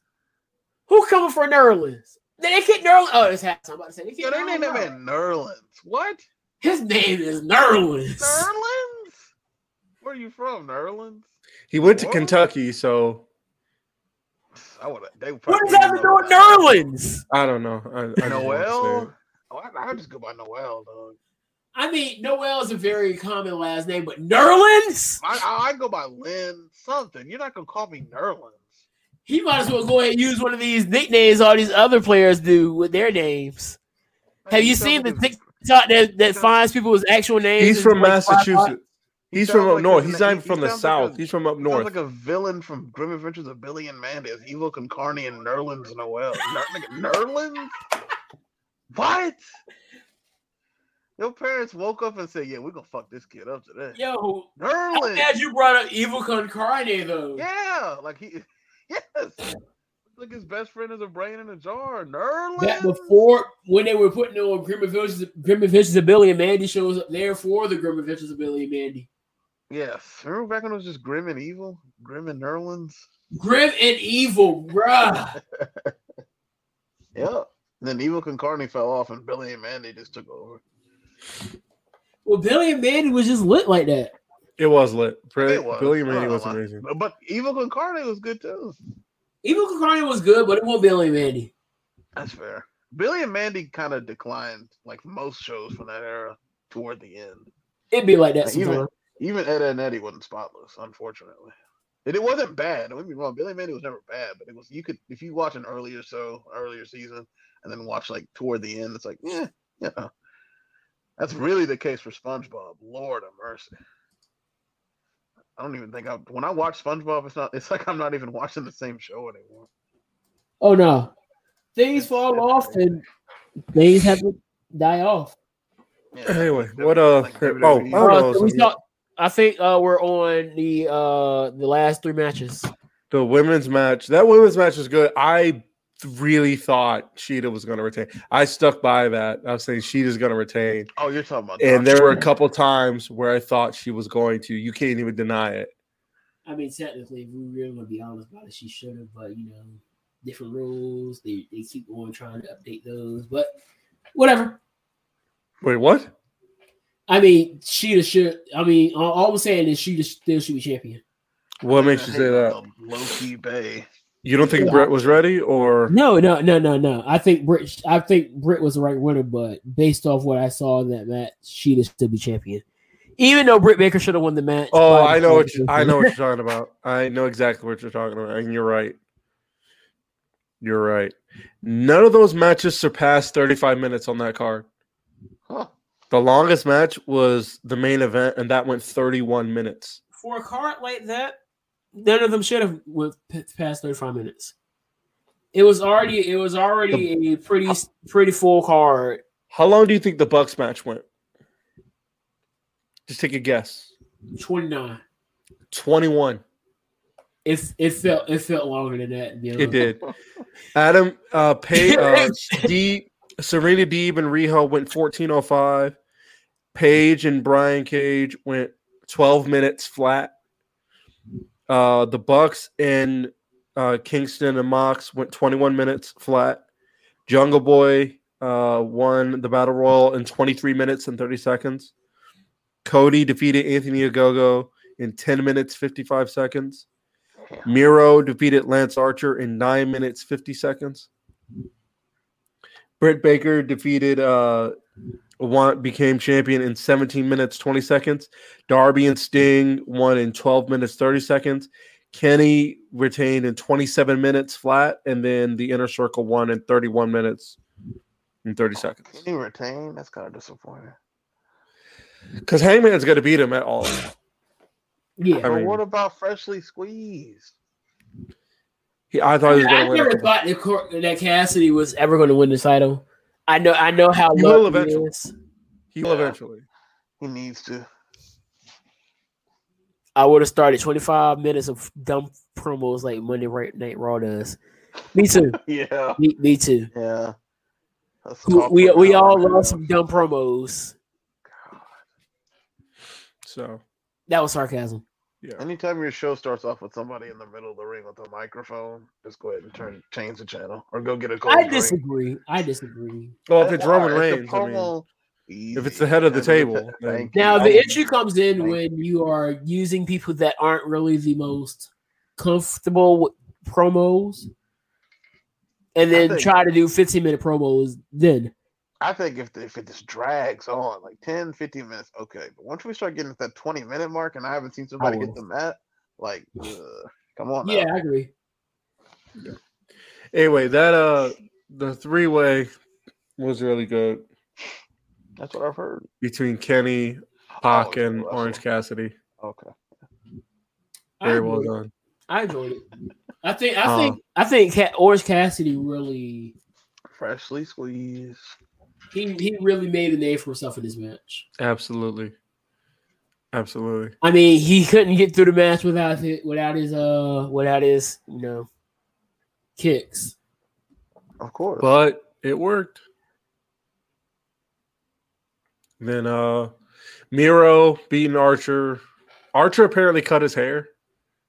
Speaker 2: Who coming for New Orleans? They they kick New Orleans. Oh, it's halftime. I'm about to say they kick
Speaker 3: Yo, they
Speaker 2: New
Speaker 3: named him
Speaker 2: Orleans.
Speaker 3: in Nerlens. What?
Speaker 2: His name is New Orleans.
Speaker 3: Nerlens? Where are you from, Nerlens?
Speaker 1: He went to
Speaker 3: What?
Speaker 1: Kentucky, so
Speaker 3: I would. They would
Speaker 2: What
Speaker 3: probably
Speaker 2: does that have to
Speaker 3: know
Speaker 2: do with New
Speaker 3: that.
Speaker 2: Orleans?
Speaker 1: I don't know. I, I just wanted to say
Speaker 3: Noel.
Speaker 1: it.
Speaker 3: Oh, I, I just go by Noel, dog.
Speaker 2: I mean, Noel is a very common last name, but New Orleans?
Speaker 3: I, I, I go by Lynn something. You're not gonna call me Nerlens.
Speaker 2: He might as well go ahead and use one of these nicknames all these other players do with their names. Have you seen the
Speaker 3: thing?
Speaker 2: Talk that, that finds people with actual names.
Speaker 1: He's
Speaker 2: and
Speaker 1: from
Speaker 2: like, five-
Speaker 1: Massachusetts. He's
Speaker 3: sounds
Speaker 1: from up
Speaker 3: like
Speaker 1: north.
Speaker 3: he's
Speaker 1: He's not
Speaker 3: in the-
Speaker 1: even
Speaker 3: he
Speaker 1: from the
Speaker 3: sounds like a-
Speaker 1: south. He's from up
Speaker 3: Sounds
Speaker 1: north.
Speaker 3: like a villain from Grim Adventures of Billy and Mandy. Evil Concarne and Nerlens Noel. Ner- nigga, Nerlens? What? Your parents woke up and said, "Yeah, we're gonna fuck this kid up today."
Speaker 2: Yo, I'm
Speaker 3: Nerlens.
Speaker 2: glad you brought up Evil Concarne, though.
Speaker 3: Yeah, like he. Yes. Like his best friend is a brain in a jar.
Speaker 2: that
Speaker 3: Nerlens.
Speaker 2: before when they were putting on Grim Adventures, Grim Adventures of Billy and Mandy shows up there for the Grim Adventures of Billy and Mandy.
Speaker 3: Yes. Remember back when it was just grim and evil, grim and Nerlens.
Speaker 2: Grim and evil, bruh.
Speaker 3: Yeah. Then evil Concarne fell off, and Billy and Mandy just took over.
Speaker 2: Well, Billy and Mandy was just lit like that.
Speaker 1: It was lit. Pre-
Speaker 3: It was.
Speaker 1: Billy
Speaker 3: I'm not
Speaker 1: Mandy
Speaker 3: gonna
Speaker 1: was
Speaker 3: lie.
Speaker 1: amazing.
Speaker 3: But- But evil Concarne was good too.
Speaker 2: Evil Concarne was good, but it wasn't Billy and Mandy.
Speaker 3: That's fair. Billy and Mandy kind of declined, like most shows from that era, toward the end.
Speaker 2: It'd be like that
Speaker 3: Like, even-
Speaker 2: sometimes.
Speaker 3: Even Ed and Eddie wasn't spotless, unfortunately. And it wasn't bad. Don't get me wrong. Billy Mandy was never bad, but it was you could if you watch an earlier so earlier season and then watch like toward the end, it's like, yeah, you know. That's really the case for SpongeBob. Lord of mercy. I don't even think I when I watch SpongeBob, it's not it's like I'm not even watching the same show anymore.
Speaker 2: Oh no, things fall off and things have to die off.
Speaker 3: Yeah.
Speaker 1: Anyway, what uh?
Speaker 3: Like
Speaker 1: oh, I
Speaker 3: WWE.
Speaker 1: don't
Speaker 3: Oh,
Speaker 2: Uh,
Speaker 1: know.
Speaker 2: so we
Speaker 1: some-
Speaker 2: talk- I think uh, we're on the uh, the last three matches.
Speaker 1: The women's match. That women's match was good. I really thought Sheeta was going to retain. I stuck by that. I was saying Sheeta's going to retain.
Speaker 3: Oh, you're talking about
Speaker 1: And there were a couple times where I thought she was going to. You can't even deny it.
Speaker 2: I mean, technically, if we really want to be honest about it, she should have, but you know, different rules. They, they keep on trying to update those, but whatever.
Speaker 1: Wait, what?
Speaker 2: I mean, Sheeta should. I mean, all, all I'm saying is Sheeta still should be champion.
Speaker 1: What makes you say that?
Speaker 3: Loki Bay.
Speaker 1: You don't think Brett was ready, or
Speaker 2: No, no, no, no, no. I think Britt. I think Britt was the right winner, but based off what I saw in that match, Sheeta still be champion. Even though Britt Baker should have won the match.
Speaker 1: Oh,
Speaker 2: by
Speaker 1: I know what you,
Speaker 2: decision.
Speaker 1: I know what you're talking about. I know exactly what you're talking about, and you're right. You're right. None of those matches surpassed 35 minutes on that card.
Speaker 3: Huh.
Speaker 1: The longest match was the main event, and that went 31 minutes.
Speaker 2: For a card like that, none of them should have went p- past thirty five minutes. It was already it was already a pretty pretty full card.
Speaker 1: How long do you think the Bucks match went? Just take a guess.
Speaker 2: Twenty nine.
Speaker 1: 21.
Speaker 2: It it felt it felt longer than that. to be
Speaker 1: It
Speaker 2: honest.
Speaker 1: did. Adam uh, Pay uh, D Serena Deeb and Riho went 1405. Paige and Brian Cage went 12 minutes flat. Uh, the Bucks and uh, Kingston and Mox went 21 minutes flat. Jungle Boy uh, won the battle royal in 23 minutes and 30 seconds. Cody defeated Anthony Agogo in 10 minutes 55 seconds. Miro defeated Lance Archer in 9 minutes 50 seconds. Britt Baker defeated uh Avant became champion in 17 minutes 20 seconds. Darby and Sting won in 12 minutes 30 seconds. Kenny retained in 27 minutes flat, and then the inner circle won in 31 minutes and 30 seconds.
Speaker 4: Can he retain? That's kind of disappointing.
Speaker 1: Because Hangman's gonna beat him at all.
Speaker 2: Yeah,
Speaker 1: I
Speaker 4: But
Speaker 1: mean-
Speaker 4: what about freshly squeezed?
Speaker 1: He, I thought he was
Speaker 2: I
Speaker 1: gonna win.
Speaker 2: never
Speaker 1: it.
Speaker 2: thought that, Cor- that Cassidy was ever going to win this title. I know, I know how
Speaker 1: He
Speaker 2: low
Speaker 1: will
Speaker 2: he
Speaker 1: eventually.
Speaker 2: is.
Speaker 1: He will eventually.
Speaker 4: He needs to.
Speaker 2: I would have started 25 minutes of dumb promos like Monday Ra- Night Raw does. Me too.
Speaker 4: Yeah.
Speaker 2: me, me too.
Speaker 4: Yeah. That's
Speaker 2: We- We,
Speaker 4: awkward
Speaker 2: we
Speaker 4: now,
Speaker 2: all
Speaker 4: man.
Speaker 2: love some dumb promos.
Speaker 1: So
Speaker 2: That was sarcasm.
Speaker 1: yeah.
Speaker 4: Anytime your show starts off with somebody in the middle of the ring with a microphone, just go ahead and turn change the channel or go get a cold
Speaker 2: I
Speaker 4: drink.
Speaker 2: disagree. I disagree.
Speaker 1: Well, if it's
Speaker 4: That's
Speaker 1: Roman
Speaker 4: all right.
Speaker 1: Reigns, I mean,
Speaker 4: promo. Easy.
Speaker 1: if it's the head of the
Speaker 4: Head of
Speaker 1: table,
Speaker 4: ta-
Speaker 1: then
Speaker 4: thank you.
Speaker 2: Now
Speaker 4: Thank
Speaker 2: the
Speaker 4: you.
Speaker 2: issue comes in when you are using people that aren't really the most comfortable with promos, and
Speaker 4: I
Speaker 2: then
Speaker 4: think-
Speaker 2: try to do 15 minute promos. Then
Speaker 4: I think if if it just drags on like 10, 15 minutes, okay. But once we start getting to that 20 minute mark and I haven't seen
Speaker 1: Oh.
Speaker 4: somebody
Speaker 2: will.
Speaker 4: get the mat, like, ugh, come on. now.
Speaker 2: yeah, I agree.
Speaker 1: anyway, that uh, the three way was really good
Speaker 4: That's what I've heard.
Speaker 1: between Kenny,
Speaker 4: Oh,
Speaker 1: Pac,
Speaker 4: it's a
Speaker 1: and
Speaker 4: wrestling.
Speaker 1: Orange Cassidy.
Speaker 4: Okay.
Speaker 2: I
Speaker 1: Very well
Speaker 2: enjoyed it.
Speaker 1: done.
Speaker 2: I enjoyed it. I think I
Speaker 1: Um,
Speaker 2: think I think Ca- Orange Cassidy really
Speaker 4: Freshly squeezed.
Speaker 2: he he really made a name for himself in this match.
Speaker 1: Absolutely, absolutely.
Speaker 2: I mean, he couldn't get through the match without it without his uh without his you know kicks.
Speaker 4: Of course.
Speaker 1: But it worked. Then uh, Miro beating Archer. Archer apparently cut his hair.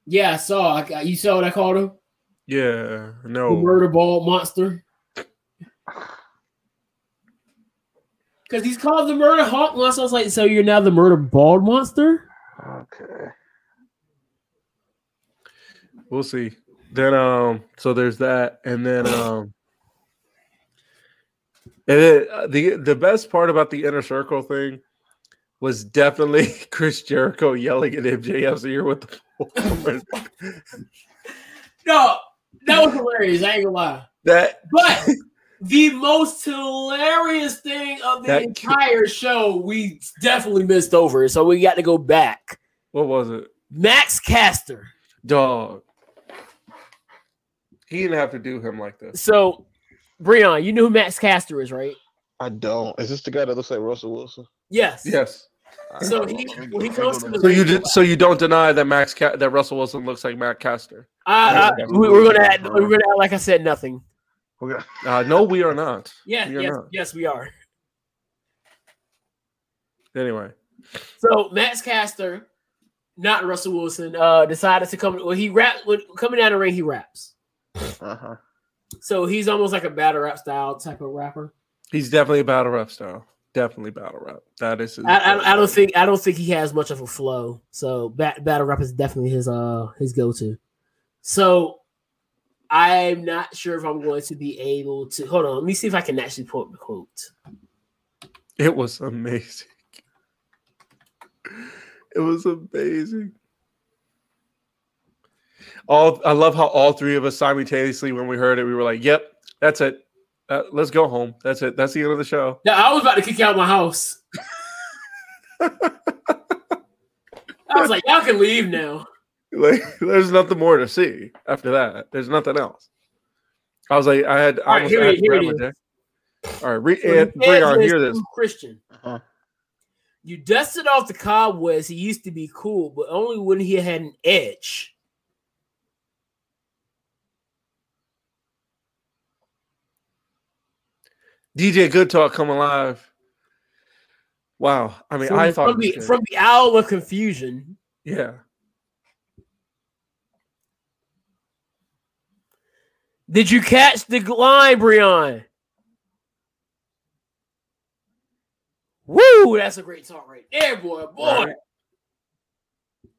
Speaker 2: Yeah, I saw. I, you saw what I called him.
Speaker 1: Yeah,
Speaker 2: The
Speaker 1: no.
Speaker 2: murder ball monster. Because he's called the murder hawk monster. I was like, so you're now the murder bald monster?
Speaker 4: okay.
Speaker 1: We'll see. Then um, so there's that, and then um, and then uh, the the best part about the inner circle thing was definitely Chris Jericho yelling at MJF's ear with the pole.
Speaker 2: No, that was hilarious. I ain't gonna lie.
Speaker 1: that
Speaker 2: But the most hilarious thing of the
Speaker 1: That-
Speaker 2: entire show we definitely missed over, so we got to go back.
Speaker 1: what was it,
Speaker 2: Max Caster.
Speaker 1: dog? He didn't have to do him like this.
Speaker 2: So, Breon, you know who Max Caster is, right?
Speaker 4: I don't.
Speaker 3: Is this the guy that looks like Russell Wilson?
Speaker 2: Yes.
Speaker 1: Yes.
Speaker 2: So he- when he comes to the-
Speaker 1: So you did. So you don't deny that Max Ca- that Russell Wilson looks like Matt Caster.
Speaker 2: I, I, uh, we, are gonna act, we're gonna act like I said nothing.
Speaker 4: We're gonna-
Speaker 1: Uh, no, we are not.
Speaker 2: Yeah.
Speaker 1: We are
Speaker 2: yes.
Speaker 1: not.
Speaker 2: Yes, we are.
Speaker 1: Anyway,
Speaker 2: So Max Caster, not Russell Wilson, uh, decided to come. Well, he rap when coming down the ring. He raps.
Speaker 4: uh-huh.
Speaker 2: So he's almost like a battle rap style type of rapper.
Speaker 1: he's definitely a battle rap style. Definitely battle rap. That is. His
Speaker 2: I, I, I don't think I don't think he has much of a flow. So bat, battle rap is definitely his uh his go to. So I'm not sure if I'm going to be able to hold on. Let me see if I can actually quote the quote.
Speaker 1: It was amazing. It was amazing. All I love how all three of us simultaneously, when we heard it, we were like, "Yep, that's it. Uh, let's go home. That's it. That's the end of the show."
Speaker 2: Yeah, I was about to kick you out of my house. I was like, y'all can leave now.
Speaker 1: Like, there's nothing more to see after that. There's nothing else. I was like, I had.
Speaker 2: All
Speaker 1: I
Speaker 2: right,
Speaker 1: almost
Speaker 2: here
Speaker 1: had
Speaker 2: it-
Speaker 1: to
Speaker 2: here
Speaker 1: grab
Speaker 2: it
Speaker 1: my
Speaker 2: is.
Speaker 1: dick. All right, re-
Speaker 2: When
Speaker 1: and, bring
Speaker 2: fans
Speaker 1: on
Speaker 2: was
Speaker 1: hear this.
Speaker 2: too Christian.
Speaker 4: Uh-huh.
Speaker 2: You dusted off the cobwebs. He used to be cool, but only when he had an edge.
Speaker 1: DJ Good Talk come alive. Wow. I mean,
Speaker 2: from,
Speaker 1: I thought.
Speaker 2: from
Speaker 1: it
Speaker 2: the,
Speaker 1: was good.
Speaker 2: from the owl of confusion,
Speaker 1: yeah.
Speaker 2: Did you catch the line, Breon? Woo, that's a great talk right there, boy. Boy,
Speaker 1: Right.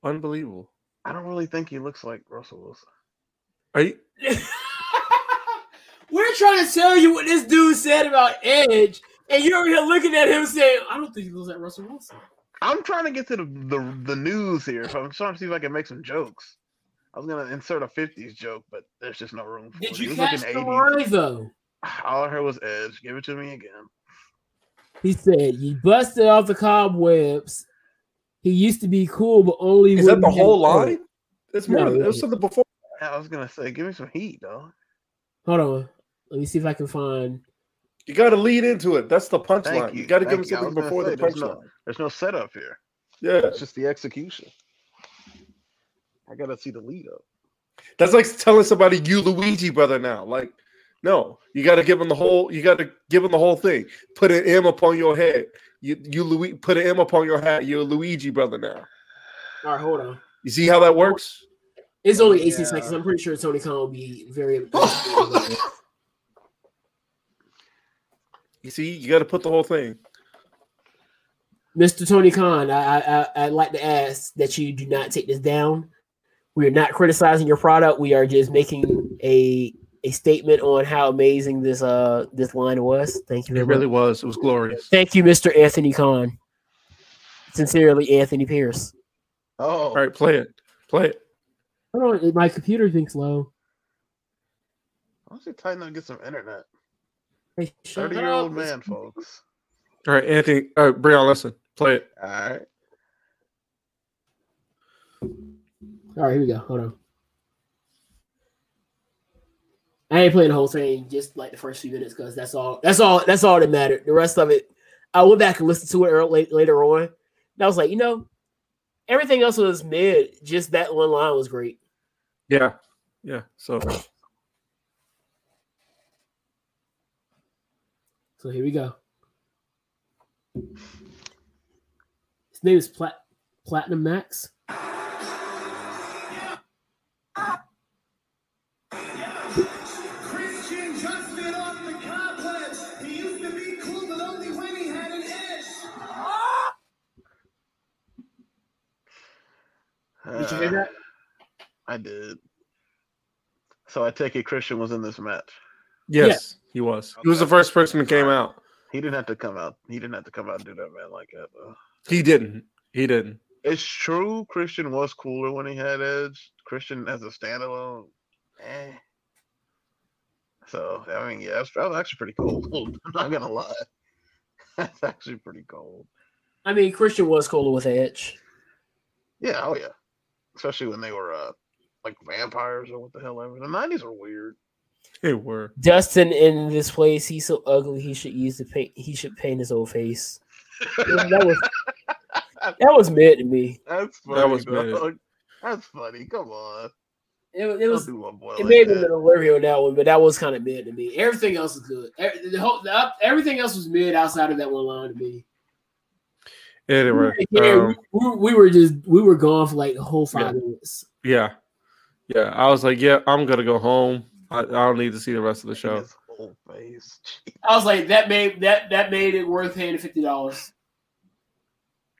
Speaker 1: Unbelievable.
Speaker 3: I don't really think he looks like Russell Wilson.
Speaker 1: Are you?
Speaker 2: We're trying to tell you what this dude said about Edge, and you're over here looking at him saying, I don't think he looks like Russell Wilson.
Speaker 3: I'm trying to get to the the, the news here, so I'm trying to see if I can make some jokes. I was gonna insert a '50s joke, but there's just no room for
Speaker 2: Did
Speaker 3: it.
Speaker 2: you
Speaker 3: He
Speaker 2: catch
Speaker 3: was
Speaker 2: the
Speaker 3: looking
Speaker 2: line, though?
Speaker 3: All I heard was Edge. Give it to me again.
Speaker 2: He said, You busted off the cobwebs. He used to be cool, but only.
Speaker 1: Is that
Speaker 2: when
Speaker 1: the
Speaker 2: he had
Speaker 1: whole
Speaker 2: a coat."
Speaker 1: line? It's more.
Speaker 2: No,
Speaker 1: than,
Speaker 2: it
Speaker 1: it was
Speaker 2: is.
Speaker 1: something before.
Speaker 3: I was gonna say, give me some heat, dog.
Speaker 2: Hold on. Let me see if I can find.
Speaker 1: You got to lead into it. That's the punchline. You,
Speaker 3: you.
Speaker 1: got to give
Speaker 3: Thank
Speaker 1: them
Speaker 3: you. I
Speaker 1: something
Speaker 3: was gonna
Speaker 1: before
Speaker 3: say,
Speaker 1: the
Speaker 3: there's no-
Speaker 1: punchline.
Speaker 3: There's no setup here.
Speaker 1: Yeah,
Speaker 3: It's just the execution. I gotta see the lead up.
Speaker 1: that's like telling somebody you Luigi brother now. Like, no, you got to give them the whole. You got to give them the whole thing. Put an M upon your head. You you Luigi. Put an M upon your hat. You're Luigi brother now.
Speaker 2: All right, hold on.
Speaker 1: You see how that works?
Speaker 2: It's only 18
Speaker 3: Yeah.
Speaker 2: seconds. I'm pretty sure Tony Khan will be very. All
Speaker 1: You see, you got to put the whole thing.
Speaker 2: Mr. Tony Khan, I, I, I, I'd like to ask that you do not take this down. We are not criticizing your product. We are just making a a statement on how amazing this uh this line was. Thank you. Very much.
Speaker 1: was. It was glorious.
Speaker 2: Thank you, Mr. Anthony Khan. Sincerely, Anthony Pierce.
Speaker 3: Oh,
Speaker 1: All right, play it. Play it.
Speaker 2: Hold on, my computer thinks low.
Speaker 3: why don't you tighten up and get some internet?
Speaker 2: Hey, shut
Speaker 3: Thirty year old
Speaker 2: up.
Speaker 3: man, folks.
Speaker 1: All right, Anthony. All right, Breon, listen. Play it.
Speaker 3: All right.
Speaker 2: All right, here we go. Hold on. I ain't playing the whole thing, just like the first few minutes, because that's all. That's all. That's all that mattered. The rest of it, I went back and listened to it early, later on, and I was like, you know, everything else was mid. Just that one line was great.
Speaker 1: Yeah. Yeah. So
Speaker 2: So here we go. His name is Plat- Platinum Max.
Speaker 5: Christian just bit off the cobwebs. He used to be cool, but only when he had an edge.
Speaker 2: Did you
Speaker 3: Uh,
Speaker 2: hear that?
Speaker 3: I did. So I take it Christian was in this match.
Speaker 1: yes, he was. He was the
Speaker 3: Okay.
Speaker 1: first person who came out.
Speaker 3: He didn't have to come out. He didn't have to come out and do that, man, like that. Though.
Speaker 1: He didn't. He didn't.
Speaker 3: It's true. Christian was cooler when he had Edge. Christian as a standalone, eh. So I mean, yeah, that's, that was actually pretty cold. I'm not gonna lie. That's actually pretty cold.
Speaker 2: I mean, Christian was cooler with Edge.
Speaker 3: Yeah, oh yeah. Especially when they were uh like vampires or what the hell ever. The nineties were weird.
Speaker 1: They were.
Speaker 2: Dustin in this place, he's so ugly. He should use the paint. He should paint his old face. that was that was mid to me.
Speaker 3: That's funny.
Speaker 1: That was bad.
Speaker 3: dog. That's funny. Come on.
Speaker 2: It, wa- it
Speaker 3: Don't
Speaker 2: was.
Speaker 3: do my boy
Speaker 2: It
Speaker 3: like
Speaker 2: may have
Speaker 3: that.
Speaker 2: been a Larry on that one, but that was kind of mid to me. Everything else is good. Every, the whole, the up, everything else was mid outside of that one line to me.
Speaker 1: Anyway.
Speaker 2: Yeah,
Speaker 1: um,
Speaker 2: we, we- we were just we were gone for like the whole five minutes.
Speaker 1: yeah. Yeah. I was like, yeah, I'm gonna go home. I, I don't need to see the rest of the show.
Speaker 3: His whole face. Gee,
Speaker 2: I was like, that made that that made it worth paying the fifty dollars.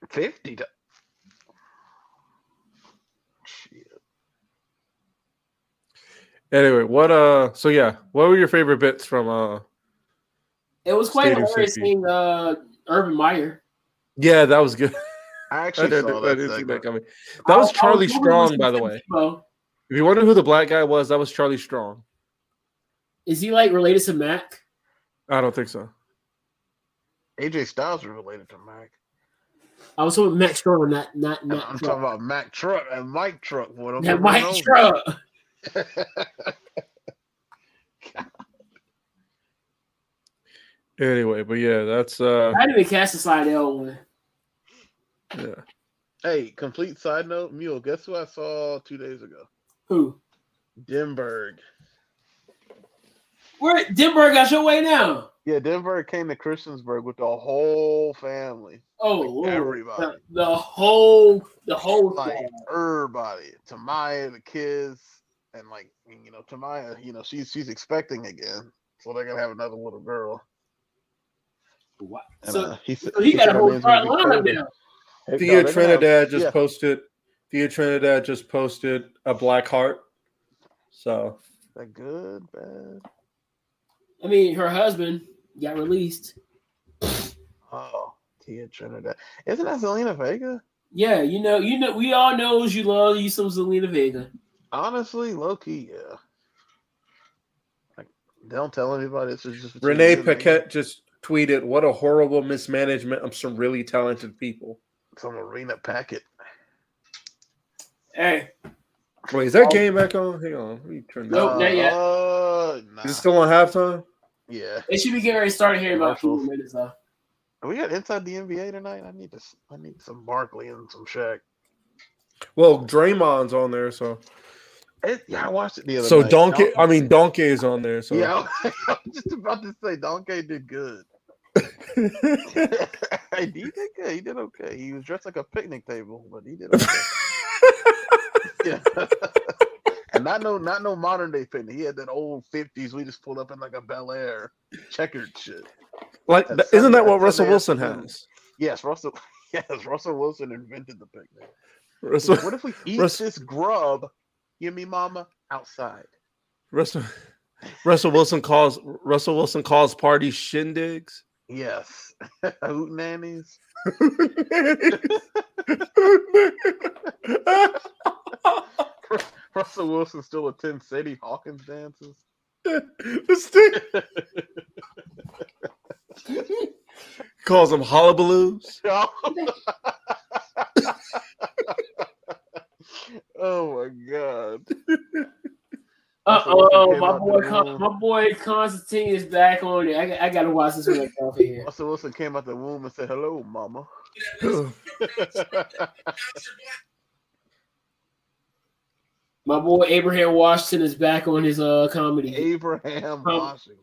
Speaker 3: Fifty. do- Shit.
Speaker 1: Anyway, what uh so yeah, what were your favorite bits from uh
Speaker 2: It was quite
Speaker 1: Stadium
Speaker 2: hilarious
Speaker 1: safety.
Speaker 2: seeing uh, Urban Meyer.
Speaker 1: yeah, that was good.
Speaker 3: I
Speaker 1: I
Speaker 3: actually
Speaker 1: didn't,
Speaker 3: saw
Speaker 1: I
Speaker 3: that.
Speaker 1: didn't see that
Speaker 3: segment.
Speaker 1: coming. That was
Speaker 2: I- I
Speaker 1: Charlie
Speaker 2: hoping it Oh, was
Speaker 1: Strong, by the way.
Speaker 2: Tebow.
Speaker 1: If you wonder who the black guy was, that was Charlie Strong.
Speaker 2: Is he like related to Mac?
Speaker 1: I don't think so.
Speaker 3: AJ Styles was related to Mac.
Speaker 2: I was talking Mac Strong, not not
Speaker 3: And
Speaker 2: Mac.
Speaker 3: I'm
Speaker 2: Truck.
Speaker 3: talking about Mac Truck and Mike Truck. Boy, don't
Speaker 2: Yeah,
Speaker 3: get me
Speaker 2: Mike
Speaker 3: wrong.
Speaker 2: Truck.
Speaker 1: Anyway, but yeah, that's uh
Speaker 2: I didn't even catch the Slidell one.
Speaker 1: yeah.
Speaker 3: hey, complete side note, Mule. Guess who I saw two days ago?
Speaker 2: Who?
Speaker 3: Denberg.
Speaker 2: Where Denver got your way now?
Speaker 3: Yeah, Denver came to Christiansburg with the whole family,
Speaker 2: Oh,
Speaker 3: Like,
Speaker 2: Lord.
Speaker 3: everybody.
Speaker 2: The, the whole, the whole.
Speaker 3: like
Speaker 2: thing.
Speaker 3: everybody. Tamaya, the kids, and like you know, Tamaya, you know, she's she's expecting again, so they're gonna have another little girl.
Speaker 2: Wow.
Speaker 3: And,
Speaker 2: So,
Speaker 3: uh, he, said-
Speaker 2: so he
Speaker 3: he
Speaker 2: got a
Speaker 3: said our
Speaker 2: whole
Speaker 3: man's gonna
Speaker 2: front
Speaker 3: be
Speaker 2: lineup
Speaker 3: Kobe.
Speaker 2: now.
Speaker 6: Heck no,
Speaker 1: Theo
Speaker 6: they're gonna
Speaker 1: Trinidad just
Speaker 6: yeah.
Speaker 1: posted. Theo Trinidad just posted a black heart. So
Speaker 6: have that good, bad.
Speaker 2: I mean, her husband got released.
Speaker 3: Oh, Tia Trinidad. Isn't that Selena Vega?
Speaker 2: Yeah, you know, you know, we all knows you love you some Selena Vega.
Speaker 3: Honestly, low key, yeah. Like, don't tell anybody. This is just between
Speaker 1: Renee
Speaker 3: you and me.
Speaker 1: Paquette just tweeted, "What a horrible mismanagement of some really talented people."
Speaker 3: Some arena packet.
Speaker 2: Hey,
Speaker 1: Wait, is that game back on? Hang on, let me turn that.
Speaker 2: Nope,
Speaker 1: on.
Speaker 2: not yet.
Speaker 3: Uh, nah.
Speaker 1: Is it still on halftime?
Speaker 3: yeah.
Speaker 2: they should be getting ready to start here in about a few more minutes
Speaker 3: Commercials.
Speaker 2: though.
Speaker 3: We got inside the NBA tonight. I need to. s- I need some Barkley and some Shaq.
Speaker 1: Well, Draymond's on there, so
Speaker 3: It, yeah, I watched it the other
Speaker 1: so
Speaker 3: night.
Speaker 1: Donkey. I mean, Donkey is on there. So
Speaker 3: Yeah, I was just about to say Donkey did good. he did good. He did okay. He was dressed like a picnic table, but he did okay. yeah. and not no not no modern day picnic. He had that old fifties. We just pulled up in like a Bel Air checkered shit.
Speaker 1: like,
Speaker 3: That's
Speaker 1: isn't that
Speaker 3: Sunday-
Speaker 1: what Russell
Speaker 3: Sunday
Speaker 1: Wilson
Speaker 3: afternoon.
Speaker 1: has?
Speaker 3: Yes, Russell. Yes, Russell Wilson invented the picnic. He's
Speaker 1: Russell,
Speaker 3: like, what if we eat
Speaker 1: Russell-
Speaker 3: this grub? You mean mama outside?
Speaker 1: Russell, Russell Wilson calls Russell Wilson calls parties shindigs.
Speaker 3: Yes, hoot nannies. Russell Wilson still attends Sadie Hawkins dances.
Speaker 1: calls them hullabaloos.
Speaker 3: oh my god.
Speaker 2: Uh
Speaker 3: Russell Wilson
Speaker 2: oh,
Speaker 3: came
Speaker 2: my
Speaker 3: out
Speaker 2: boy,
Speaker 3: the
Speaker 2: Con-
Speaker 3: womb.
Speaker 2: my boy Constantine is back on it. I, got- I gotta watch this one off here.
Speaker 3: Russell Wilson came out the womb and said, Hello, mama.
Speaker 2: My boy Abraham Washington is back on his uh comedy.
Speaker 3: Abraham Washington.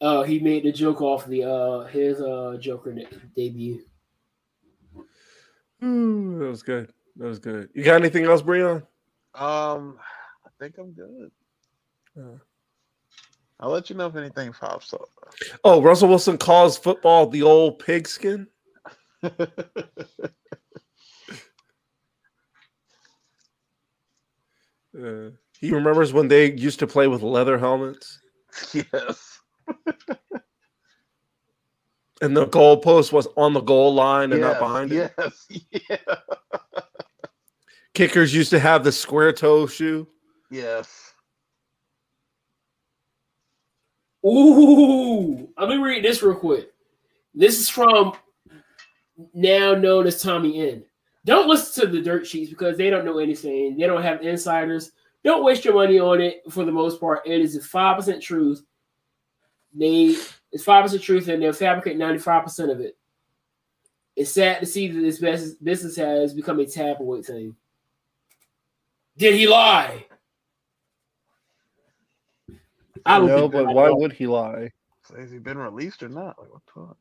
Speaker 2: Oh, he made the joke off the uh his uh Joker de- debut.
Speaker 1: Ooh, that was good. That was good. You got anything else, Breon?
Speaker 3: Um, I think I'm good.
Speaker 1: Uh.
Speaker 3: I'll let you know if anything pops up.
Speaker 1: Oh, Russell Wilson calls football the old pigskin. Uh, he remembers when they used to play with leather helmets
Speaker 3: yes.
Speaker 1: and the goal post was on the goal line and not
Speaker 3: Yes.
Speaker 1: behind it.
Speaker 3: yes. Yeah.
Speaker 1: Kickers used to have the square toe shoe.
Speaker 3: Yes.
Speaker 2: Ooh, let me read this real quick. This is from now known as Tommy N. Don't listen to the dirt sheets because they don't know anything. They don't have insiders. Don't waste your money on it for the most part. It is five percent truth. They it's five percent truth and they'll fabricate ninety-five percent of it. It's sad to see that this bus- business has become a tabloid thing. Did he lie? I don't think-
Speaker 1: would he lie?
Speaker 3: So has he been released or not? Like what the fuck?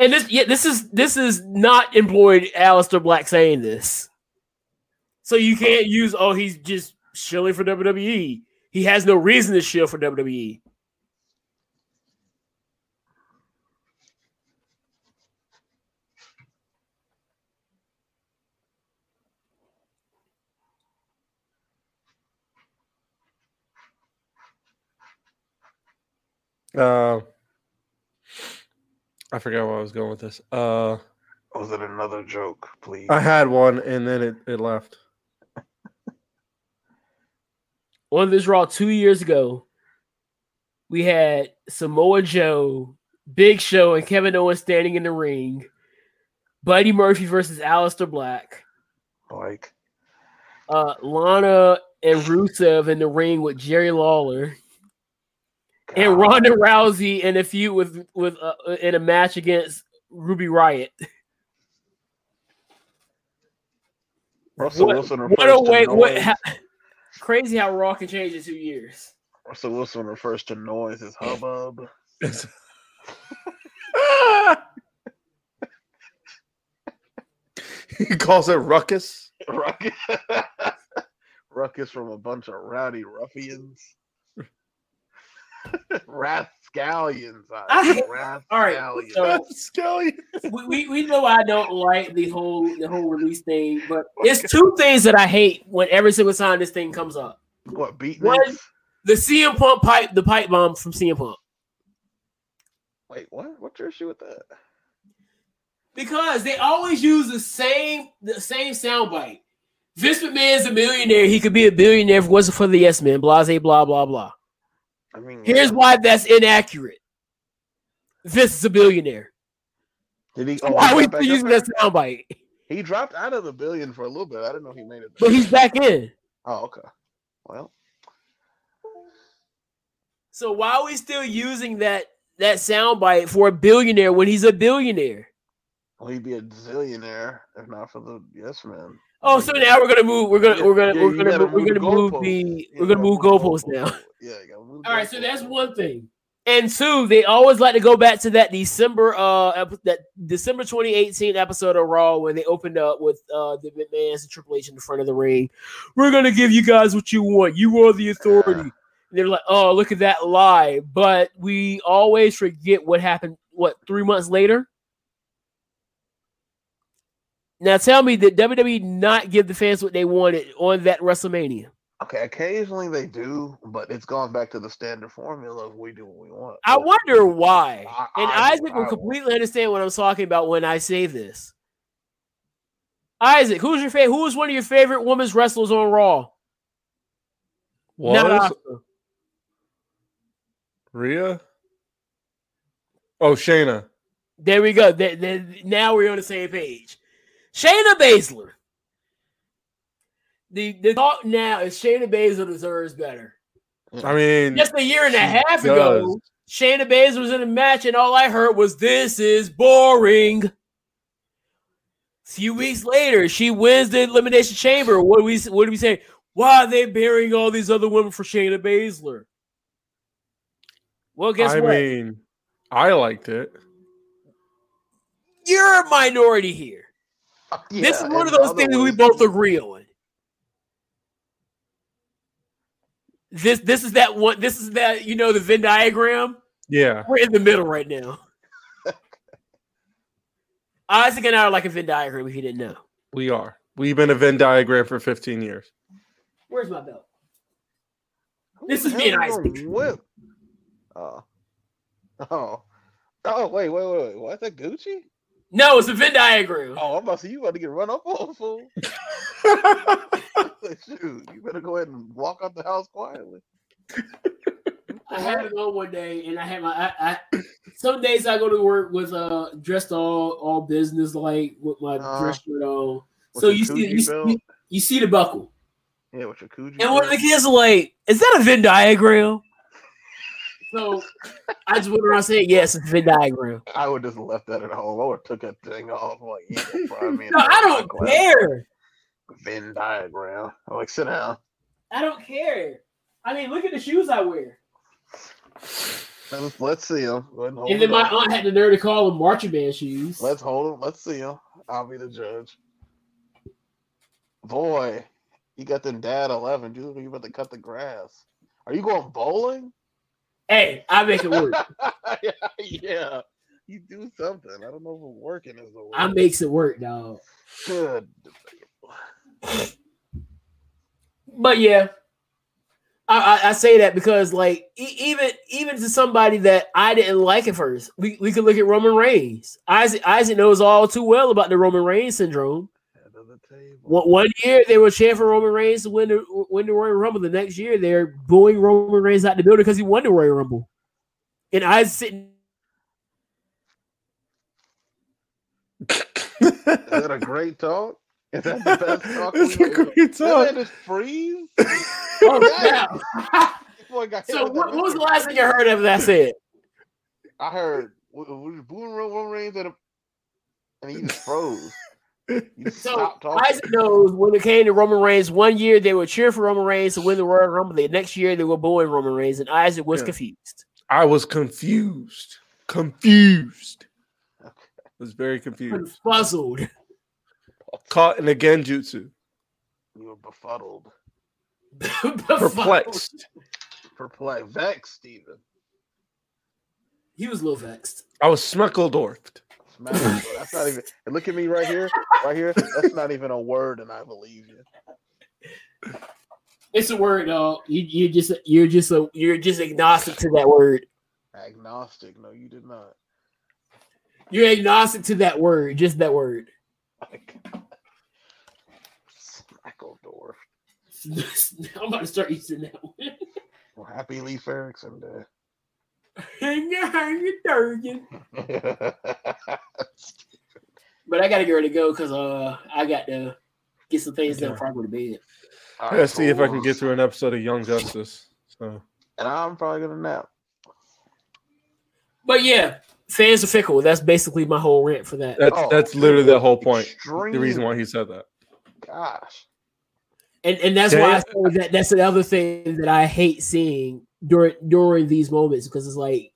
Speaker 2: And this, yeah, this is this is not employed Alistair Black saying this. So you can't use oh he's just shilling for WWE. He has no reason to shill for E. WWE.
Speaker 1: Uh, I forgot where I was going with this. Uh,
Speaker 3: Was it Oh, another joke, please?
Speaker 2: Uh,
Speaker 1: I had one and then it, it left.
Speaker 2: On this Raw two years ago, we had Samoa Joe, Big Show, and Kevin Owens standing in the ring. Buddy Murphy versus Alistair Black.
Speaker 3: Like
Speaker 2: Uh, Lana and Rusev in the ring with Jerry Lawler. and
Speaker 3: God.
Speaker 2: Ronda Rousey in a feud with with uh, in a match against Ruby Riot.
Speaker 3: Russell
Speaker 2: what-
Speaker 3: Wilson refers
Speaker 2: What a
Speaker 3: to
Speaker 2: way! What
Speaker 3: noise.
Speaker 2: how, crazy how Raw can change in two years.
Speaker 3: Russell Wilson refers to noise as hubbub.
Speaker 1: he calls it ruckus.
Speaker 3: Ruck- Ruckus. ruckus from a bunch of rowdy ruffians. Rascallions. I,
Speaker 2: Ah, All right,
Speaker 3: Rascallions.
Speaker 2: so-
Speaker 1: Skelly.
Speaker 2: we, we, we know I don't like the whole the whole release thing, but there's two things that I hate when every single time this thing comes up.
Speaker 3: what beatniks?
Speaker 2: One- The CM Punk pipe, the pipe bomb from CM Punk.
Speaker 3: Wait, what? What's your issue with that?
Speaker 2: Because they always use the same the same soundbite. Vince McMahon's a millionaire. He could be a billionaire if it wasn't for the yes man. Blase, blah, blah, blah.
Speaker 3: I mean,
Speaker 2: Here's why that's inaccurate. Vince is a billionaire.
Speaker 3: did he? Oh,
Speaker 2: Why are we
Speaker 3: he, got back
Speaker 2: still
Speaker 3: up
Speaker 2: using
Speaker 3: there?
Speaker 2: that soundbite?
Speaker 3: he dropped out of the billion for a little bit. I didn't know he made it.
Speaker 2: But he's back in.
Speaker 3: Oh, okay. Well,
Speaker 2: So why are we still using that that soundbite for a billionaire when he's a billionaire?
Speaker 3: well, he'd be a zillionaire if not for the yes man.
Speaker 2: Oh, so now we're gonna move. We're gonna we're gonna
Speaker 3: Yeah,
Speaker 2: we're
Speaker 3: you
Speaker 2: gonna
Speaker 3: gotta
Speaker 2: move, we're
Speaker 3: move
Speaker 2: gonna
Speaker 3: the
Speaker 2: move
Speaker 3: goalposts.
Speaker 2: the
Speaker 3: Yeah,
Speaker 2: we're
Speaker 3: you
Speaker 2: gonna
Speaker 3: gotta
Speaker 2: move
Speaker 3: the
Speaker 2: goalposts now.
Speaker 3: Yeah, you gotta move the
Speaker 2: All right, so
Speaker 3: goalposts.
Speaker 2: that's one thing. And two, they always like to go back to that December uh ep- that December 2018 episode of Raw when they opened up with uh the McMahon's and Triple H in the front of the ring. We're gonna give you guys what you want. You are the authority.
Speaker 3: Yeah.
Speaker 2: And they're like, oh, look at that lie. But we always forget what happened. What three months later? Now tell me that WWE E not give the fans what they wanted on that WrestleMania.
Speaker 3: Okay, occasionally they do, but it's gone back to the standard formula of we do what we want.
Speaker 2: I
Speaker 3: But-
Speaker 2: wonder why.
Speaker 3: I-
Speaker 2: And
Speaker 3: I-
Speaker 2: Isaac will
Speaker 3: I-
Speaker 2: completely understand what I'm talking about when I say this. Isaac, who's your favorite? Who is one of your favorite women's wrestlers on Raw? Not
Speaker 1: Was
Speaker 2: Asuka.
Speaker 1: Rhea? Oh, Shayna.
Speaker 2: There we go. Th- th- now we're on the same page. Shayna Baszler. The the thought now is Shayna Baszler deserves better.
Speaker 1: I mean,
Speaker 2: Just a year and a
Speaker 1: She
Speaker 2: half
Speaker 1: does.
Speaker 2: ago, Shayna Baszler was in a match, and all I heard was "This is boring." few weeks later, she wins the elimination chamber. What do we what do we say? Why are they burying all these other women for Shayna Baszler? Well, guess
Speaker 1: I
Speaker 2: what?
Speaker 1: mean, I liked it.
Speaker 2: You're a minority here.
Speaker 3: Yeah,
Speaker 2: this is one of
Speaker 3: and
Speaker 2: those
Speaker 3: other
Speaker 2: things we
Speaker 3: ways-
Speaker 2: both agree on. This this is that one. This is that you know the Venn diagram.
Speaker 1: Yeah.
Speaker 2: We're in the middle right now. Isaac and I are like a Venn diagram. If you didn't know,
Speaker 1: We are. We've been a Venn diagram for 15 years.
Speaker 2: where's my belt?
Speaker 3: Who
Speaker 2: this
Speaker 3: the
Speaker 2: is me and
Speaker 3: hell is
Speaker 2: Isaac.
Speaker 3: on Whip? Oh, oh, oh! Wait, wait, wait, wait! What? That Gucci?
Speaker 2: No, it's a Venn diagram.
Speaker 3: Oh, I'm about to see you about to get run up on, fool. Shoot, you better go ahead and walk out the house quietly.
Speaker 2: I had it on one day, and I had my. I, I some days I go to work with uh dressed all all business like with my
Speaker 3: Uh,
Speaker 2: dress shirt on.
Speaker 3: With
Speaker 2: So
Speaker 3: your
Speaker 2: you see
Speaker 3: Coogee
Speaker 2: you, see-
Speaker 3: belt.
Speaker 2: you see the buckle,
Speaker 3: yeah, with your Coogee
Speaker 2: and one of the
Speaker 3: belt.
Speaker 2: kids are like, "Is that a Venn diagram?" So I just went around saying, "Yes, it's a Venn diagram."
Speaker 3: I would just left that at home. I would have took that thing off. I'm like, yeah, bro, I mean,
Speaker 2: No, I don't care.
Speaker 3: Venn diagram. I'm like, sit down.
Speaker 2: I don't care. I mean, look at the shoes I wear.
Speaker 3: Let's, let's see him. Go ahead and hold
Speaker 2: And then
Speaker 3: it
Speaker 2: my
Speaker 3: up.
Speaker 2: aunt had the nerve to call them marching band shoes.
Speaker 3: Let's hold him. Let's see him. I'll be the judge. Boy, you got them dad 11. You look like you about to cut the grass. Are you going bowling?
Speaker 2: hey, I make it work.
Speaker 3: yeah. You do something. I don't know if working is the word.
Speaker 2: I makes it work, dog.
Speaker 3: good.
Speaker 2: But yeah, I, I, I say that because like e- even even to somebody that I didn't like at first, we, we could look at Roman Reigns. Isaac Isaac knows all too well about the Roman Reigns syndrome.
Speaker 3: Head of the table.
Speaker 2: One, one year they were chanting for Roman Reigns to win the win the Royal Rumble. The next year they're booing Roman Reigns out the building because he won the Royal Rumble. And Isaac sitting
Speaker 3: Is that a great talk? Is that the best talk?
Speaker 1: It's
Speaker 3: we've
Speaker 1: a
Speaker 3: ever-
Speaker 1: great
Speaker 3: That man
Speaker 1: talk.
Speaker 3: just freeze?
Speaker 2: Oh,
Speaker 3: Damn.
Speaker 2: yeah.
Speaker 3: Boy, got hit
Speaker 2: so
Speaker 3: with that
Speaker 2: what, what was the
Speaker 3: record.
Speaker 2: last thing you heard of that said?
Speaker 3: I heard we we were booing Roman Reigns at a, and he just froze. You just
Speaker 2: So
Speaker 3: stopped talking.
Speaker 2: Isaac knows when it came to Roman Reigns, one year they were cheering for Roman Reigns to win the Royal Rumble. The next year they were booing Roman Reigns, and Isaac was
Speaker 1: Yeah.
Speaker 2: confused.
Speaker 1: I was confused. Confused. I was very confused.
Speaker 2: Puzzled.
Speaker 1: Caught in a genjutsu.
Speaker 3: You were befuddled.
Speaker 1: Perplexed.
Speaker 3: Perplexed. Vexed, Steven.
Speaker 2: He was a little vexed.
Speaker 1: I was smuckledorfed.
Speaker 3: Smack him, bro. That's not even. and Look at me right here, right here. That's not even a word, and I believe you.
Speaker 2: It's a word, dog. You you just you're just a you're just agnostic to that word.
Speaker 3: Agnostic. No, you did not.
Speaker 2: You're agnostic to that word, just that word.
Speaker 3: Smackledorf.
Speaker 2: I'm about to start using that one.
Speaker 3: Well, happy Leaf Erickson Day.
Speaker 2: Hang on, you dirty.
Speaker 3: That's
Speaker 2: But I gotta get ready to go because uh I got to get some things done
Speaker 1: Yeah.
Speaker 2: before I go to bed.
Speaker 1: I gotta see if I can get through an episode of Young Justice. So
Speaker 3: And I'm probably gonna nap.
Speaker 2: But yeah, fans are fickle. That's basically my whole rant for that.
Speaker 1: that's
Speaker 3: Oh,
Speaker 1: that's literally the whole point.
Speaker 3: Extreme.
Speaker 1: The reason why he said that.
Speaker 3: Gosh.
Speaker 2: And and that's why I say that that's another thing that I hate seeing during during these moments because it's like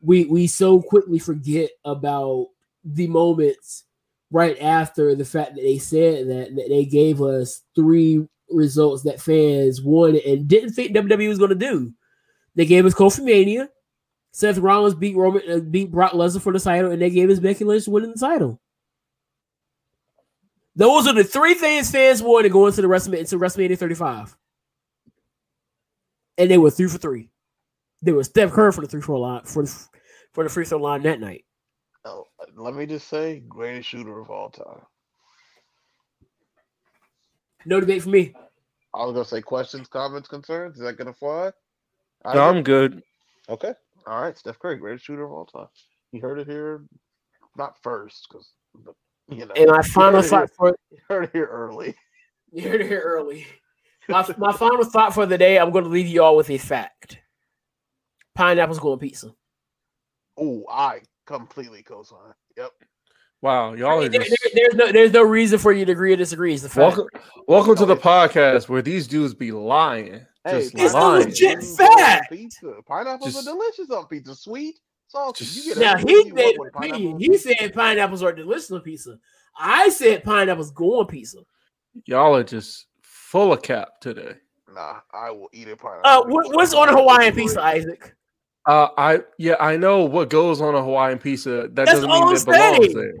Speaker 2: we we so quickly forget about the moments right after the fact that they said that that they gave us three results that fans wanted and didn't think WWE was going to do. They gave us Kofi Mania, Seth Rollins beat Roman uh, beat Brock Lesnar for the title, and they gave us Becky Lynch winning the title. Those are the three things fans wanted going into the WrestleMania into WrestleMania 35. And they were three for three. They were Steph Curry for the three throw line for the, for the free throw line that night.
Speaker 3: Oh, let me just say, greatest shooter of all time.
Speaker 2: No debate for me.
Speaker 3: I was gonna say questions, comments, concerns. Is that gonna fly? I
Speaker 1: No, I'm good.
Speaker 3: okay. All right, Steph Curry, greatest shooter of all time. You heard it here, not first, because you know
Speaker 2: And my final
Speaker 3: heard it
Speaker 2: thought for
Speaker 3: you heard it here early.
Speaker 2: you heard it here early. My, my final thought for the day, I'm gonna leave you all with a fact. Pineapple's going pizza.
Speaker 3: Oh, I completely co-sign. Yep.
Speaker 1: Wow, y'all are
Speaker 2: There-
Speaker 1: just
Speaker 2: there- there's no there's no reason for you to agree or disagree. It's the fact.
Speaker 1: welcome. Welcome to the podcast where these dudes be lying, just
Speaker 2: it's a
Speaker 1: lying.
Speaker 2: legit
Speaker 3: pineapples on
Speaker 2: fact.
Speaker 3: Pizza. Pineapples
Speaker 1: Just-
Speaker 3: are delicious on pizza. Sweet, salty.
Speaker 1: Just-
Speaker 3: You get
Speaker 2: Now
Speaker 3: everything
Speaker 2: he
Speaker 3: you
Speaker 2: made
Speaker 3: want
Speaker 2: an
Speaker 3: with
Speaker 2: opinion.
Speaker 3: pineapple.
Speaker 2: He said pineapples are delicious on pizza. I said pineapples go on pizza.
Speaker 1: Y'all are just full of cap today.
Speaker 3: Nah, I will eat a pineapple.
Speaker 2: Uh, what, what's on a Hawaiian pizza,
Speaker 3: Great.
Speaker 2: Isaac?
Speaker 1: Uh, I yeah, I know what goes on a Hawaiian pizza. That
Speaker 2: That's
Speaker 1: doesn't
Speaker 2: all
Speaker 1: mean
Speaker 2: I'm
Speaker 1: it belongs
Speaker 2: saying.
Speaker 1: there.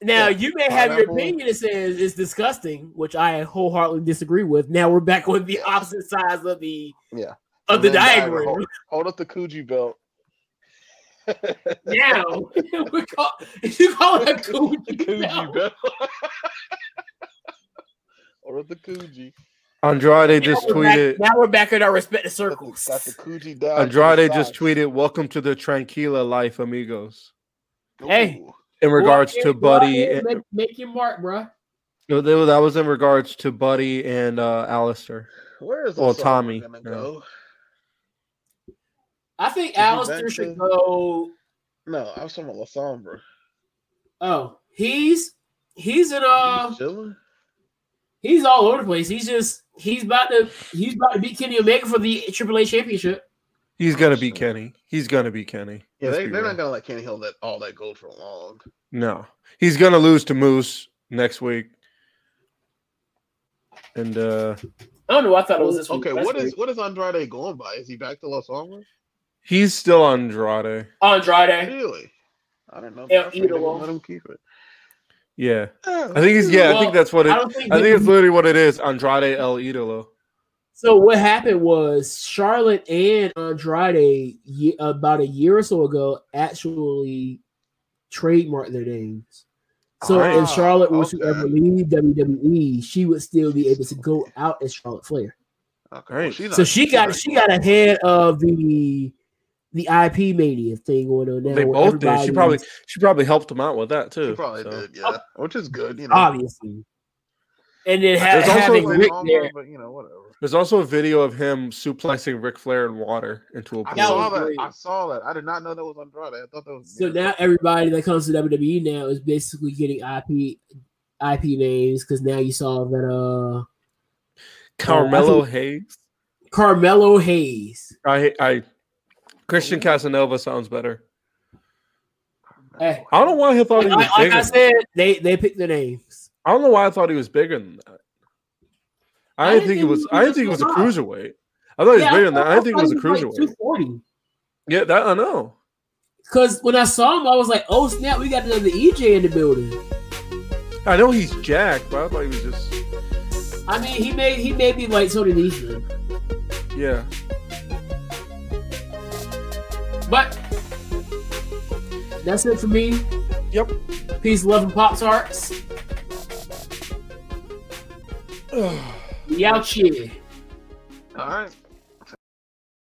Speaker 2: Now
Speaker 3: Yeah,
Speaker 2: you may have your
Speaker 3: pineapple.
Speaker 2: opinion that says it's disgusting, which I wholeheartedly disagree with. Now we're back on the
Speaker 3: Yeah.
Speaker 2: opposite sides of the
Speaker 3: Yeah.
Speaker 2: of the
Speaker 3: And then diagram.
Speaker 2: diagram.
Speaker 3: Hold, hold up the Coogee belt.
Speaker 2: Now we call you call it a coochie
Speaker 3: Coogee
Speaker 2: belt.
Speaker 3: belt. Hold up the Coogee.
Speaker 1: Andrade
Speaker 2: Now
Speaker 1: just
Speaker 2: we're back-
Speaker 1: tweeted.
Speaker 2: Now we're back in our respective
Speaker 3: Got the,
Speaker 2: circles.
Speaker 3: got the Coogee dodge. to the
Speaker 1: Andrade just
Speaker 3: side.
Speaker 1: tweeted, "Welcome to the tranquila life, amigos."
Speaker 2: Hey.
Speaker 3: Ooh.
Speaker 1: In regards
Speaker 2: Go
Speaker 1: to
Speaker 2: ahead, go
Speaker 1: Buddy,
Speaker 2: ahead,
Speaker 1: and-
Speaker 2: make, make your mark, bruh.
Speaker 1: no, that that was in regards to Buddy and uh, Alistair.
Speaker 3: Where is
Speaker 1: Well,
Speaker 3: Osama
Speaker 1: Tommy,
Speaker 3: gonna
Speaker 1: yeah.
Speaker 3: go?
Speaker 2: I think
Speaker 3: he back
Speaker 2: Alistair should
Speaker 3: then?
Speaker 2: go.
Speaker 3: No, I was talking about Lasombra.
Speaker 2: Oh, he's he's in uh
Speaker 3: chilling.
Speaker 2: He's all over the place. He's just he's about to he's about to beat Kenny Omega for the AAA championship.
Speaker 1: He's gonna beat
Speaker 3: Sure.
Speaker 1: Kenny. He's gonna beat Kenny.
Speaker 3: Yeah,
Speaker 1: Let's
Speaker 3: they,
Speaker 1: be
Speaker 3: they're
Speaker 1: real.
Speaker 3: not gonna let Kenny Hill that all that gold for long.
Speaker 1: No, he's gonna lose to Moose next week. And uh
Speaker 2: I don't know. I thought it was this.
Speaker 3: okay,
Speaker 2: week.
Speaker 3: what is what is Andrade going by? Is he back to Los Angeles?
Speaker 1: he's still Andrade.
Speaker 2: Andrade?
Speaker 3: Really? I don't know.
Speaker 2: El
Speaker 3: I figured they
Speaker 2: Idolo.
Speaker 3: would Let him keep it.
Speaker 1: Yeah, I think he's yeah. I
Speaker 2: Well,
Speaker 1: think that's what it.
Speaker 2: I
Speaker 1: I,
Speaker 2: don't think.
Speaker 1: think it's literally what it is. Andrade El Idolo.
Speaker 2: so what happened was Charlotte and Andrade ye- about a year or so ago actually trademarked their names. So
Speaker 1: Ah,
Speaker 2: if Charlotte was to
Speaker 3: okay.
Speaker 2: ever leave WWE, she would still be able to go out as Charlotte Flair.
Speaker 3: Okay,
Speaker 1: Great.
Speaker 3: Oh, she's
Speaker 2: So
Speaker 3: not-
Speaker 2: she
Speaker 3: she's
Speaker 2: got
Speaker 3: not
Speaker 2: she
Speaker 3: going.
Speaker 2: got ahead of the the IP mania thing going on now.
Speaker 1: They
Speaker 2: where
Speaker 1: both did. She
Speaker 2: everybody
Speaker 1: probably
Speaker 2: was-
Speaker 1: she probably helped him out with that too.
Speaker 3: She probably
Speaker 1: so.
Speaker 3: did, yeah, which is good. You know,
Speaker 2: obviously. And then Oh, ha-
Speaker 1: There's also
Speaker 2: having
Speaker 1: like
Speaker 2: Rick
Speaker 3: Lasombra,
Speaker 2: there,
Speaker 3: but you know, whatever.
Speaker 1: There's also a video of him suplexing Ric Flair in water into a
Speaker 3: I
Speaker 1: pool.
Speaker 2: That
Speaker 3: saw
Speaker 2: was
Speaker 3: that.
Speaker 2: great.
Speaker 3: I saw that. I did not know that was Andrade. I thought that was
Speaker 2: so now everybody that comes to WWE now is basically getting IP IP names because now you saw that uh
Speaker 1: Carmelo Hayes.
Speaker 2: Carmelo Hayes.
Speaker 1: I I Christian Casanova sounds better.
Speaker 2: Hey.
Speaker 1: I don't know why I thought
Speaker 2: Like,
Speaker 1: he was
Speaker 2: like
Speaker 1: bigger.
Speaker 2: I said, they they picked the names.
Speaker 1: I don't know why I thought he was bigger than that. I,
Speaker 2: I
Speaker 1: didn't
Speaker 2: didn't
Speaker 1: think it
Speaker 2: think
Speaker 1: was.
Speaker 2: he
Speaker 1: I didn't
Speaker 2: was
Speaker 1: think it was a
Speaker 2: alive.
Speaker 1: cruiserweight. I thought he was bigger than that. I didn't think it was a cruiserweight.
Speaker 2: Two forty.
Speaker 1: Yeah, that I know.
Speaker 2: Because when I saw him, I was like, "Oh snap, we got another EJ in the building."
Speaker 1: I know he's jacked, but I thought he was just
Speaker 2: I mean, he may he may be like Tony Nese,
Speaker 1: yeah.
Speaker 2: but that's it for me.
Speaker 1: Yep.
Speaker 2: Peace, love, and pop tarts. We out here.
Speaker 4: All right.